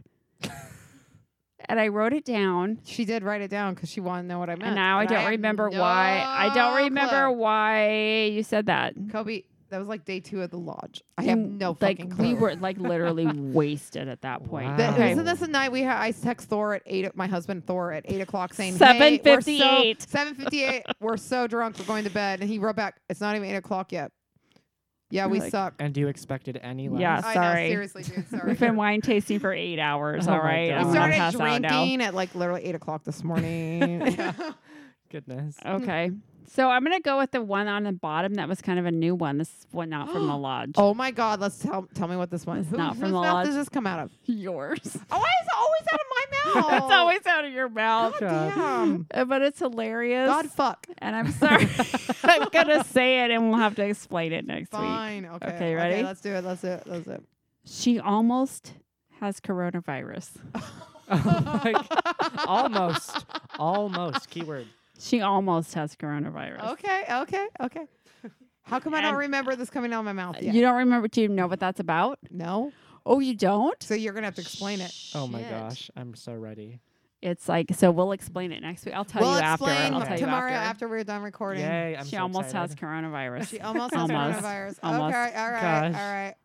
[SPEAKER 2] and I wrote it down.
[SPEAKER 1] She did write it down because she wanted to know what I meant.
[SPEAKER 2] And now I
[SPEAKER 1] and
[SPEAKER 2] don't
[SPEAKER 1] have
[SPEAKER 2] remember
[SPEAKER 1] no
[SPEAKER 2] why. I don't remember
[SPEAKER 1] clue.
[SPEAKER 2] why you said that.
[SPEAKER 1] Kobe, that was like day two at the lodge. I have
[SPEAKER 2] Mm,
[SPEAKER 1] no
[SPEAKER 2] like
[SPEAKER 1] fucking
[SPEAKER 2] we
[SPEAKER 1] clue.
[SPEAKER 2] were like
[SPEAKER 1] [LAUGHS]
[SPEAKER 2] literally wasted at that point.
[SPEAKER 3] Wow.
[SPEAKER 1] Th-
[SPEAKER 3] Okay.
[SPEAKER 1] Isn't this the night we had? I text Thor at eight. o- My husband Thor at eight o'clock saying, "Hey, we're so
[SPEAKER 2] 7:58.
[SPEAKER 1] seven fifty eight. We're so drunk. We're going to bed." And he wrote back, "It's not even eight o'clock yet. Yeah, we
[SPEAKER 2] Like-
[SPEAKER 1] suck."
[SPEAKER 3] And you expected any less?
[SPEAKER 2] Yeah.
[SPEAKER 1] I
[SPEAKER 2] sorry.
[SPEAKER 1] know, seriously, [LAUGHS] dude. "Ah, Sorry.
[SPEAKER 2] We've been wine tasting for eight hours.
[SPEAKER 3] Oh
[SPEAKER 2] all
[SPEAKER 3] my
[SPEAKER 2] right,
[SPEAKER 3] God.
[SPEAKER 1] we
[SPEAKER 2] I'm gonna
[SPEAKER 1] started
[SPEAKER 2] pass out now.
[SPEAKER 1] [LAUGHS] drinking at like literally eight o'clock this morning.
[SPEAKER 3] [LAUGHS] Goodness.
[SPEAKER 2] Okay. So I'm gonna go with the one on the bottom that was kind of a new one. This one not
[SPEAKER 1] [GASPS]
[SPEAKER 2] from the lodge.
[SPEAKER 1] Oh my God! Let's tell tell me what this one.
[SPEAKER 2] It's
[SPEAKER 1] Who,
[SPEAKER 2] not
[SPEAKER 1] whose
[SPEAKER 2] from the
[SPEAKER 1] mouth
[SPEAKER 2] lodge.
[SPEAKER 1] does this come out of?
[SPEAKER 2] [LAUGHS] yours.
[SPEAKER 1] Oh, why is it always [LAUGHS] out of my mouth?
[SPEAKER 2] That's always out of your mouth.
[SPEAKER 1] Oh. God
[SPEAKER 3] Oh, God.
[SPEAKER 1] damn.
[SPEAKER 2] Uh, But it's hilarious.
[SPEAKER 1] God fuck.
[SPEAKER 2] and I'm
[SPEAKER 1] [LAUGHS]
[SPEAKER 2] sorry. [LAUGHS] I'm gonna say it and we'll have to explain it next week.
[SPEAKER 1] Fine. Okay.
[SPEAKER 2] Okay, ready?
[SPEAKER 1] let's do it. Let's do it. Let's do it.
[SPEAKER 2] She almost has coronavirus.
[SPEAKER 3] [LAUGHS] Oh my g- almost. Almost. Keyword.
[SPEAKER 2] She almost has coronavirus.
[SPEAKER 1] Okay. Okay. Okay. How come I don't
[SPEAKER 2] And-
[SPEAKER 1] remember this coming out of my mouth yet?
[SPEAKER 2] You don't remember? Do you know what that's about?
[SPEAKER 1] no.
[SPEAKER 2] Oh, you don't?
[SPEAKER 1] So you're gonna have to explain it.
[SPEAKER 3] Oh my
[SPEAKER 2] Shit.
[SPEAKER 3] gosh. I'm so ready.
[SPEAKER 2] It's like so. We'll explain it next week. I'll tell
[SPEAKER 1] we'll
[SPEAKER 2] you after.
[SPEAKER 1] explain
[SPEAKER 2] I'll
[SPEAKER 3] Okay.
[SPEAKER 2] tell
[SPEAKER 1] tomorrow
[SPEAKER 2] you
[SPEAKER 1] after.
[SPEAKER 2] after.
[SPEAKER 1] we're done recording.
[SPEAKER 3] Yay. I'm
[SPEAKER 2] she
[SPEAKER 3] so
[SPEAKER 2] almost
[SPEAKER 3] excited.
[SPEAKER 2] has coronavirus. [LAUGHS]
[SPEAKER 1] She [LAUGHS] almost has
[SPEAKER 2] Almost.
[SPEAKER 1] coronavirus.
[SPEAKER 2] Almost.
[SPEAKER 1] Okay. All right.
[SPEAKER 3] Gosh.
[SPEAKER 1] All right.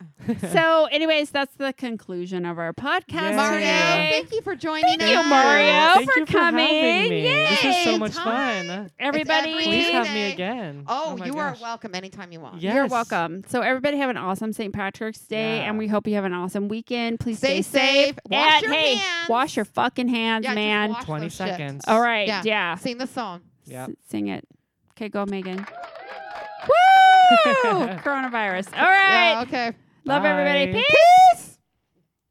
[SPEAKER 2] so, anyways, that's the conclusion of our podcast
[SPEAKER 3] Yay.
[SPEAKER 1] Mario,
[SPEAKER 2] today.
[SPEAKER 1] thank you for joining
[SPEAKER 2] Thank you,
[SPEAKER 1] us.
[SPEAKER 2] Mario,
[SPEAKER 3] Thank
[SPEAKER 2] for
[SPEAKER 3] you for
[SPEAKER 2] coming.
[SPEAKER 3] having me. This was
[SPEAKER 2] Yay,
[SPEAKER 3] so much
[SPEAKER 1] time.
[SPEAKER 3] fun.
[SPEAKER 2] Everybody,
[SPEAKER 1] every
[SPEAKER 3] Please have me
[SPEAKER 1] Yay.
[SPEAKER 3] again.
[SPEAKER 1] Oh,
[SPEAKER 3] my
[SPEAKER 1] you
[SPEAKER 3] gosh.
[SPEAKER 1] are welcome anytime you want.
[SPEAKER 3] Yes.
[SPEAKER 2] You're welcome. So everybody have an awesome St. Patrick's Day,
[SPEAKER 3] Yeah.
[SPEAKER 2] and we hope you have an awesome weekend. Please
[SPEAKER 1] Stay
[SPEAKER 2] stay,
[SPEAKER 1] safe. Wash
[SPEAKER 2] and,
[SPEAKER 1] your
[SPEAKER 2] hey,
[SPEAKER 1] hands.
[SPEAKER 2] wash your fucking hands,
[SPEAKER 1] Yeah, just
[SPEAKER 2] man.
[SPEAKER 1] wash
[SPEAKER 3] 20
[SPEAKER 1] those shit.
[SPEAKER 3] seconds.
[SPEAKER 2] All right,
[SPEAKER 1] Yeah.
[SPEAKER 2] yeah.
[SPEAKER 1] Sing the song.
[SPEAKER 3] Yep.
[SPEAKER 2] S- sing it. Okay,
[SPEAKER 1] [LAUGHS]
[SPEAKER 2] go, Megan. Woo! Coronavirus. All right.
[SPEAKER 1] Yeah, okay.
[SPEAKER 2] Love everybody.
[SPEAKER 3] Bye.
[SPEAKER 2] Peace.